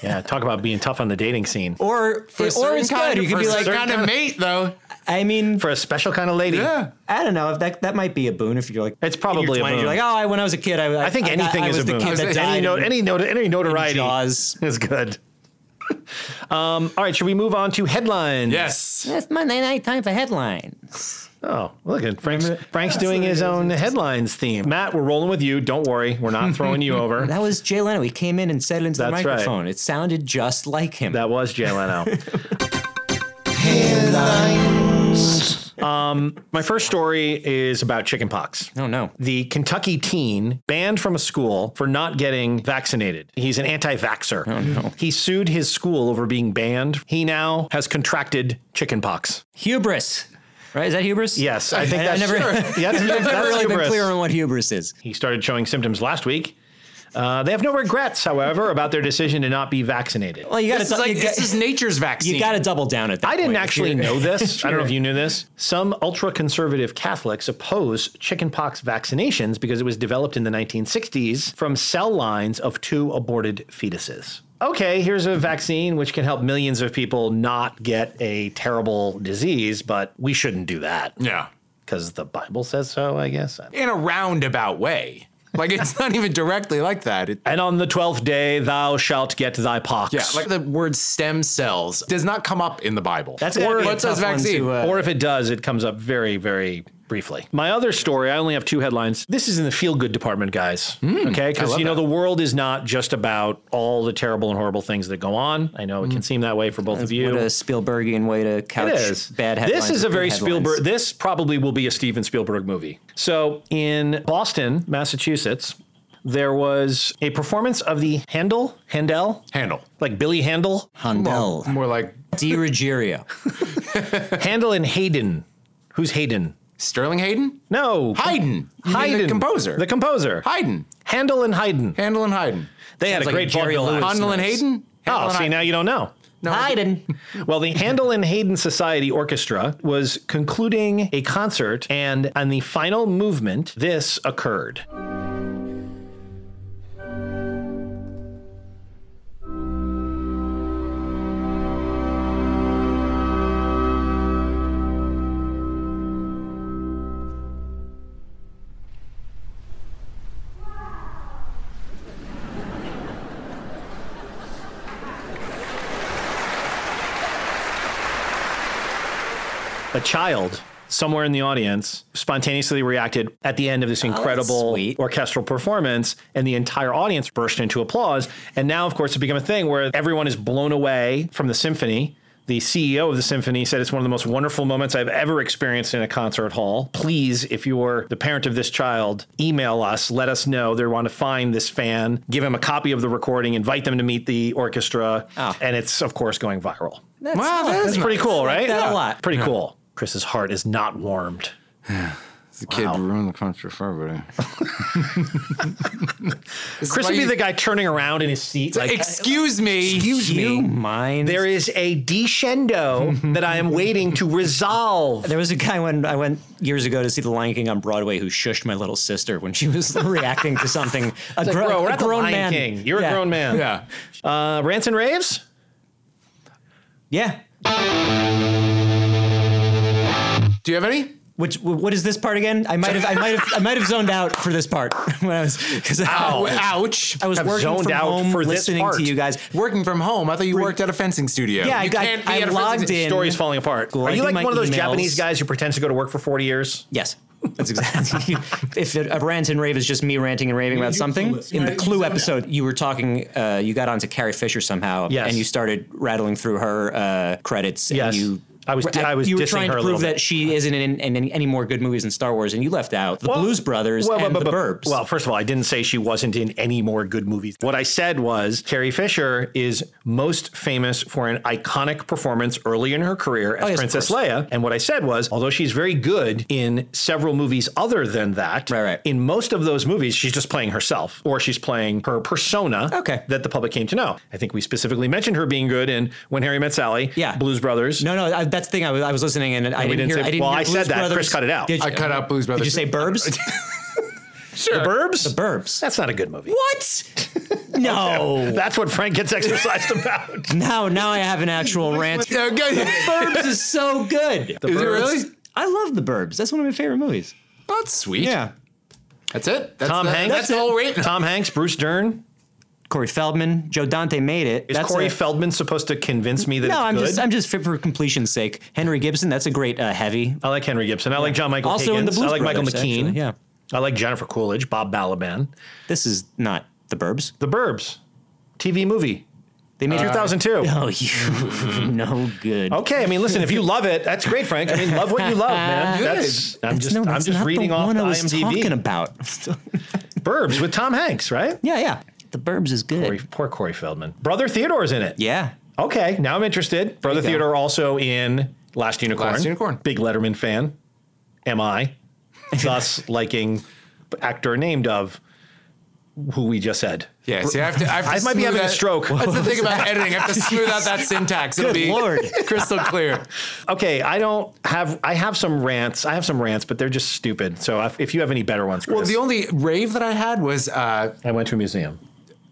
Speaker 2: yeah. Talk about being tough on the dating scene.
Speaker 3: Or
Speaker 4: For a
Speaker 3: or
Speaker 4: certain
Speaker 3: it's
Speaker 4: kind-
Speaker 3: good. You
Speaker 4: for
Speaker 3: could
Speaker 4: a
Speaker 3: be like,
Speaker 4: certain kind of mate, though.
Speaker 3: I mean,
Speaker 2: for a special kind of lady.
Speaker 4: Yeah.
Speaker 3: I don't know if that that might be a boon if you're like
Speaker 2: It's probably a
Speaker 3: you You're
Speaker 2: boon.
Speaker 3: like, oh, I, when I was a kid, I,
Speaker 2: I think
Speaker 3: got-
Speaker 2: anything
Speaker 3: I
Speaker 2: is
Speaker 3: was
Speaker 2: a
Speaker 3: the
Speaker 2: boon.
Speaker 3: Kid that
Speaker 2: Any,
Speaker 3: died
Speaker 2: no,
Speaker 3: in-
Speaker 2: any, no, any notoriety
Speaker 3: Jaws.
Speaker 2: is good. Um, all right, should we move on to headlines?
Speaker 4: Yes.
Speaker 3: It's Monday night time for headlines.
Speaker 2: Oh, look at Frank's, Frank's
Speaker 3: That's
Speaker 2: doing
Speaker 3: what it
Speaker 2: his
Speaker 3: is.
Speaker 2: own headlines theme. Matt, we're rolling with you. Don't worry, we're not throwing you over.
Speaker 3: That was Jay Leno. He came in and said it into the
Speaker 2: That's right.
Speaker 3: microphone. It sounded just like him.
Speaker 2: That was Jay Leno. um, my first story is about chickenpox.
Speaker 3: Oh no.
Speaker 2: The Kentucky teen banned from a school for not getting vaccinated. He's an anti-vaxxer. Oh, no. He sued his school over being banned. He now has contracted chickenpox.
Speaker 3: Hubris. Right? Is that hubris?
Speaker 2: Yes, I think
Speaker 3: I,
Speaker 2: that's
Speaker 3: never,
Speaker 2: sure.
Speaker 3: I've
Speaker 2: that's,
Speaker 3: never
Speaker 2: that's
Speaker 3: really
Speaker 2: hubris.
Speaker 3: been clear on what hubris is.
Speaker 2: He started showing symptoms last week. Uh, they have no regrets, however, about their decision to not be vaccinated.
Speaker 3: Well, you got
Speaker 4: This is, like,
Speaker 3: to
Speaker 4: this is nature's vaccine.
Speaker 3: you got to double down at that.
Speaker 2: I didn't
Speaker 3: point. If
Speaker 2: actually
Speaker 3: you're-
Speaker 2: know this. I don't know
Speaker 3: Sure.
Speaker 2: if you knew this. Some ultra conservative Catholics oppose chickenpox vaccinations because it was developed in the 1960s from cell lines of two aborted fetuses. Okay, here's a vaccine which can help millions of people not get a terrible disease, but we shouldn't do that
Speaker 4: Yeah.
Speaker 2: because the Bible says so, I guess.
Speaker 4: In a roundabout way. Like, it's not even directly like that. It,
Speaker 2: And on the 12th day, thou shalt get thy pox.
Speaker 4: yeah, like the word stem cells does not come up in the Bible.
Speaker 3: That's gotta
Speaker 4: or
Speaker 3: be a
Speaker 4: what says
Speaker 3: tough one
Speaker 4: vaccine.
Speaker 3: to, uh,
Speaker 2: or if it does, it comes up very, very briefly. My other story, I only have two headlines. This is in the feel good department, guys.
Speaker 3: Hmm,
Speaker 2: okay. Because,
Speaker 4: love
Speaker 2: you know,
Speaker 4: that.
Speaker 2: the world is not just about all the terrible and horrible things that go on. I know it
Speaker 3: Hmm.
Speaker 2: can seem that way for both of you.
Speaker 3: What a Spielbergian way to
Speaker 2: It
Speaker 3: couch
Speaker 2: is.
Speaker 3: bad headlines.
Speaker 2: This is a
Speaker 3: with
Speaker 2: very
Speaker 3: good
Speaker 2: Spielberg.
Speaker 3: headlines.
Speaker 2: This probably will be a Steven Spielberg movie. So in Boston, Massachusetts, there was a performance of the Handel, Handel,
Speaker 4: Handle.
Speaker 2: like Billy Handel,
Speaker 3: Handel.
Speaker 4: More like
Speaker 3: Di Ruggiero.
Speaker 2: Handel and Hayden. Who's Hayden?
Speaker 4: Sterling Hayden?
Speaker 2: No,
Speaker 4: Haydn. You mean
Speaker 2: Haydn,
Speaker 4: The composer.
Speaker 2: The composer.
Speaker 4: Haydn.
Speaker 2: Handel and Haydn.
Speaker 4: Handel and Haydn.
Speaker 2: They had a
Speaker 3: like
Speaker 2: great
Speaker 3: a Jerry
Speaker 2: vaudeville
Speaker 3: Lewis
Speaker 2: act.
Speaker 4: Handel and Haydn? Handel
Speaker 2: Oh,
Speaker 4: and
Speaker 2: see,
Speaker 4: Haydn.
Speaker 2: now you don't know.
Speaker 3: Haydn.
Speaker 2: Well, the Handel and Haydn Society Orchestra was concluding a concert, and on the final movement, this occurred. a child somewhere in the audience spontaneously reacted at the end of this incredible
Speaker 3: sweet.
Speaker 2: orchestral performance and the entire audience burst into applause and now of course it's become a thing where everyone is blown away from the symphony the CEO of the symphony said it's one of the most wonderful moments I've ever experienced in a concert hall. Please, if you're the parent of this child, email us, let us know. They want to find this fan, give him a copy of the recording, invite them to meet the orchestra.
Speaker 3: Ah.
Speaker 2: And it's, of course, going viral.
Speaker 3: That's
Speaker 4: Wow, that is
Speaker 2: That's pretty cool,
Speaker 3: I
Speaker 2: right?
Speaker 3: like that a lot.
Speaker 2: Pretty cool. Chris's heart is not warmed.
Speaker 18: The kid ruined the country for everybody.
Speaker 2: Chris would be the guy turning around in his seat. Like,
Speaker 4: Excuse me.
Speaker 2: excuse
Speaker 3: You
Speaker 2: me.
Speaker 3: mind?
Speaker 2: There is a descendo that I am waiting to resolve.
Speaker 3: There was a guy when I went years ago to see The Lion King on Broadway who shushed my little sister when she was reacting to something. A, gro-
Speaker 2: Bro, we're
Speaker 3: a
Speaker 2: at the
Speaker 3: grown
Speaker 2: Lion
Speaker 3: man.
Speaker 2: King. You're
Speaker 3: yeah.
Speaker 2: a grown man.
Speaker 4: Yeah.
Speaker 2: Uh, rants and raves?
Speaker 3: Yeah.
Speaker 4: Do you have any?
Speaker 3: Which what is this part again? I might have I might have I might have zoned out for this part when I was because
Speaker 4: Ow.
Speaker 3: I,
Speaker 4: Ouch.
Speaker 3: I was
Speaker 2: Have
Speaker 3: working
Speaker 2: zoned
Speaker 3: from
Speaker 2: out
Speaker 3: home
Speaker 2: for this
Speaker 3: listening
Speaker 2: part.
Speaker 3: to you guys.
Speaker 4: Working from home. I thought you worked at a fencing studio.
Speaker 3: Yeah, I
Speaker 4: you
Speaker 3: got-
Speaker 4: can't be
Speaker 3: I
Speaker 4: at a fencing
Speaker 3: logged
Speaker 4: studio.
Speaker 3: in.
Speaker 2: Story's falling apart. Are you
Speaker 3: Gliding
Speaker 2: like
Speaker 3: my
Speaker 2: one of those
Speaker 3: emails.
Speaker 2: Japanese guys who pretends to go to work for 40 years?
Speaker 3: Yes. That's exactly. if a rant and rave is just me ranting and raving about something, in the Clue episode, you were talking, uh, you got onto Carrie Fisher somehow,
Speaker 2: Yes.
Speaker 3: and you started rattling through her uh, credits,
Speaker 2: Yes.
Speaker 3: and you
Speaker 2: I was I was
Speaker 3: you were
Speaker 2: dissing
Speaker 3: trying
Speaker 2: her
Speaker 3: to
Speaker 2: a
Speaker 3: prove
Speaker 2: little bit.
Speaker 3: that she isn't in, in, in any more good movies than Star Wars, and you left out the Blues Brothers and the Burbs.
Speaker 2: Well, first of all, I didn't say she wasn't in any more good movies. What I said was Carrie Fisher is most famous for an iconic performance early in her career as
Speaker 3: Oh, yes, of
Speaker 2: Princess
Speaker 3: course.
Speaker 2: Leia. And what I said was, although she's very good in several movies other than that, in most of those movies, she's just playing herself or she's playing her persona that the public came to know. I think we specifically mentioned her being good in When Harry Met Sally, yeah. Blues Brothers.
Speaker 3: no, no, I, that's the thing. I was, I was listening, and I
Speaker 2: we
Speaker 3: didn't,
Speaker 2: didn't
Speaker 3: hear.
Speaker 2: say-
Speaker 3: I didn't
Speaker 2: well,
Speaker 3: hear
Speaker 2: I said
Speaker 3: Blues
Speaker 2: that. Chris
Speaker 3: Brothers.
Speaker 2: cut it out.
Speaker 3: Did
Speaker 2: I
Speaker 3: you-
Speaker 2: cut out Blues
Speaker 3: Did you
Speaker 2: Brothers.
Speaker 3: say Burbs?
Speaker 2: Sure. The Burbs?
Speaker 3: The Burbs.
Speaker 2: That's not a good movie.
Speaker 3: What? No.
Speaker 2: That's what Frank gets exercised about.
Speaker 3: Now, now I have an actual rant.
Speaker 2: Yeah,
Speaker 3: the
Speaker 2: good.
Speaker 3: Burbs is so good.
Speaker 2: The Is it Burbs. really?
Speaker 3: I love The Burbs. That's one of my favorite movies.
Speaker 4: That's sweet.
Speaker 3: Yeah.
Speaker 4: That's it. That's
Speaker 2: Tom
Speaker 4: the-
Speaker 2: Hanks.
Speaker 4: That's all right.
Speaker 2: Tom Hanks, Bruce Dern.
Speaker 3: Corey Feldman, Joe Dante made it.
Speaker 2: Is
Speaker 3: That's
Speaker 2: Corey
Speaker 3: a-
Speaker 2: Feldman supposed to convince me that
Speaker 3: no,
Speaker 2: it's
Speaker 3: I'm
Speaker 2: good?
Speaker 3: just I'm just fit for completion's sake. Henry Gibson, that's a great uh, heavy.
Speaker 2: I like Henry Gibson. I like John Michael
Speaker 3: Also in the
Speaker 2: Higgins.
Speaker 3: Blues
Speaker 2: I like Michael
Speaker 3: Brothers,
Speaker 2: McKean.
Speaker 3: actually, yeah.
Speaker 2: I like Jennifer Coolidge, Bob Balaban.
Speaker 3: This is not The Burbs.
Speaker 2: The Burbs. TV movie.
Speaker 3: They made
Speaker 2: 2002.
Speaker 3: Oh, you no good.
Speaker 2: Okay, I mean, listen, if you love it, that's great, Frank. I mean, love what you love, man.
Speaker 3: Good.
Speaker 2: That's, I'm
Speaker 3: That's-
Speaker 2: just,
Speaker 3: no,
Speaker 2: I'm
Speaker 3: that's
Speaker 2: just
Speaker 3: not
Speaker 2: reading
Speaker 3: the
Speaker 2: off
Speaker 3: one
Speaker 2: the
Speaker 3: I was
Speaker 2: IMDb.
Speaker 3: talking about.
Speaker 2: Burbs with Tom Hanks, right?
Speaker 3: Yeah, yeah. The Burbs is good.
Speaker 2: Corey, poor Corey Feldman. Brother Theodore's in it.
Speaker 3: Yeah.
Speaker 2: Okay, now I'm interested. Brother
Speaker 3: you go.
Speaker 2: Theodore also in Last Unicorn.
Speaker 4: Last Unicorn.
Speaker 2: Big Letterman fan. Am I? Thus liking actor named of who we just said.
Speaker 4: Yeah, see, I have to. I, have to
Speaker 2: might be
Speaker 4: smooth
Speaker 2: having a
Speaker 4: that-
Speaker 2: stroke.
Speaker 4: That's the thing about editing. I have to smooth out that syntax. It'll
Speaker 2: Good
Speaker 4: be
Speaker 2: Lord.
Speaker 4: crystal clear.
Speaker 2: Okay, I don't have. I have some rants. I have some rants, but they're just stupid. So if, if you have any better ones, Chris,
Speaker 4: Well, the only rave that I had was uh,
Speaker 2: I went to a museum.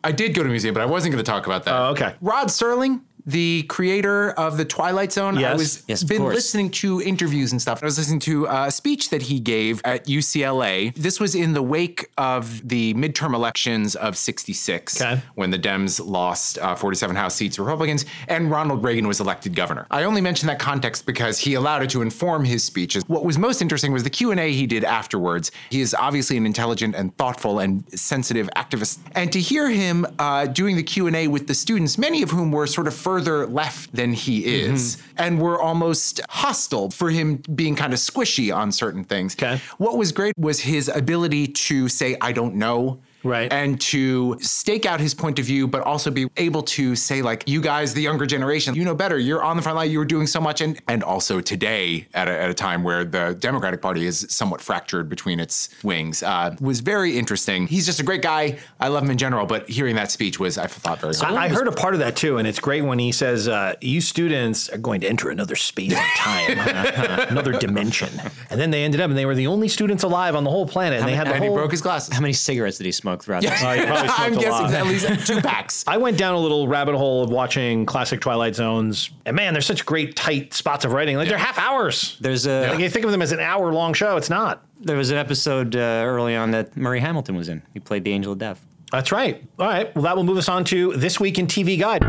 Speaker 4: I did go to a museum, but I wasn't going to talk about that.
Speaker 2: Oh, okay.
Speaker 4: Rod Serling, the creator of the Twilight Zone, I
Speaker 2: Yes.
Speaker 4: was
Speaker 2: Yes, of
Speaker 4: been
Speaker 2: course.
Speaker 4: listening to interviews and stuff. I was listening to a speech that he gave at UCLA. This was in the wake of the midterm elections of '66, when the Dems lost uh, 47 House seats to Republicans, and Ronald Reagan was elected governor. I only mention that context because he allowed it to inform his speeches. What was most interesting was the Q and A he did afterwards. He is obviously an intelligent and thoughtful and sensitive activist, and to hear him uh, doing the Q and A with the students, many of whom were sort of further left than he is, and were almost hostile for him being kind of squishy on certain things. What was great was his ability to say, "I don't know." Right. And to stake out his point of view, but also be able to say, like, you guys, the younger generation, you know better. You're on the front line. You were doing so much. And, and also today, at a, at a time where the Democratic Party is somewhat fractured between its wings, uh, was very interesting. He's just a great guy. I love him in general, but hearing that speech was, I thought, very
Speaker 2: I, I heard a part of that too, and it's great when he says, uh, "You students are going to enter another space and time, another dimension," and then they ended up, and they were the only students alive on the whole planet, and they had the whole.
Speaker 4: his glasses.
Speaker 3: How many cigarettes did he smoke throughout
Speaker 2: Yeah.
Speaker 3: this?
Speaker 2: Oh, he probably smoked
Speaker 4: I'm
Speaker 2: a
Speaker 4: guessing
Speaker 2: lot.
Speaker 4: at least two packs.
Speaker 2: I went down a little rabbit hole of watching classic Twilight Zones, and man, there's such great tight spots of writing. Like they're half hours.
Speaker 3: There's a
Speaker 2: Like, you think of them as an hour long show. It's not.
Speaker 3: there was an episode uh, early on that Murray Hamilton was in. He played the Angel of Death.
Speaker 2: That's right. All right. Well, that will move us on to this week in TV Guide.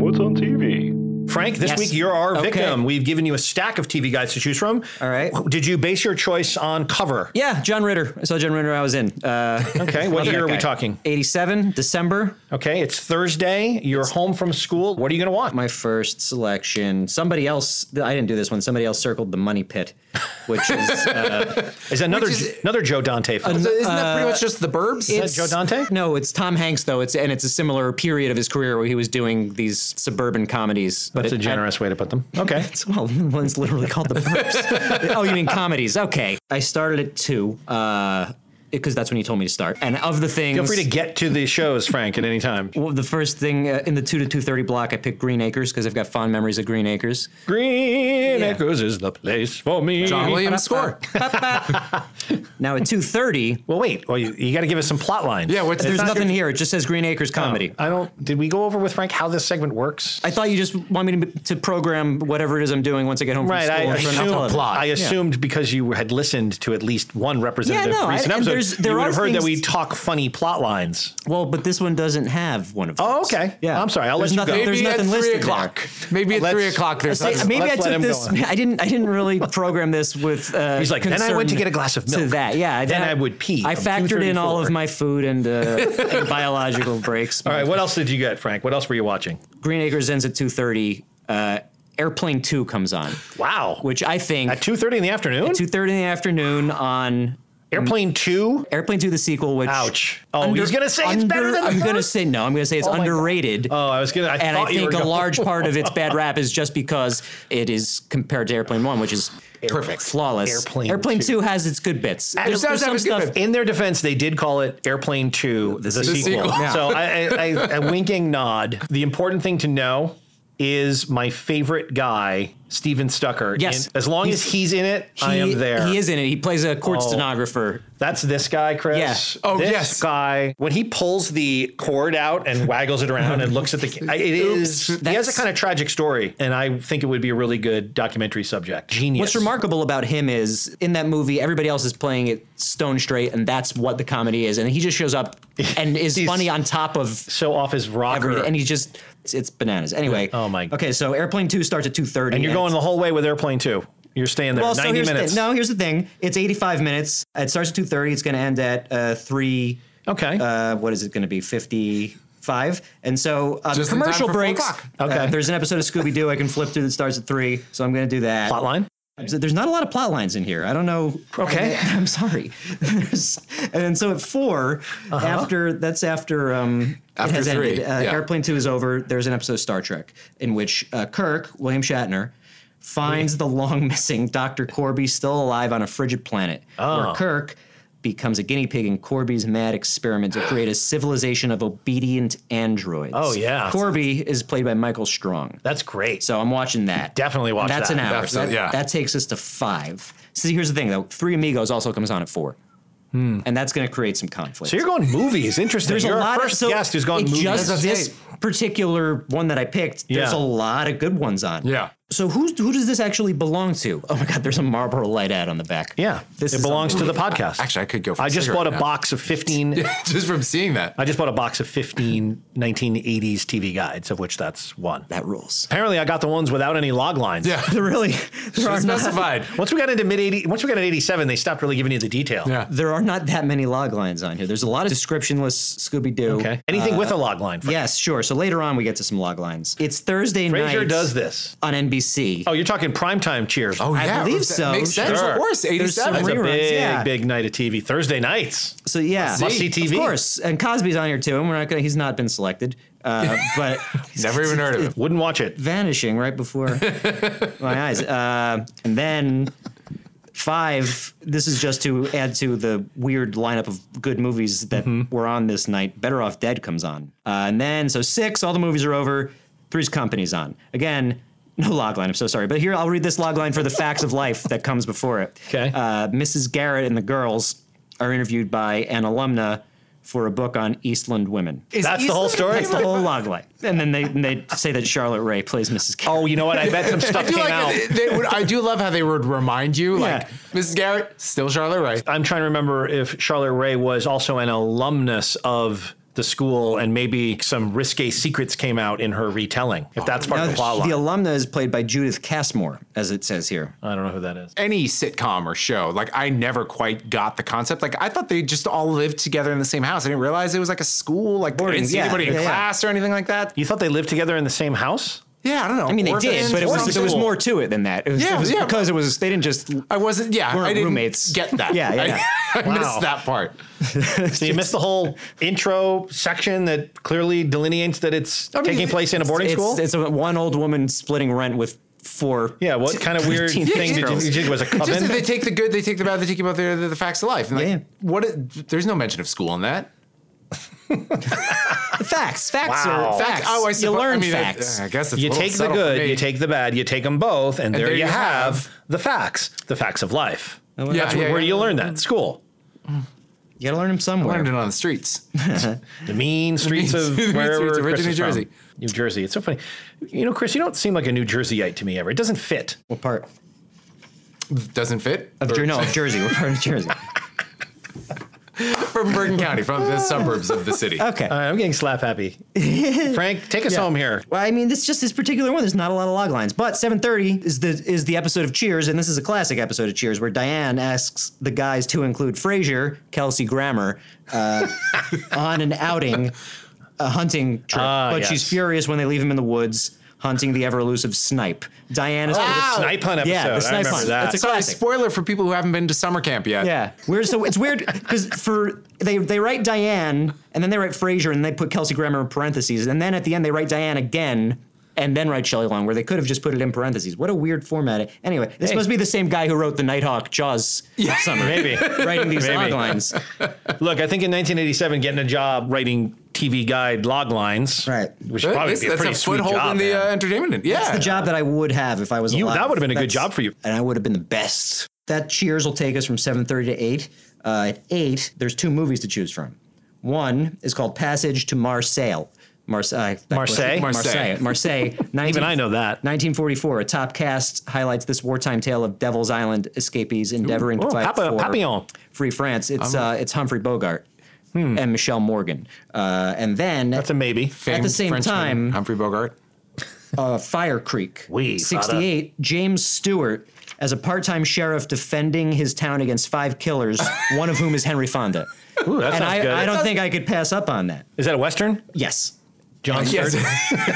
Speaker 15: Hmm, What's on TV?
Speaker 2: Frank, this
Speaker 15: Yes.
Speaker 2: week you're our
Speaker 15: Okay.
Speaker 2: victim. We've given you a stack of TV guides to choose from. All right. Did you base your choice on cover?
Speaker 3: Yeah, John Ritter. I saw John Ritter. I was in. Uh,
Speaker 2: Okay. What
Speaker 3: love
Speaker 2: year
Speaker 3: that
Speaker 2: are we
Speaker 3: guy.
Speaker 2: talking?
Speaker 3: 87, December.
Speaker 2: Okay. It's Thursday. You're home from school. What are you going to watch?
Speaker 3: My first selection. Somebody else. I didn't do this one. Somebody else circled the Money Pit, which is uh,
Speaker 2: is another another Joe Dante film.
Speaker 4: So isn't that
Speaker 2: Uh,
Speaker 4: pretty much just the Burbs?
Speaker 2: Is that Joe Dante?
Speaker 3: No, it's Tom Hanks though. It's and it's a similar period of his career where he was doing these suburban comedies. But
Speaker 2: That's
Speaker 3: it-
Speaker 2: a generous way to put them. Okay.
Speaker 3: It's- well, one's literally called the Burbs. oh, you mean comedies? Okay. I started at two uh, because that's when you told me to start. And of the things,
Speaker 2: Feel free to get to the shows, Frank, at any time.
Speaker 3: Well, the first thing uh, in the two to two thirty block, I picked Green Acres because I've got fond memories of Green Acres.
Speaker 2: Green Acres is the place for me.
Speaker 3: John Williams score. Now at two thirty.
Speaker 2: Well, wait. Well, you, you got to give us some plot lines. Yeah.
Speaker 3: what's- There's nothing here. It just says Green Acres comedy.
Speaker 2: I don't. Did we go over with Frank how this segment works?
Speaker 3: I thought you just want me to, to program whatever it is I'm doing once I get home from
Speaker 2: Right,
Speaker 3: school.
Speaker 2: I
Speaker 3: and turn off
Speaker 2: assumed,
Speaker 3: television.
Speaker 2: I
Speaker 3: Yeah.
Speaker 2: assumed because you had listened to at least one
Speaker 3: Yeah,
Speaker 2: representative
Speaker 3: no, I,
Speaker 2: recent
Speaker 3: and
Speaker 2: episode,
Speaker 3: there's- there
Speaker 2: you would
Speaker 3: are
Speaker 2: have heard that
Speaker 3: things-
Speaker 2: we talk funny plot lines.
Speaker 3: Well, but this one doesn't have one of those.
Speaker 2: Oh, okay.
Speaker 3: Yeah.
Speaker 2: I'm sorry. I'll
Speaker 3: there's
Speaker 2: let you go.
Speaker 3: nothing, There's
Speaker 4: Maybe at
Speaker 3: nothing listed
Speaker 4: three
Speaker 3: there.
Speaker 4: o'clock. Maybe at
Speaker 2: Let's-
Speaker 4: three o'clock. There's
Speaker 3: I say- maybe
Speaker 2: let's
Speaker 3: I
Speaker 2: let him
Speaker 3: took
Speaker 2: go
Speaker 3: this.
Speaker 2: on.
Speaker 3: I didn't. I didn't really program this with. Uh,
Speaker 2: He's like, "Then I went to
Speaker 3: concern
Speaker 2: get a glass of
Speaker 3: To
Speaker 2: milk.
Speaker 3: that, yeah.
Speaker 2: Then
Speaker 3: that-
Speaker 2: I would pee
Speaker 3: I
Speaker 2: from
Speaker 3: factored in all
Speaker 2: 2:34.
Speaker 3: of my food and, uh, and biological breaks.
Speaker 2: All right. What else did you get, Frank? What else were you watching?
Speaker 3: Green Acres ends at two thirty. Uh, Airplane Two comes on,
Speaker 2: Wow.
Speaker 3: which I think
Speaker 2: At two thirty in the afternoon.
Speaker 3: two thirty in the afternoon on
Speaker 2: Airplane two.
Speaker 3: Airplane Two, the sequel. Which
Speaker 2: Ouch. Oh,
Speaker 3: under-
Speaker 2: he's gonna say it's better than the
Speaker 3: I'm gonna
Speaker 2: first?
Speaker 3: say no. I'm gonna say it's
Speaker 2: Oh my God.
Speaker 3: underrated.
Speaker 2: Oh, I was gonna. I
Speaker 3: and I
Speaker 2: thought you
Speaker 3: think
Speaker 2: were
Speaker 3: a
Speaker 2: going-
Speaker 3: large part of its bad rap is just because it is compared to Airplane One, which is
Speaker 4: Perfect.
Speaker 3: flawless.
Speaker 2: Airplane
Speaker 3: Two. has its good bits.
Speaker 2: It does
Speaker 3: There's, there's
Speaker 4: have
Speaker 3: some
Speaker 4: its good
Speaker 3: stuff.
Speaker 4: bits.
Speaker 2: In their defense, they did call it Airplane 2, the, sequel.
Speaker 4: sequel. Yeah.
Speaker 2: So I, I, I, a winking nod. The important thing to know is my favorite guy, Steven Stucker.
Speaker 3: Yes.
Speaker 2: And as long
Speaker 3: He's-
Speaker 2: as he's in it, I
Speaker 3: he-
Speaker 2: am there.
Speaker 3: He is in it. He plays a court
Speaker 2: Oh.
Speaker 3: stenographer.
Speaker 2: That's this guy, Chris.
Speaker 3: Yeah.
Speaker 4: Oh,
Speaker 2: this
Speaker 4: yes.
Speaker 2: guy. When he pulls the cord out and waggles it around and looks at the, I- it is. he has a
Speaker 3: That's-
Speaker 2: kind of tragic story, and I think it would be a really good documentary subject. Genius.
Speaker 3: What's remarkable about him is in that movie, everybody else is playing it stone straight, and that's what the comedy is. And he just shows up and is
Speaker 2: He's-
Speaker 3: funny on top of
Speaker 2: So off his rocker.
Speaker 3: everything. And he just it's, it's bananas. Anyway.
Speaker 2: Oh, my-
Speaker 3: Okay, so Airplane Two starts at two thirty,
Speaker 2: And you're going the whole way with Airplane 2. You're staying there
Speaker 3: Well, so
Speaker 2: 90
Speaker 3: here's
Speaker 2: minutes.
Speaker 3: The, no, here's the thing. It's 85 minutes. It starts at 2:30. It's going to end at uh, three.
Speaker 2: Okay.
Speaker 3: Uh, what is it going to be? 55. And so uh,
Speaker 4: Just in time
Speaker 3: commercial
Speaker 4: for four
Speaker 3: breaks.
Speaker 4: o'clock.
Speaker 2: Okay.
Speaker 3: Uh, there's an episode of Scooby Doo I can flip through that starts at three. So I'm going to do that.
Speaker 2: Plot line?
Speaker 3: So there's not a lot of plot lines in here. I don't know.
Speaker 2: Okay.
Speaker 3: I, am sorry. There's- and then so at 4
Speaker 2: Uh-huh.
Speaker 3: after that's after um,
Speaker 4: After
Speaker 3: it has
Speaker 4: three,
Speaker 3: ended. Uh,
Speaker 4: yeah.
Speaker 3: Airplane Two is over. There's an episode of Star Trek in which uh, Kirk William Shatner finds the long missing Doctor Corby still alive on a frigid planet,
Speaker 2: Oh.
Speaker 3: where Kirk becomes a guinea pig in Corby's mad experiment to create a civilization of obedient androids.
Speaker 2: Oh, yeah.
Speaker 3: Corby is played by Michael Strong.
Speaker 2: That's great.
Speaker 3: So I'm watching that.
Speaker 2: Definitely watch
Speaker 3: That's
Speaker 2: that.
Speaker 3: an hour.
Speaker 4: Absolutely,
Speaker 3: that,
Speaker 4: yeah.
Speaker 3: that takes us to five. See, here's the thing though. Three Amigos also comes on at four, and that's going to create some conflict.
Speaker 2: So you're going movies. Interesting.
Speaker 3: there's
Speaker 2: Hmm. you're
Speaker 3: a
Speaker 2: our
Speaker 3: lot
Speaker 2: first
Speaker 3: of so
Speaker 2: guest who's going
Speaker 3: it
Speaker 2: movies.
Speaker 3: Just this particular one that I picked. There's
Speaker 2: Yeah.
Speaker 3: a lot of good ones on.
Speaker 4: Yeah.
Speaker 3: So who's who does this actually belong to? Oh my God! There's a Marlboro Light ad on the back.
Speaker 2: yeah.
Speaker 3: This
Speaker 2: it
Speaker 3: is
Speaker 2: belongs to the podcast.
Speaker 4: Actually, I could go for
Speaker 2: I just
Speaker 4: cigarette
Speaker 2: bought a
Speaker 4: now.
Speaker 2: box of 15
Speaker 4: just from seeing that.
Speaker 2: I just bought a box of 15 1980s TV guides of which that's one.
Speaker 3: that rules.
Speaker 2: Apparently I got the ones without any log lines.
Speaker 4: Yeah.
Speaker 3: There really there are not,
Speaker 4: Specified.
Speaker 2: Once we got into mid 80 once we got into 87 they stopped really giving you the detail.
Speaker 4: Yeah.
Speaker 3: there are not that many log lines on here. There's a lot of descriptionless Scooby Doo.
Speaker 2: Okay. Anything with a
Speaker 3: Uh,
Speaker 2: log line. Frank.
Speaker 3: Yes, sure. So later on, we get to some log lines. It's Thursday
Speaker 2: Frasier
Speaker 3: night
Speaker 2: does this.
Speaker 3: on NBC.
Speaker 2: Oh, you're talking primetime cheers.
Speaker 4: Oh,
Speaker 3: I
Speaker 4: yeah.
Speaker 3: believe
Speaker 4: that
Speaker 3: so,
Speaker 4: Makes sense.
Speaker 2: sure.
Speaker 4: Of course.
Speaker 3: There's some
Speaker 4: 87.
Speaker 2: It's a
Speaker 3: reruns,
Speaker 2: big,
Speaker 3: yeah.
Speaker 2: big night of TV. Thursday nights.
Speaker 3: So yeah,
Speaker 2: Must see TV.
Speaker 3: Of course, and Cosby's on here too. And we're not gonna. He's not been selected, uh, but he's
Speaker 4: Never even heard of it.
Speaker 2: Wouldn't watch it.
Speaker 3: vanishing right before my eyes. Uh, and then five. This is just to add to the weird lineup of good movies that were on this night. Better Off Dead comes on, uh, and then so six. All the movies are over. Three's Company's on again. No log line. I'm so sorry, but here I'll read this log line for the facts of life that comes before it.
Speaker 2: Okay.
Speaker 3: Uh, Mrs. Garrett and the girls are interviewed by an alumna for a book on Eastland women.
Speaker 2: That's the whole story.
Speaker 3: That's the whole log line. And then they, they say that Charlotte Ray plays Mrs. Carroll.
Speaker 2: Oh, you know what? I bet some
Speaker 4: I
Speaker 2: stuff
Speaker 4: do,
Speaker 2: came
Speaker 4: like
Speaker 2: out.
Speaker 4: it. They would, I do love how they would remind you,
Speaker 3: Yeah.
Speaker 4: like, Mrs. Garrett, still Charlotte Ray.
Speaker 2: I'm trying to remember if Charlotte Ray was also an alumnus of the school, and maybe some risque secrets came out in her retelling. If that's part of the plot line,
Speaker 3: the alumna is played by Judith Casmore, as it says here.
Speaker 2: I don't know who that is.
Speaker 4: Any sitcom or show, like, I never quite got the concept. Like, I thought they just all lived together in the same house. I didn't realize it was like a school. Like, I didn't see
Speaker 3: yeah,
Speaker 4: anybody in
Speaker 3: yeah, yeah.
Speaker 4: class or anything like that.
Speaker 2: You thought they lived together in the same house?
Speaker 4: Yeah, I don't know.
Speaker 3: I mean, they did, but it was, there was more to it than that. It was,
Speaker 4: Yeah,
Speaker 3: it was
Speaker 4: yeah.
Speaker 3: because it was they didn't just.
Speaker 4: I wasn't. Yeah,
Speaker 3: Weren't
Speaker 4: I didn't
Speaker 3: roommates.
Speaker 4: Get that?
Speaker 3: Yeah, yeah, yeah.
Speaker 4: I, I
Speaker 2: Wow.
Speaker 4: missed that part.
Speaker 2: So you missed the whole intro section that clearly delineates that it's
Speaker 4: mean,
Speaker 2: taking place in a boarding
Speaker 3: It's,
Speaker 2: school.
Speaker 3: it's a, one old woman splitting rent with four.
Speaker 2: yeah, what kind of weird thing
Speaker 3: teenage
Speaker 2: did you,
Speaker 3: girls.
Speaker 2: you think it was a
Speaker 4: It's Just that they
Speaker 2: coven?
Speaker 4: take the good, they take the bad, they take about the, the, the facts of life. And like,
Speaker 3: Yeah.
Speaker 4: what? It, there's no mention of school in that.
Speaker 3: Facts, facts,
Speaker 2: Wow.
Speaker 3: are, facts.
Speaker 4: Oh, I
Speaker 3: you
Speaker 4: suppose-
Speaker 3: learn
Speaker 4: I mean, I-
Speaker 3: facts.
Speaker 4: I, guess it's a
Speaker 2: You
Speaker 4: little
Speaker 2: take the
Speaker 4: subtle for
Speaker 2: good,
Speaker 4: me.
Speaker 2: you take the bad, you take them both, and, there, you have,
Speaker 4: have-
Speaker 2: the facts, the facts of life.
Speaker 4: Yeah,
Speaker 2: That's
Speaker 4: yeah,
Speaker 2: where
Speaker 4: yeah.
Speaker 2: you learn
Speaker 3: Mm-hmm.
Speaker 2: that school.
Speaker 3: you gotta learn them
Speaker 4: I
Speaker 3: somewhere.
Speaker 4: learned it on the streets.
Speaker 2: The mean streets
Speaker 4: mean-
Speaker 2: of
Speaker 4: the mean
Speaker 2: wherever
Speaker 4: streets of
Speaker 2: Chris
Speaker 4: Richmond,
Speaker 2: is
Speaker 4: New
Speaker 2: from.
Speaker 4: Jersey.
Speaker 2: New Jersey. It's so funny. You know, Chris, you don't seem like a New Jerseyite to me ever. It doesn't fit.
Speaker 3: What part
Speaker 4: Doesn't fit.
Speaker 3: of
Speaker 4: Or-
Speaker 3: Jersey? No, of Jersey. What part of Jersey?
Speaker 4: from Bergen County, from the suburbs of the city.
Speaker 2: Okay. All right, I'm getting slap happy. Frank, take us
Speaker 3: Yeah.
Speaker 2: home here.
Speaker 3: Well, I mean, this just this particular one. There's not a lot of log lines, but 7:30 is the is the episode of Cheers, and this is a classic episode of Cheers where Diane asks the guys to include Frasier, Kelsey Grammer, uh, on an outing, a hunting trip.
Speaker 2: Ah,
Speaker 3: but
Speaker 2: yes.
Speaker 3: she's furious when they leave him in the woods hunting the ever elusive snipe. Diane is
Speaker 2: Oh, the snipe hunt
Speaker 3: Yeah, the
Speaker 2: episode. I
Speaker 3: snipe
Speaker 2: remember
Speaker 3: hunt.
Speaker 2: that.
Speaker 3: That's a
Speaker 2: Sorry,
Speaker 3: classic.
Speaker 4: Spoiler for people who haven't been to summer camp yet.
Speaker 3: Yeah, we're so it's weird because for they they write Diane and then they write Frasier and they put Kelsey Grammer in parentheses and then at the end they write Diane again and then write Shelley Long where they could have just put it in parentheses. What a weird format. Anyway, this
Speaker 2: Hey.
Speaker 3: must be the same guy who wrote the Nighthawk Jaws summer.
Speaker 2: Maybe.
Speaker 3: writing these
Speaker 2: Maybe.
Speaker 3: log lines.
Speaker 2: Look, I think in 1987, getting a job writing TV guide log lines, right, which
Speaker 4: That-
Speaker 2: probably
Speaker 4: this-
Speaker 2: be a
Speaker 4: that's
Speaker 2: pretty
Speaker 4: a
Speaker 2: sweet
Speaker 4: foothold
Speaker 2: job.
Speaker 4: in the
Speaker 2: man.
Speaker 4: uh, entertainment. ind- Yeah,
Speaker 3: That's the job that I would have if I was
Speaker 2: You-
Speaker 3: alive.
Speaker 2: that would have been a good
Speaker 3: That's-
Speaker 2: job for you.
Speaker 3: And I would have been the best. That Cheers will take us from 7.30 to 8. Uh, at 8, there's two movies to choose from. One is called Passage to Marseille. Marseille.
Speaker 2: Marseille?
Speaker 3: Marseille.
Speaker 2: Marseille.
Speaker 3: Marseille. 19
Speaker 2: Even I know that.
Speaker 3: 1944. A top cast highlights this wartime tale of Devil's Island escapees endeavoring
Speaker 2: Oh,
Speaker 3: to fight
Speaker 2: Papa-
Speaker 3: for
Speaker 2: Papillon. Um,
Speaker 3: free France. It's
Speaker 2: I'm-
Speaker 3: uh, it's Humphrey Bogart
Speaker 2: Hmm.
Speaker 3: and Michelle Morgan. Uh, and then that's
Speaker 2: a maybe.
Speaker 3: At the
Speaker 4: Famed
Speaker 3: same
Speaker 4: Frenchman,
Speaker 3: time,
Speaker 4: Humphrey Bogart.
Speaker 3: uh, Fire Creek.
Speaker 4: We
Speaker 3: 68, James Stewart as a part time sheriff defending his town against five killers, one of whom is Henry Fonda.
Speaker 2: Ooh, that
Speaker 3: and
Speaker 2: sounds
Speaker 3: I,
Speaker 2: good.
Speaker 3: I don't think I could pass up on that.
Speaker 2: Is that a Western?
Speaker 3: Yes.
Speaker 2: John
Speaker 4: Yes.
Speaker 2: Stewart?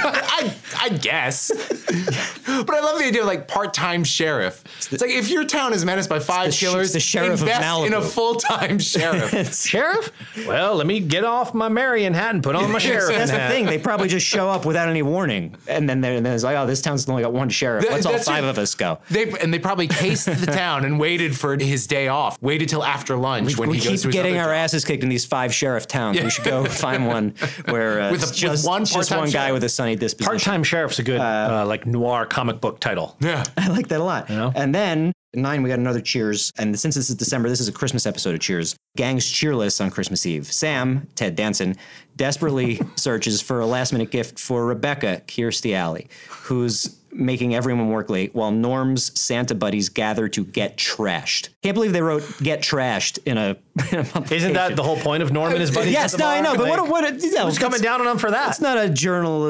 Speaker 4: I, I guess. but I love the idea of like part-time sheriff. It's, like if your town is menaced by five
Speaker 3: the sh-
Speaker 4: killers,
Speaker 3: it's the sheriff of
Speaker 4: invest in a
Speaker 3: Malibu.
Speaker 4: full-time sheriff.
Speaker 2: sheriff? Well, let me get off my Marion hat and put on my sheriff
Speaker 3: That's the
Speaker 2: hat.
Speaker 3: thing. They probably just show up without any warning. And then, they're- and then it's like, oh, this town's only got one sheriff.
Speaker 4: Th-
Speaker 3: Let's all
Speaker 4: that's
Speaker 3: five
Speaker 4: it.
Speaker 3: of us go.
Speaker 4: They, and they probably cased the town and waited for his day off. Waited till after lunch when
Speaker 3: we
Speaker 4: he goes
Speaker 3: keep
Speaker 4: to his
Speaker 3: getting
Speaker 4: other
Speaker 3: our asses kicked in these five sheriff towns.
Speaker 4: Yeah.
Speaker 3: We should go find one where uh,
Speaker 4: With a-
Speaker 3: it's
Speaker 4: with
Speaker 3: just,
Speaker 4: one
Speaker 3: just
Speaker 4: part-time
Speaker 3: one guy
Speaker 4: sheriff.
Speaker 3: with a sunny disposition.
Speaker 2: Part-time sheriff's a good uh, like noir comic book title.
Speaker 4: Yeah.
Speaker 3: I like that a lot. And then at nine, we got another Cheers. And since this is December, this is a Christmas episode of Cheers. Gangs cheerless on Christmas Eve. Sam, Ted Danson, desperately searches for a last minute gift for Rebecca Kirstie Alley, who's making everyone work late while Norm's Santa buddies gather to get trashed. Can't believe they wrote get trashed in a, in a
Speaker 2: Isn't that
Speaker 3: publication.
Speaker 2: the whole point of Norman? His buddy.
Speaker 3: Yes, no, I know, but what a, what a, yeah,
Speaker 2: who's coming
Speaker 3: that's-
Speaker 2: down on him for that?
Speaker 3: That's not a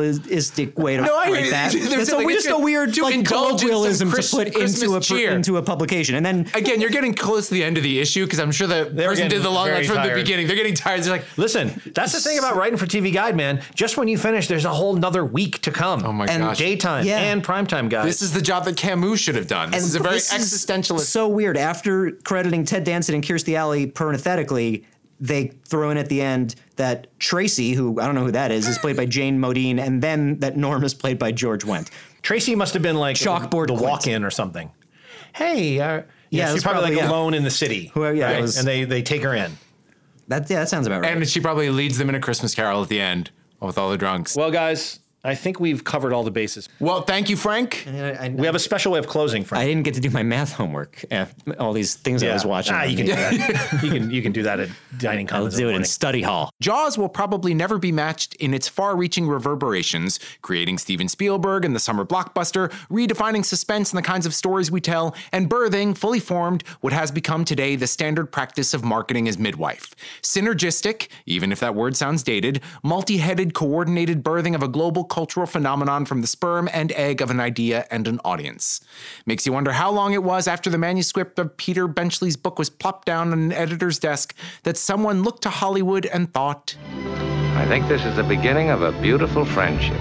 Speaker 3: journalistic way to
Speaker 4: No, I-
Speaker 3: write that.
Speaker 4: there's
Speaker 3: That's a,
Speaker 4: like a
Speaker 3: just a
Speaker 4: good-
Speaker 3: weird
Speaker 4: to
Speaker 3: like
Speaker 4: indulge in some
Speaker 3: colloquialism
Speaker 4: Chris-
Speaker 3: to put
Speaker 4: Christmas
Speaker 3: into a per-
Speaker 4: cheer.
Speaker 3: into a publication, and then
Speaker 4: Again, you're getting close to the end of the issue because I'm sure the person
Speaker 2: getting
Speaker 4: did the long
Speaker 2: very
Speaker 4: lines from
Speaker 2: tired.
Speaker 4: the beginning. They're getting tired. They're like,
Speaker 2: Listen, that's the thing about writing for TV Guide, man. Just when you finish, there's a whole nother week to come. Oh
Speaker 4: my
Speaker 2: and
Speaker 4: gosh.
Speaker 2: daytime
Speaker 3: Yeah.
Speaker 2: and primetime guys.
Speaker 4: this is the job that Camus should have done. This
Speaker 3: and
Speaker 4: is a very
Speaker 3: um, this is
Speaker 4: existentialist.
Speaker 3: So weird. After crediting Ted Danson and Kirstie Alley parenthetically, they throw in at the end that Tracy, who I don't know who that is, is played by Jane Modine, and then that Norm is played by George Wendt.
Speaker 2: Tracy must have been like
Speaker 3: Chalkboard
Speaker 2: the
Speaker 3: Clint.
Speaker 2: walk-in or something. Hey, uh,
Speaker 3: Yeah,
Speaker 2: yeah, she's
Speaker 3: that's
Speaker 2: probably,
Speaker 3: probably-
Speaker 2: like
Speaker 3: yeah.
Speaker 2: alone in the city.
Speaker 3: Whoever- yeah, it
Speaker 2: right?
Speaker 3: was-
Speaker 2: and they they take her in.
Speaker 3: That yeah, that sounds about right.
Speaker 4: and she probably leads them in a Christmas carol at the end with all the drunks.
Speaker 2: Well, guys, I think we've covered all the bases.
Speaker 4: Well, thank you, Frank.
Speaker 2: We have a special way of closing, Frank.
Speaker 3: I didn't get to do my math homework. eh, all these things I was watching.
Speaker 2: Ah,
Speaker 3: on
Speaker 2: you can
Speaker 3: the-
Speaker 2: do that. you can you can do that at dining
Speaker 3: Let's
Speaker 2: commons.
Speaker 3: do it in
Speaker 2: morning.
Speaker 3: study hall.
Speaker 4: Jaws will probably never be matched in its far reaching reverberations, creating Steven Spielberg and the summer blockbuster, redefining suspense and the kinds of stories we tell, and birthing, fully formed, what has become today the standard practice of marketing as midwife. Synergistic, even if that word sounds dated, multi headed, coordinated birthing of a global cultural phenomenon from the sperm and egg of an idea and an audience. Makes you wonder how long it was after the manuscript of Peter Benchley's book was plopped down on an editor's desk that someone looked to Hollywood and thought,
Speaker 13: I think this is the beginning of a beautiful friendship.